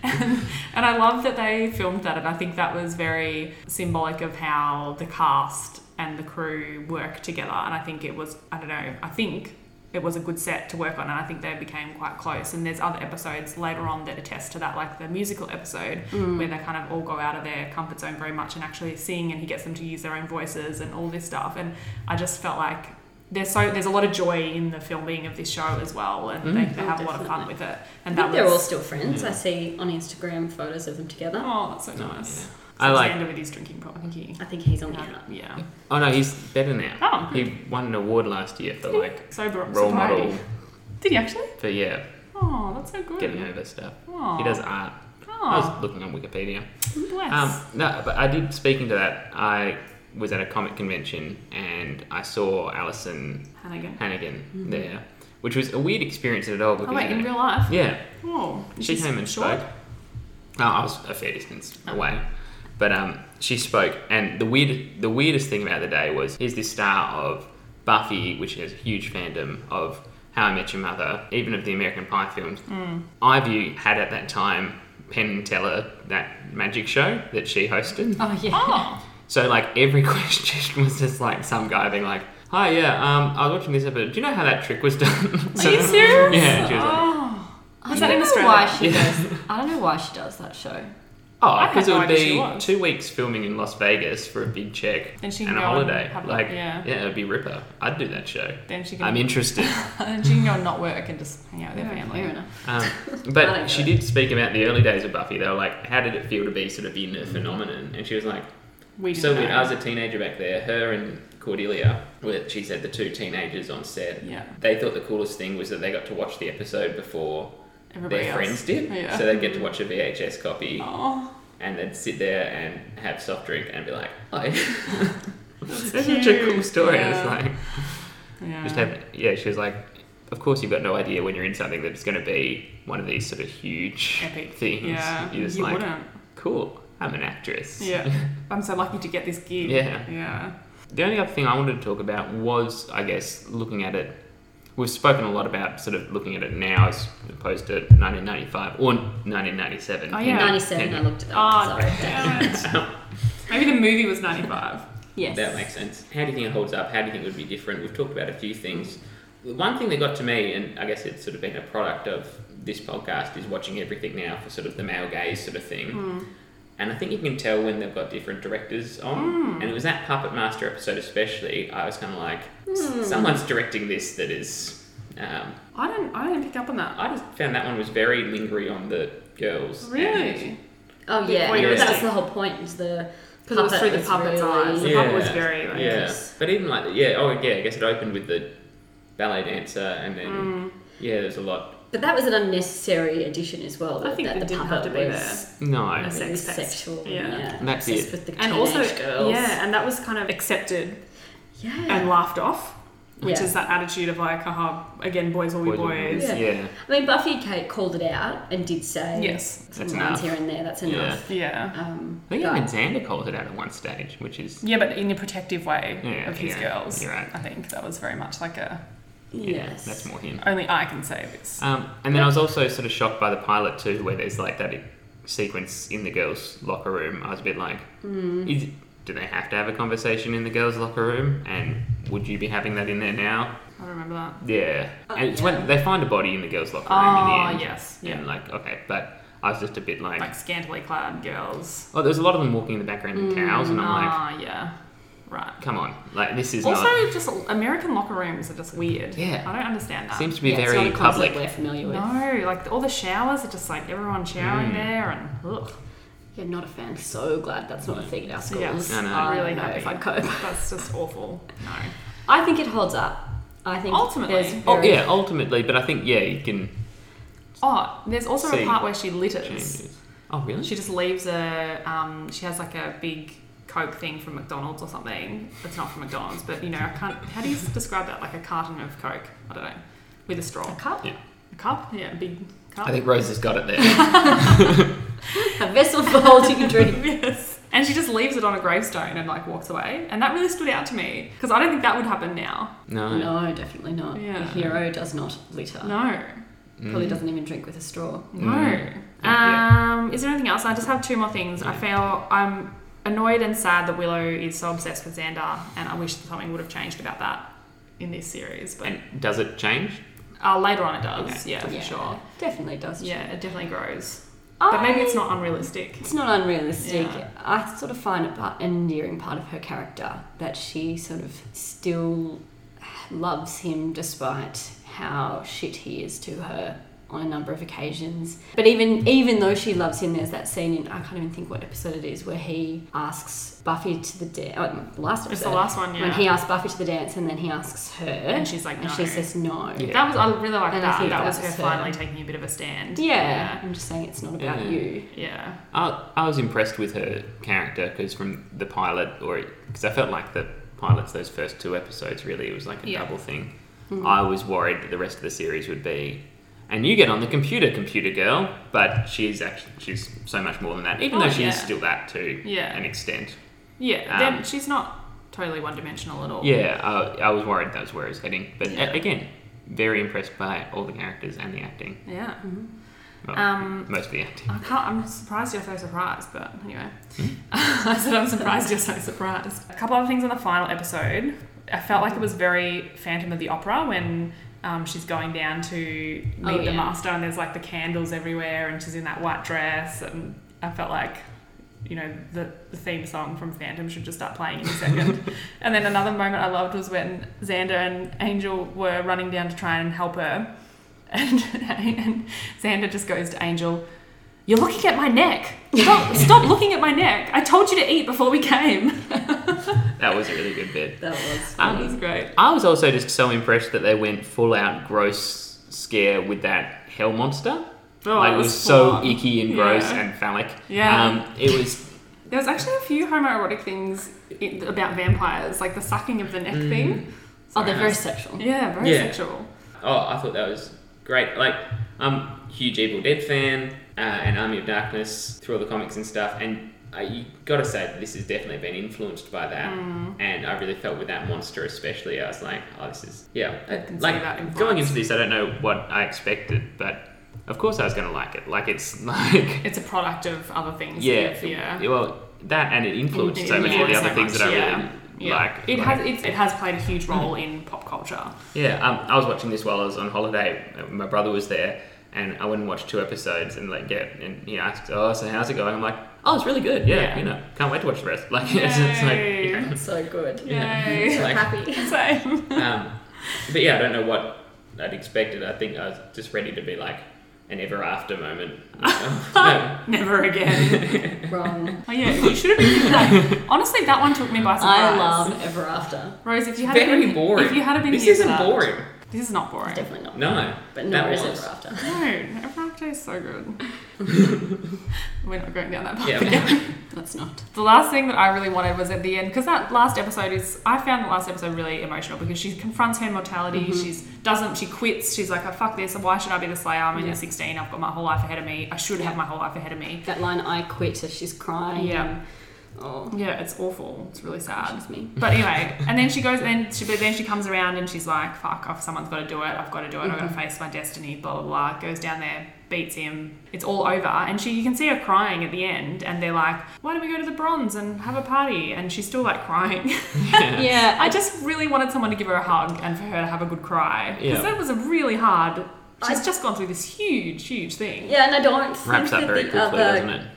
Speaker 1: and, and I love that they filmed that, and I think that was very symbolic of how the cast and the crew work together. And I think it was, I don't know, I think it was a good set to work on, and I think they became quite close. And there's other episodes later on that attest to that, like the musical episode
Speaker 4: Mm-hmm.
Speaker 1: where they kind of all go out of their comfort zone very much and actually sing, and he gets them to use their own voices and all this stuff. And I just felt like there's so there's a lot of joy in the filming of this show as well,
Speaker 2: Mm-hmm.
Speaker 1: and they, they
Speaker 4: Oh,
Speaker 1: have a lot of fun
Speaker 4: definitely.
Speaker 1: with it.
Speaker 4: I think
Speaker 1: And that
Speaker 4: they're all
Speaker 1: was
Speaker 4: still friends.
Speaker 2: Yeah.
Speaker 4: I see on Instagram photos of them together.
Speaker 1: oh, that's so
Speaker 2: Oh,
Speaker 1: nice.
Speaker 2: yeah. I like-
Speaker 1: Xander with his drinking problem. I think he,
Speaker 4: I think he's on the
Speaker 1: yeah,
Speaker 4: out.
Speaker 1: yeah.
Speaker 2: Oh no, he's better now.
Speaker 1: Oh,
Speaker 2: He won an award last year for like
Speaker 1: so bro-
Speaker 2: role model
Speaker 1: Did he actually?
Speaker 2: for yeah,
Speaker 1: Oh, that's so good.
Speaker 2: getting over stuff.
Speaker 1: Oh,
Speaker 2: He does art. I
Speaker 1: Oh,
Speaker 2: was looking on Wikipedia.
Speaker 1: bless.
Speaker 2: Um, no, but I did. Speaking to that, I was at a comic convention and I saw Alison
Speaker 1: Hannigan.
Speaker 2: Hannigan there, which was a weird experience at all.
Speaker 1: Mm-hmm.
Speaker 2: Because
Speaker 1: Oh wait,
Speaker 2: you
Speaker 1: in
Speaker 2: know-
Speaker 1: real life.
Speaker 2: yeah,
Speaker 1: Oh,
Speaker 2: she
Speaker 1: she's
Speaker 2: came and
Speaker 1: short?
Speaker 2: spoke. No, I was a fair distance
Speaker 1: Oh.
Speaker 2: away, but um, she spoke, and the weird, the weirdest thing about the day was here's this star of Buffy, which has a huge fandom of How I Met Your Mother, even of the American Pie films.
Speaker 1: Mm.
Speaker 2: Ivy had at that time Penn and Teller, that magic show that she hosted.
Speaker 3: Oh yeah.
Speaker 1: Oh,
Speaker 2: So like every question was just like some guy being like, "Hi, yeah, um, I was watching this episode. Do you know how that trick was done?"
Speaker 1: are you serious?
Speaker 2: Yeah, she was like,
Speaker 1: Oh.
Speaker 3: I
Speaker 1: Was
Speaker 3: don't
Speaker 1: that in
Speaker 3: know
Speaker 1: Australia?
Speaker 3: why she
Speaker 2: Yeah.
Speaker 3: does. I don't know why she does that show.
Speaker 1: I
Speaker 2: "Oh,
Speaker 1: had
Speaker 2: because it
Speaker 1: no
Speaker 2: would
Speaker 1: idea she
Speaker 2: be
Speaker 1: was."
Speaker 2: two weeks filming in Las Vegas for a big check
Speaker 1: Then she can
Speaker 2: and a
Speaker 1: go and
Speaker 2: holiday.
Speaker 1: have a-
Speaker 2: like,
Speaker 1: yeah.
Speaker 2: yeah. it'd be Ripper. I'd do that show.
Speaker 1: Then she can.
Speaker 2: I'm interested.
Speaker 1: and she can go and not work and just hang out with her family.
Speaker 3: Fair enough.
Speaker 2: Um,
Speaker 3: I don't
Speaker 2: but she
Speaker 3: get
Speaker 2: did speak about the early days of Buffy. They were like, "How did it feel to be sort of in a phenomenon?" And she was like.
Speaker 1: We didn't
Speaker 2: So
Speaker 1: know.
Speaker 2: when I was a teenager back there, her and Cordelia, were, she said the two teenagers on set,
Speaker 1: Yeah.
Speaker 2: they thought the coolest thing was that they got to watch the episode before
Speaker 1: Everybody
Speaker 2: their
Speaker 1: else.
Speaker 2: friends did.
Speaker 1: Yeah.
Speaker 2: So they'd get to watch a VHS copy
Speaker 1: Oh,
Speaker 2: and they'd sit there and have soft drink and be like, hi.
Speaker 1: that's
Speaker 2: That's such a cool
Speaker 1: cute.
Speaker 2: story.
Speaker 1: Yeah.
Speaker 2: And it's like,
Speaker 1: yeah.
Speaker 2: just have, yeah, she was like, of course you've got no idea when you're in something that it's going to be one of these sort of huge
Speaker 1: epic
Speaker 2: things.
Speaker 1: Yeah,
Speaker 2: You're just
Speaker 1: you
Speaker 2: like,
Speaker 1: wouldn't.
Speaker 2: cool, I'm an actress.
Speaker 1: Yeah, I'm so lucky to get this gig.
Speaker 2: Yeah.
Speaker 1: yeah.
Speaker 2: The only other thing I wanted to talk about was, I guess, looking at it. we've spoken a lot about sort of looking at it now as opposed to 1995 or 1997.
Speaker 1: Oh,
Speaker 2: you
Speaker 1: yeah.
Speaker 2: know,
Speaker 4: 97, I
Speaker 2: depending.
Speaker 4: looked it up.
Speaker 1: Oh,
Speaker 4: sorry.
Speaker 1: damn it. Maybe the movie was 95.
Speaker 3: Yes.
Speaker 2: That makes sense. How do you think it holds up? How do you think it would be different? We've talked about a few things. The One thing that got to me, and I guess it's sort of been a product of this podcast, is watching everything now for sort of the male gaze sort of thing.
Speaker 1: Mm. Hmm.
Speaker 2: And I think you can tell when they've got different directors on. And it was that Puppet Master episode, especially. I was kind of like, "S- someone's directing this that is. Um,
Speaker 1: I don't. I didn't pick up on that.
Speaker 2: I just found that one was very lingering on the girls.
Speaker 1: Really?
Speaker 4: Oh yeah,
Speaker 1: Before you
Speaker 2: were
Speaker 4: that was
Speaker 1: sick.
Speaker 4: the whole point. Was the
Speaker 1: Because it was
Speaker 4: puppet
Speaker 1: through the puppet's eyes. The
Speaker 2: Yeah.
Speaker 1: puppet was very like.
Speaker 2: yeah.
Speaker 4: Yes.
Speaker 2: But even like, yeah, oh, yeah, I guess it opened with the ballet dancer and then,
Speaker 1: Mm. Hmm.
Speaker 2: yeah, there's a lot.
Speaker 4: But that was an unnecessary addition as well.
Speaker 1: I
Speaker 4: That,
Speaker 1: think
Speaker 4: that
Speaker 1: it
Speaker 4: the
Speaker 1: didn't have
Speaker 4: puppet
Speaker 1: to be
Speaker 4: was
Speaker 2: No.
Speaker 1: That's
Speaker 4: really
Speaker 1: Sex pest.
Speaker 4: sexual.
Speaker 1: Yeah.
Speaker 4: Yeah,
Speaker 2: And that's
Speaker 4: obsessed
Speaker 2: it.
Speaker 4: with the
Speaker 1: And
Speaker 4: teenage
Speaker 1: also,
Speaker 4: girls.
Speaker 1: yeah, and that was kind of accepted
Speaker 4: yeah.
Speaker 1: and laughed off, which
Speaker 4: Yeah.
Speaker 1: is that attitude of like, haha, again, boys will be boys.
Speaker 4: Yeah.
Speaker 2: yeah.
Speaker 4: I mean, Buffy and Kate called it out and did say
Speaker 1: Yes.
Speaker 4: some lines
Speaker 2: That's enough.
Speaker 4: here and there. That's enough.
Speaker 1: Yeah.
Speaker 4: Um,
Speaker 2: I think
Speaker 4: but-
Speaker 2: even Xander calls it out at one stage, which is
Speaker 1: Yeah, but in a protective way
Speaker 2: Yeah,
Speaker 1: of his
Speaker 2: yeah,
Speaker 1: girls.
Speaker 2: you're right.
Speaker 1: I think that was very much like a
Speaker 2: yeah,
Speaker 4: yes,
Speaker 2: that's more him.
Speaker 1: only I can say this.
Speaker 2: Um, and then I was also sort of shocked by the pilot too, where there's like that sequence in the girls' locker room. I was a bit like,
Speaker 3: Mm.
Speaker 1: Mm.
Speaker 2: is, do they have to have a conversation in the girls' locker room? And would you be having that in there now?
Speaker 1: I remember that.
Speaker 2: Yeah, and it's when they find a body in the girls' locker room in the
Speaker 1: Oh
Speaker 2: end.
Speaker 1: yes,
Speaker 2: And
Speaker 1: yeah.
Speaker 2: like, okay, but I was just a bit like,
Speaker 1: Like scantily clad girls.
Speaker 2: oh, there's a lot of them walking in the background in towels, and I'm like,
Speaker 1: Ah, yeah, right.
Speaker 2: come on, like this is
Speaker 1: Also,
Speaker 2: not.
Speaker 1: just American locker rooms are just weird.
Speaker 2: Yeah.
Speaker 1: I don't understand that.
Speaker 2: Seems to be
Speaker 3: Yeah, it's
Speaker 2: very
Speaker 3: not a
Speaker 2: public.
Speaker 3: concept we're familiar with.
Speaker 1: no, like all the showers are just like everyone showering
Speaker 2: Mm.
Speaker 1: there and ugh.
Speaker 3: Yeah, not a fan. So glad that's not a thing at our schools.
Speaker 1: Yes,
Speaker 2: No, no.
Speaker 1: I'm
Speaker 3: I
Speaker 1: really
Speaker 3: don't know
Speaker 1: happy.
Speaker 3: if I'd cope.
Speaker 1: That's just awful. No.
Speaker 3: I think it holds up. I think
Speaker 1: Ultimately.
Speaker 3: there's
Speaker 2: Oh,
Speaker 3: very-
Speaker 2: yeah, ultimately, but I think yeah, you can
Speaker 1: Oh, there's also
Speaker 2: See.
Speaker 1: a part where she litters.
Speaker 2: change it. Oh, really?
Speaker 1: She just leaves a. Um, she has like a big Coke thing from McDonald's or something. It's not from McDonald's, but you know, I can't. How do you describe that? Like a carton of Coke. I don't know. With a straw. A cup.
Speaker 2: Yeah.
Speaker 1: A cup. Yeah, a big cup.
Speaker 2: I think Rose has got it there.
Speaker 3: a vessel for holding a drink.
Speaker 1: yes. And she just leaves it on a gravestone and like walks away. And that really stood out to me because I don't think that would happen now.
Speaker 2: No.
Speaker 3: No, definitely not.
Speaker 1: Yeah.
Speaker 3: A hero does not litter.
Speaker 1: No.
Speaker 3: Probably doesn't even drink with a straw.
Speaker 1: No.
Speaker 2: Mm. Yeah.
Speaker 1: Um, Is there anything else? I just have two more things. I feel I'm annoyed and sad that Willow is so obsessed with Xander, and I wish something would have changed about that in this series. But
Speaker 2: And does it change?
Speaker 1: uh, later on, it does. Yeah,
Speaker 3: Yeah,
Speaker 1: for sure.
Speaker 3: Definitely does.
Speaker 1: Yeah, it definitely grows.
Speaker 3: I-
Speaker 1: But maybe it's not unrealistic.
Speaker 3: It's not unrealistic.
Speaker 1: Yeah.
Speaker 3: I sort of find it part, an endearing part of her character that she sort of still loves him despite how shit he is to her on a number of occasions. But even even though she loves him, there's that scene in I can't even think what episode it is where he asks Buffy to the dance. Oh, the last episode.
Speaker 1: It's the last one, yeah.
Speaker 3: When he asks Buffy to the dance, and then he asks her,
Speaker 1: And she's like,
Speaker 3: and
Speaker 1: no.
Speaker 3: she says no.
Speaker 2: Yeah.
Speaker 1: That was I really like
Speaker 3: And I
Speaker 1: that.
Speaker 3: think
Speaker 1: That
Speaker 3: that
Speaker 1: was her
Speaker 3: was her-
Speaker 1: finally taking a bit of a stand.
Speaker 3: Yeah, I'm just saying it's not about
Speaker 2: Yeah.
Speaker 3: you.
Speaker 1: Yeah. Yeah.
Speaker 2: I, I was impressed with her character because from the pilot, or because I felt like the pilots, those first two episodes, really, it was like a
Speaker 1: Yeah.
Speaker 2: double thing.
Speaker 3: Mm.
Speaker 2: I was worried that the rest of the series would be, and you get on the computer, computer girl, but she's actually she's so much more than that. Even
Speaker 1: Oh,
Speaker 2: though she is
Speaker 1: yeah.
Speaker 2: still that to
Speaker 1: Yeah.
Speaker 2: an extent.
Speaker 1: Yeah,
Speaker 2: Um,
Speaker 1: then she's not totally one dimensional at all.
Speaker 2: Yeah, I, I was worried that was where it was heading, but a-
Speaker 1: Yeah.
Speaker 2: again, very impressed by all the characters and the acting.
Speaker 1: Yeah.
Speaker 3: Mm-hmm.
Speaker 2: Well,
Speaker 1: Um,
Speaker 2: most of the acting.
Speaker 1: I can't, I'm surprised you're so surprised, but anyway. I said I'm surprised you're so surprised. A couple other things in the final episode. I felt like it was very Phantom of the Opera when um, she's going down to meet
Speaker 3: Oh,
Speaker 1: the
Speaker 3: yeah.
Speaker 1: master and there's like the candles everywhere and she's in that white dress and I felt like you know the, the theme song from Phantom should just start playing in a second. and then another moment I loved was when Xander and Angel were running down to try and help her, and, and Xander just goes to Angel, "You're looking at my neck. Stop, stop looking at my neck. I told you to eat before we came."
Speaker 2: That was a really good bit.
Speaker 4: that was
Speaker 1: That was great.
Speaker 2: I was also just so impressed that they went full out gross scare with that hell monster.
Speaker 1: Oh,
Speaker 2: like
Speaker 1: it
Speaker 2: it
Speaker 1: was
Speaker 2: was, so
Speaker 1: full on.
Speaker 2: icky and gross
Speaker 1: Yeah.
Speaker 2: and phallic.
Speaker 1: Yeah.
Speaker 2: Um, it was
Speaker 1: There was actually a few homoerotic things in, about vampires, like the sucking of the neck thing.
Speaker 3: Oh, they're
Speaker 1: Sorry.
Speaker 3: very sexual.
Speaker 1: yeah, very
Speaker 2: Mm. Yeah.
Speaker 1: sexual.
Speaker 2: oh, I thought that was great. Like I'm a huge Evil Dead fan uh, and Army of Darkness through all the comics and stuff and uh, you got to say that this has definitely been influenced by that,
Speaker 1: Mm.
Speaker 2: and I really felt with that monster especially. I was like, oh, this is yeah.
Speaker 1: I can see
Speaker 2: like
Speaker 1: that influence.
Speaker 2: going into this, I don't know what I expected, but of course I was going to like it. Like it's like
Speaker 1: It's a product of other things.
Speaker 2: yeah,
Speaker 1: that- yeah.
Speaker 2: Well, that and it influenced
Speaker 1: It
Speaker 2: so many of the
Speaker 1: influenced
Speaker 2: other
Speaker 1: so
Speaker 2: things
Speaker 1: much,
Speaker 2: that I
Speaker 1: yeah.
Speaker 2: really
Speaker 1: Yeah.
Speaker 2: like.
Speaker 1: it
Speaker 2: Like- Mm.
Speaker 1: has it's, it has played a huge role in pop culture.
Speaker 2: Yeah, um, I was watching this while I was on holiday. Uh, My brother was there, and I went and watched two episodes. And like, yeah, and he asked, "Oh, so how's it going?" I'm like, "Oh, it's really good. Yeah,
Speaker 1: Yeah.
Speaker 2: you know, can't wait to watch the rest." Like, it's, it's like,
Speaker 1: Yay.
Speaker 2: yeah.
Speaker 4: So good.
Speaker 2: Yeah.
Speaker 1: Yay.
Speaker 2: It's like-
Speaker 4: Happy.
Speaker 1: Same.
Speaker 2: um, but yeah, I don't know what I'd expected. I think I was just ready to be like an ever after moment.
Speaker 1: Never again.
Speaker 4: Wrong.
Speaker 1: Oh yeah, you should have been like, honestly that one took me by surprise.
Speaker 3: I love
Speaker 4: Ever after.
Speaker 1: Rose, if you had
Speaker 2: Very
Speaker 1: been,
Speaker 2: boring.
Speaker 1: If you had been
Speaker 2: this
Speaker 1: here for
Speaker 2: isn't
Speaker 1: that-
Speaker 2: boring.
Speaker 1: This is not boring.
Speaker 4: Definitely not.
Speaker 2: No,
Speaker 4: But
Speaker 2: that
Speaker 4: nor is
Speaker 2: was.
Speaker 4: Ever After.
Speaker 1: No, everyone tastes so good. We're not going down that path.
Speaker 2: Yeah.
Speaker 3: That's not.
Speaker 1: The last thing that I really wanted was at the end because that last episode is I found the last episode really emotional because she confronts her mortality. She's doesn't she quits. She's like, oh, fuck this. Why should I be the Slayer? I'm only
Speaker 3: Yeah.
Speaker 1: 16. I've got my whole life ahead of me. I should have my whole life ahead of me.
Speaker 3: That line, I quit, as she's crying.
Speaker 1: Yeah.
Speaker 3: Oh,
Speaker 1: Yeah, it's awful. It's really sad.
Speaker 3: that's me.
Speaker 1: But anyway, and then she goes, and she, but then she comes around and she's like, "Fuck! I've, someone's got to do it. I've got to do it. I've got to face my destiny." Blah blah blah. Goes down there, beats him. It's all over, and she you can see her crying at the end. And they're like, "Why don't we go to the Bronze and have a party?" And she's still like crying.
Speaker 2: Yeah.
Speaker 3: Yeah,
Speaker 1: I just really wanted someone to give her a hug and for her to have a good cry because
Speaker 2: Yeah.
Speaker 1: that was a really hard. She's
Speaker 4: I-
Speaker 1: just gone through this huge, huge thing.
Speaker 4: Yeah, and I don't think
Speaker 2: Wraps up
Speaker 4: that
Speaker 2: very
Speaker 4: the
Speaker 2: quickly,
Speaker 4: other
Speaker 2: doesn't it?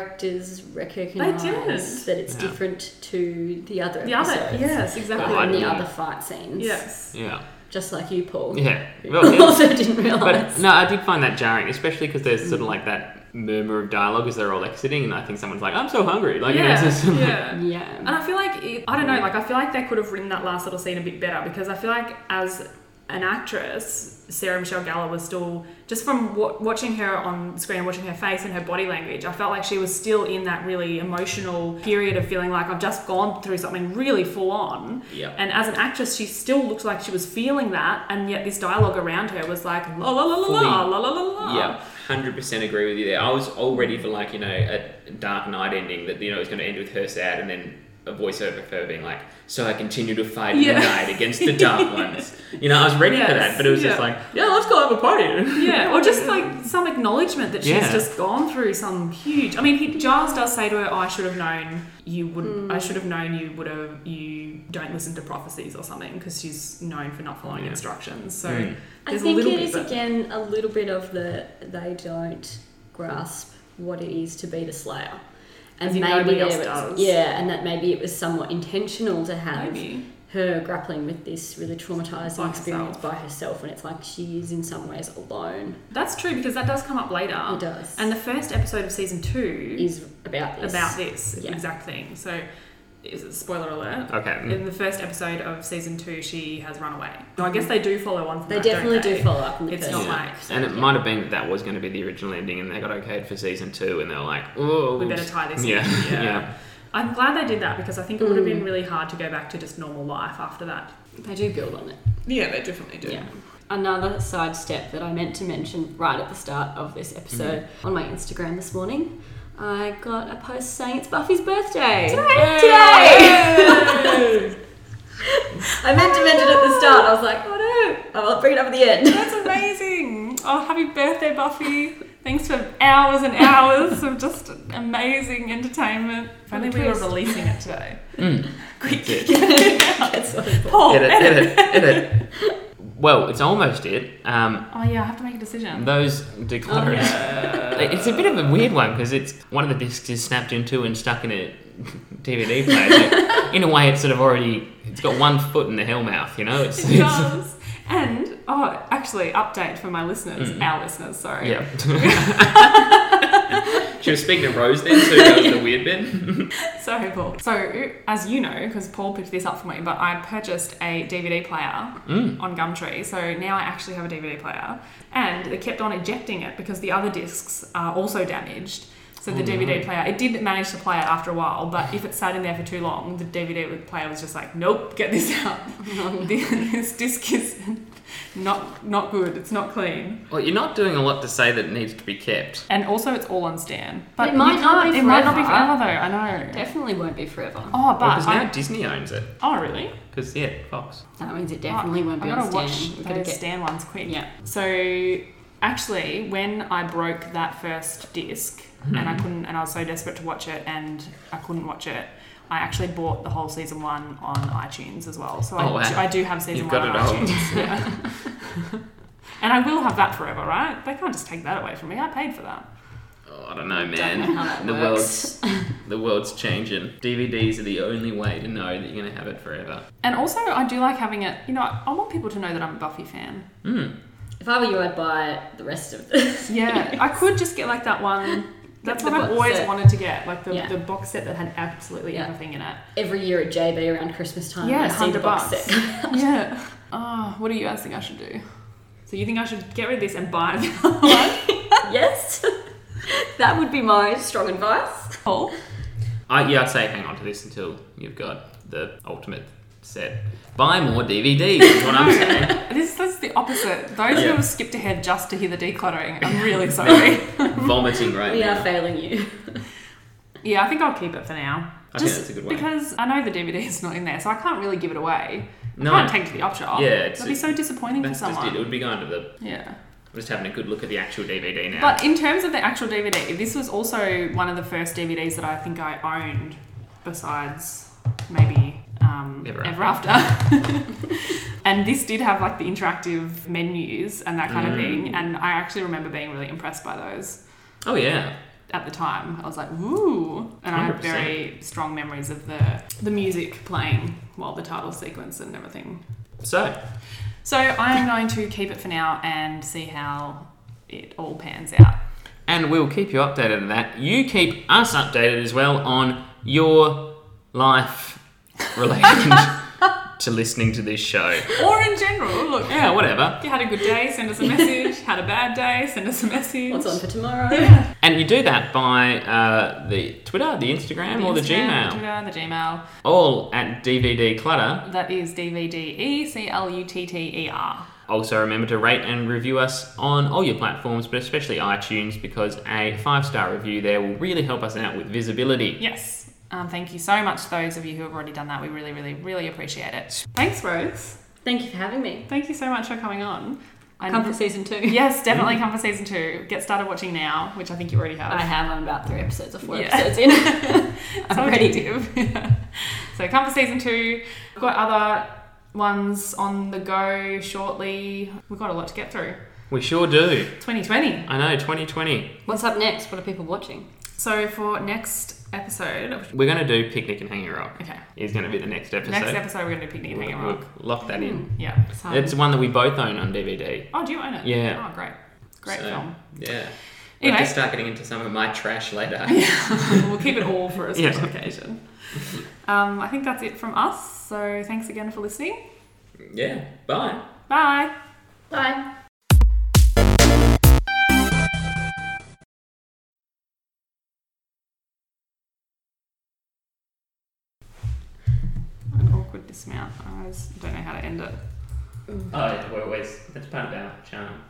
Speaker 4: characters
Speaker 1: didn't.
Speaker 4: recognise that it's
Speaker 2: Yeah.
Speaker 4: different to the other
Speaker 1: The other,
Speaker 4: episodes.
Speaker 1: yes,
Speaker 2: Oh, I
Speaker 4: And
Speaker 1: exactly.
Speaker 2: know.
Speaker 4: the
Speaker 2: didn't.
Speaker 4: other fight scenes.
Speaker 1: Yes.
Speaker 2: Yeah,
Speaker 4: Just like you, Paul.
Speaker 2: yeah.
Speaker 4: who
Speaker 2: Well, yeah.
Speaker 4: also didn't realise.
Speaker 2: But no, I did find that jarring, especially because there's sort of like that murmur of dialogue as they're all exiting, and I think someone's like, "I'm so hungry," like you know, it's just
Speaker 1: Yeah.
Speaker 2: like-
Speaker 1: yeah. And
Speaker 3: yeah.
Speaker 1: I feel like it, I don't know, like I feel like they could have written that last little scene a bit better because I feel like as an actress, Sarah Michelle Gellar was still just from wa watching her on screen, watching her face and her body language. I felt like she was still in that really emotional period of feeling like I've just gone through something really full on.
Speaker 2: Yep.
Speaker 1: And as an actress, she still looked like she was feeling that, and yet this dialogue around her was like la la la la
Speaker 2: Fully-
Speaker 1: la la la la la.
Speaker 2: Yeah, hundred percent agree with you there. I was all ready for like you know a Dark Knight ending that you know is going to end with her sad and then a voiceover for her being like, "So I continue to fight in
Speaker 1: Yeah.
Speaker 2: the night against the dark ones." You know, I was ready for that,
Speaker 1: Yes,
Speaker 2: but it was just
Speaker 1: yeah.
Speaker 2: like, "Yeah, let's go have a party."
Speaker 1: Yeah, or just like some acknowledgement that she's
Speaker 2: Yeah.
Speaker 1: just gone through some huge. I mean, he, Giles does say to her, oh, "I should have known you would.
Speaker 4: Hmm.
Speaker 1: not I should have known you would have. You don't listen to prophecies or something because she's known for not following
Speaker 2: Yeah.
Speaker 1: instructions." So
Speaker 2: Mm.
Speaker 4: I
Speaker 1: there's
Speaker 4: think
Speaker 1: a little
Speaker 4: it
Speaker 1: bit.
Speaker 4: is
Speaker 1: but-
Speaker 4: again a little bit of the they don't grasp what it is to be the slayer,
Speaker 1: As in nobody else does.
Speaker 4: yeah, and that maybe it was somewhat intentional to
Speaker 2: Hmm.
Speaker 4: have
Speaker 1: Maybe.
Speaker 4: her grappling with this really traumatizing
Speaker 1: By
Speaker 4: experience
Speaker 1: herself.
Speaker 4: by herself, and it's like she is in some ways alone.
Speaker 1: That's true because that does come up later.
Speaker 4: It does,
Speaker 1: Ah. And the first episode of season two
Speaker 4: is about this.
Speaker 1: about this
Speaker 4: Yeah.
Speaker 1: exact thing. So, is it spoiler alert?
Speaker 2: Okay. mm.
Speaker 1: In the first episode of season two, she has run away. So I guess they do follow on from
Speaker 4: They
Speaker 1: that, don't
Speaker 4: definitely do
Speaker 1: they?
Speaker 4: follow up. In the
Speaker 1: It's
Speaker 4: first
Speaker 1: not
Speaker 4: one.
Speaker 1: like-
Speaker 2: And it might have been that that was going to be the original ending, and they got okayed for season two, and they were like, "Oh,
Speaker 1: We better tie this
Speaker 2: Yeah,
Speaker 1: in.
Speaker 2: yeah.
Speaker 1: I'm glad they did that because I think it would have been
Speaker 4: Mm.
Speaker 1: really hard to go back to just normal life after that.
Speaker 3: They do build on it.
Speaker 1: Yeah, they definitely
Speaker 3: Yeah. Another sidestep that I meant to mention right at the start of this episode
Speaker 1: Mm-hmm.
Speaker 3: on my Instagram this morning, I got a post saying it's Buffy's birthday. Today!
Speaker 4: I meant to mention it at the start. I was like, oh no, I'll bring it up at the end.
Speaker 1: That's amazing. Oh, happy birthday, Buffy. Thanks for hours and hours of just amazing entertainment. If only we were
Speaker 4: Twist.
Speaker 1: releasing it today.
Speaker 2: Mm.
Speaker 1: Quick.
Speaker 2: That's
Speaker 4: That's what I thought.
Speaker 1: Paul, eh?
Speaker 2: Edit,
Speaker 1: edit.
Speaker 2: Oh, edit, edit. Well, it's almost it. Um,
Speaker 1: Oh, yeah, I have to make a decision.
Speaker 2: Those declutters. It's a bit of a weird one because it's one of the discs is snapped into and stuck in a DVD player. so in a way, it's sort of already it's got one foot in the hell mouth. You know, it's,
Speaker 1: It
Speaker 2: it's
Speaker 1: does. And, oh, actually, update for my listeners, our listeners, sorry.
Speaker 2: yeah. she was speaking to Rose then, so that was the weird bit.
Speaker 1: So Paul. So as you know, because Paul picked this up for me, but I purchased a DVD player
Speaker 2: Mm.
Speaker 1: on Gumtree. So now I actually have a DVD player, and they kept on ejecting it because the other discs are also damaged. So the DVD player, it did manage to play it after a while, but if it sat in there for too long, the DVD player was just like, "Nope, get this out. this disc is Not not good. It's not clean.
Speaker 2: Well, you're not doing a lot to say that it needs to be kept.
Speaker 1: And also, it's all on Stan. But
Speaker 3: It might
Speaker 1: you
Speaker 3: not
Speaker 1: can't-
Speaker 3: be
Speaker 1: It might not be
Speaker 3: forever.
Speaker 1: forever, though. I know.
Speaker 3: Definitely won't be forever.
Speaker 1: Oh, but
Speaker 2: Because
Speaker 1: I-
Speaker 2: now Disney owns it.
Speaker 1: oh, really?
Speaker 2: Because yeah, Fox.
Speaker 3: That means it definitely won't be
Speaker 1: I
Speaker 3: on
Speaker 1: Oh, gotta
Speaker 3: Stan.
Speaker 1: watch
Speaker 3: We've gotta
Speaker 1: those
Speaker 3: get-
Speaker 1: Stan ones quick.
Speaker 3: Yeah.
Speaker 1: So actually, when I broke that first disc and
Speaker 2: Mm-hmm.
Speaker 1: I couldn't, and I was so desperate to watch it and I couldn't watch it, I actually bought the whole season one on iTunes as well. So I,
Speaker 2: Oh, wow.
Speaker 1: do- I do have season
Speaker 2: You've
Speaker 1: one on
Speaker 2: got it all.
Speaker 1: iTunes. Yeah. and I will have that forever, right? They can't just take that away from me. I paid for that.
Speaker 2: Oh, I don't know,
Speaker 3: Don't
Speaker 2: man.
Speaker 3: know how that
Speaker 2: the
Speaker 3: works.
Speaker 2: world's the world's changing. DVDs are the only way to know that you're gonna have it forever.
Speaker 1: And also, I do like having it. You know, I I want people to know that I'm a Buffy fan.
Speaker 2: Hmm.
Speaker 4: If I were you, I'd buy the rest of this.
Speaker 1: Yeah, I could just get like that one. That's
Speaker 4: The
Speaker 1: what I've
Speaker 4: box
Speaker 1: always
Speaker 4: set.
Speaker 1: wanted to get, like the,
Speaker 4: Yeah.
Speaker 1: the box set that had absolutely
Speaker 4: Yeah.
Speaker 1: everything in it.
Speaker 4: Every year at JB around Christmas time,
Speaker 1: yeah,
Speaker 4: I see the
Speaker 1: hundred
Speaker 4: box
Speaker 1: bucks.
Speaker 4: set.
Speaker 1: yeah. Oh, what do you guys think I should do? So you think I should get rid of this and buy the other one?
Speaker 3: Yes. that would be my strong advice.
Speaker 1: Cool.
Speaker 2: I yeah, I'd say hang on to this until you've got the ultimate set. Buy more DVDs. is what I'm saying.
Speaker 1: This, this is the opposite. Those who
Speaker 2: Yeah.
Speaker 1: have skipped ahead just to hear the decluttering, I'm really sorry.
Speaker 2: Vomiting right
Speaker 4: We
Speaker 2: now.
Speaker 4: are failing you.
Speaker 1: yeah, I think I'll keep it for now.
Speaker 2: I think
Speaker 1: just
Speaker 2: that's a good way.
Speaker 1: because I know the DVD is not in there, so I can't really give it away. I
Speaker 2: No.
Speaker 1: can't take it to the op shop.
Speaker 2: Yeah, it's-
Speaker 1: that'd be so disappointing for
Speaker 2: That's just it. It
Speaker 1: someone.
Speaker 2: would be going to the.
Speaker 1: Yeah.
Speaker 2: I'm just having a good look at the actual DVD now.
Speaker 1: But in terms of the actual DVD, this was also one of the first DVDs that I think I owned, besides maybe um, Ever,
Speaker 2: Ever
Speaker 1: After. and this did have like the interactive menus and that kind of thing, and I actually remember being really impressed by those
Speaker 2: oh yeah,
Speaker 1: at the time. I was like, "Ooh!" And I have very strong memories of the the music playing while the title sequence and everything.
Speaker 2: so
Speaker 1: So I am going to keep it for now and see how it all pans out.
Speaker 2: and we'll keep you updated on that. You keep us updated as well on your life related to listening to this show.
Speaker 1: Or in general, look,
Speaker 2: Yeah, whatever.
Speaker 1: If you had a good day, send us a message. Had a bad day, send us a message.
Speaker 4: What's on for tomorrow?
Speaker 1: Yeah.
Speaker 2: And you do that by uh, the Twitter, the Instagram, or the
Speaker 1: Instagram,
Speaker 2: Gmail.
Speaker 1: Twitter, the Gmail.
Speaker 2: All at DVD Clutter.
Speaker 1: That is D V D E C L U T T E R.
Speaker 2: Also, remember to rate and review us on all your platforms, but especially iTunes, because a five star review there will really help us out with visibility.
Speaker 1: Yes. Um, thank you so much to those of you who have already done that. We really, really, really appreciate it. Thanks, Rose.
Speaker 4: Thank you for having me.
Speaker 1: Thank you so much for coming on. I-
Speaker 3: Come for season two.
Speaker 1: yes, definitely come for season two. Get started watching now, which I think you already have.
Speaker 3: I have. I'm about three episodes or four
Speaker 1: Yeah.
Speaker 3: episodes in.
Speaker 1: so
Speaker 3: I'm ready.
Speaker 1: addictive. so come for season two. We've got other ones on the go shortly. We've got a lot to get through.
Speaker 2: We sure do.
Speaker 1: 2020.
Speaker 2: I know, 2020.
Speaker 3: What's up next? What are people watching?
Speaker 1: So for next episode,
Speaker 2: We're going to do Picnic and Hanging Rock,
Speaker 1: okay,
Speaker 2: is going to be the next episode.
Speaker 1: next episode we're gonna do Picnic and Hanging
Speaker 2: We'll-
Speaker 1: Rock.
Speaker 2: we'll Lock that in.
Speaker 1: Yeah.
Speaker 3: Exciting.
Speaker 2: It's one that we both own on DVD.
Speaker 1: Oh, do you own it?
Speaker 2: Yeah.
Speaker 1: Oh, great. Great
Speaker 2: So,
Speaker 1: film.
Speaker 2: Yeah. I
Speaker 1: Anyway.
Speaker 2: have to start getting into some of my trash later.
Speaker 1: we'll keep it all for a
Speaker 2: Yeah.
Speaker 1: special occasion. Um, I think that's it from us. So thanks again for listening.
Speaker 2: yeah. Bye.
Speaker 1: Bye.
Speaker 4: Bye.
Speaker 1: An awkward dismount. I always don't know how to end it.
Speaker 2: Oh, yeah, well, always, that's part of our charm.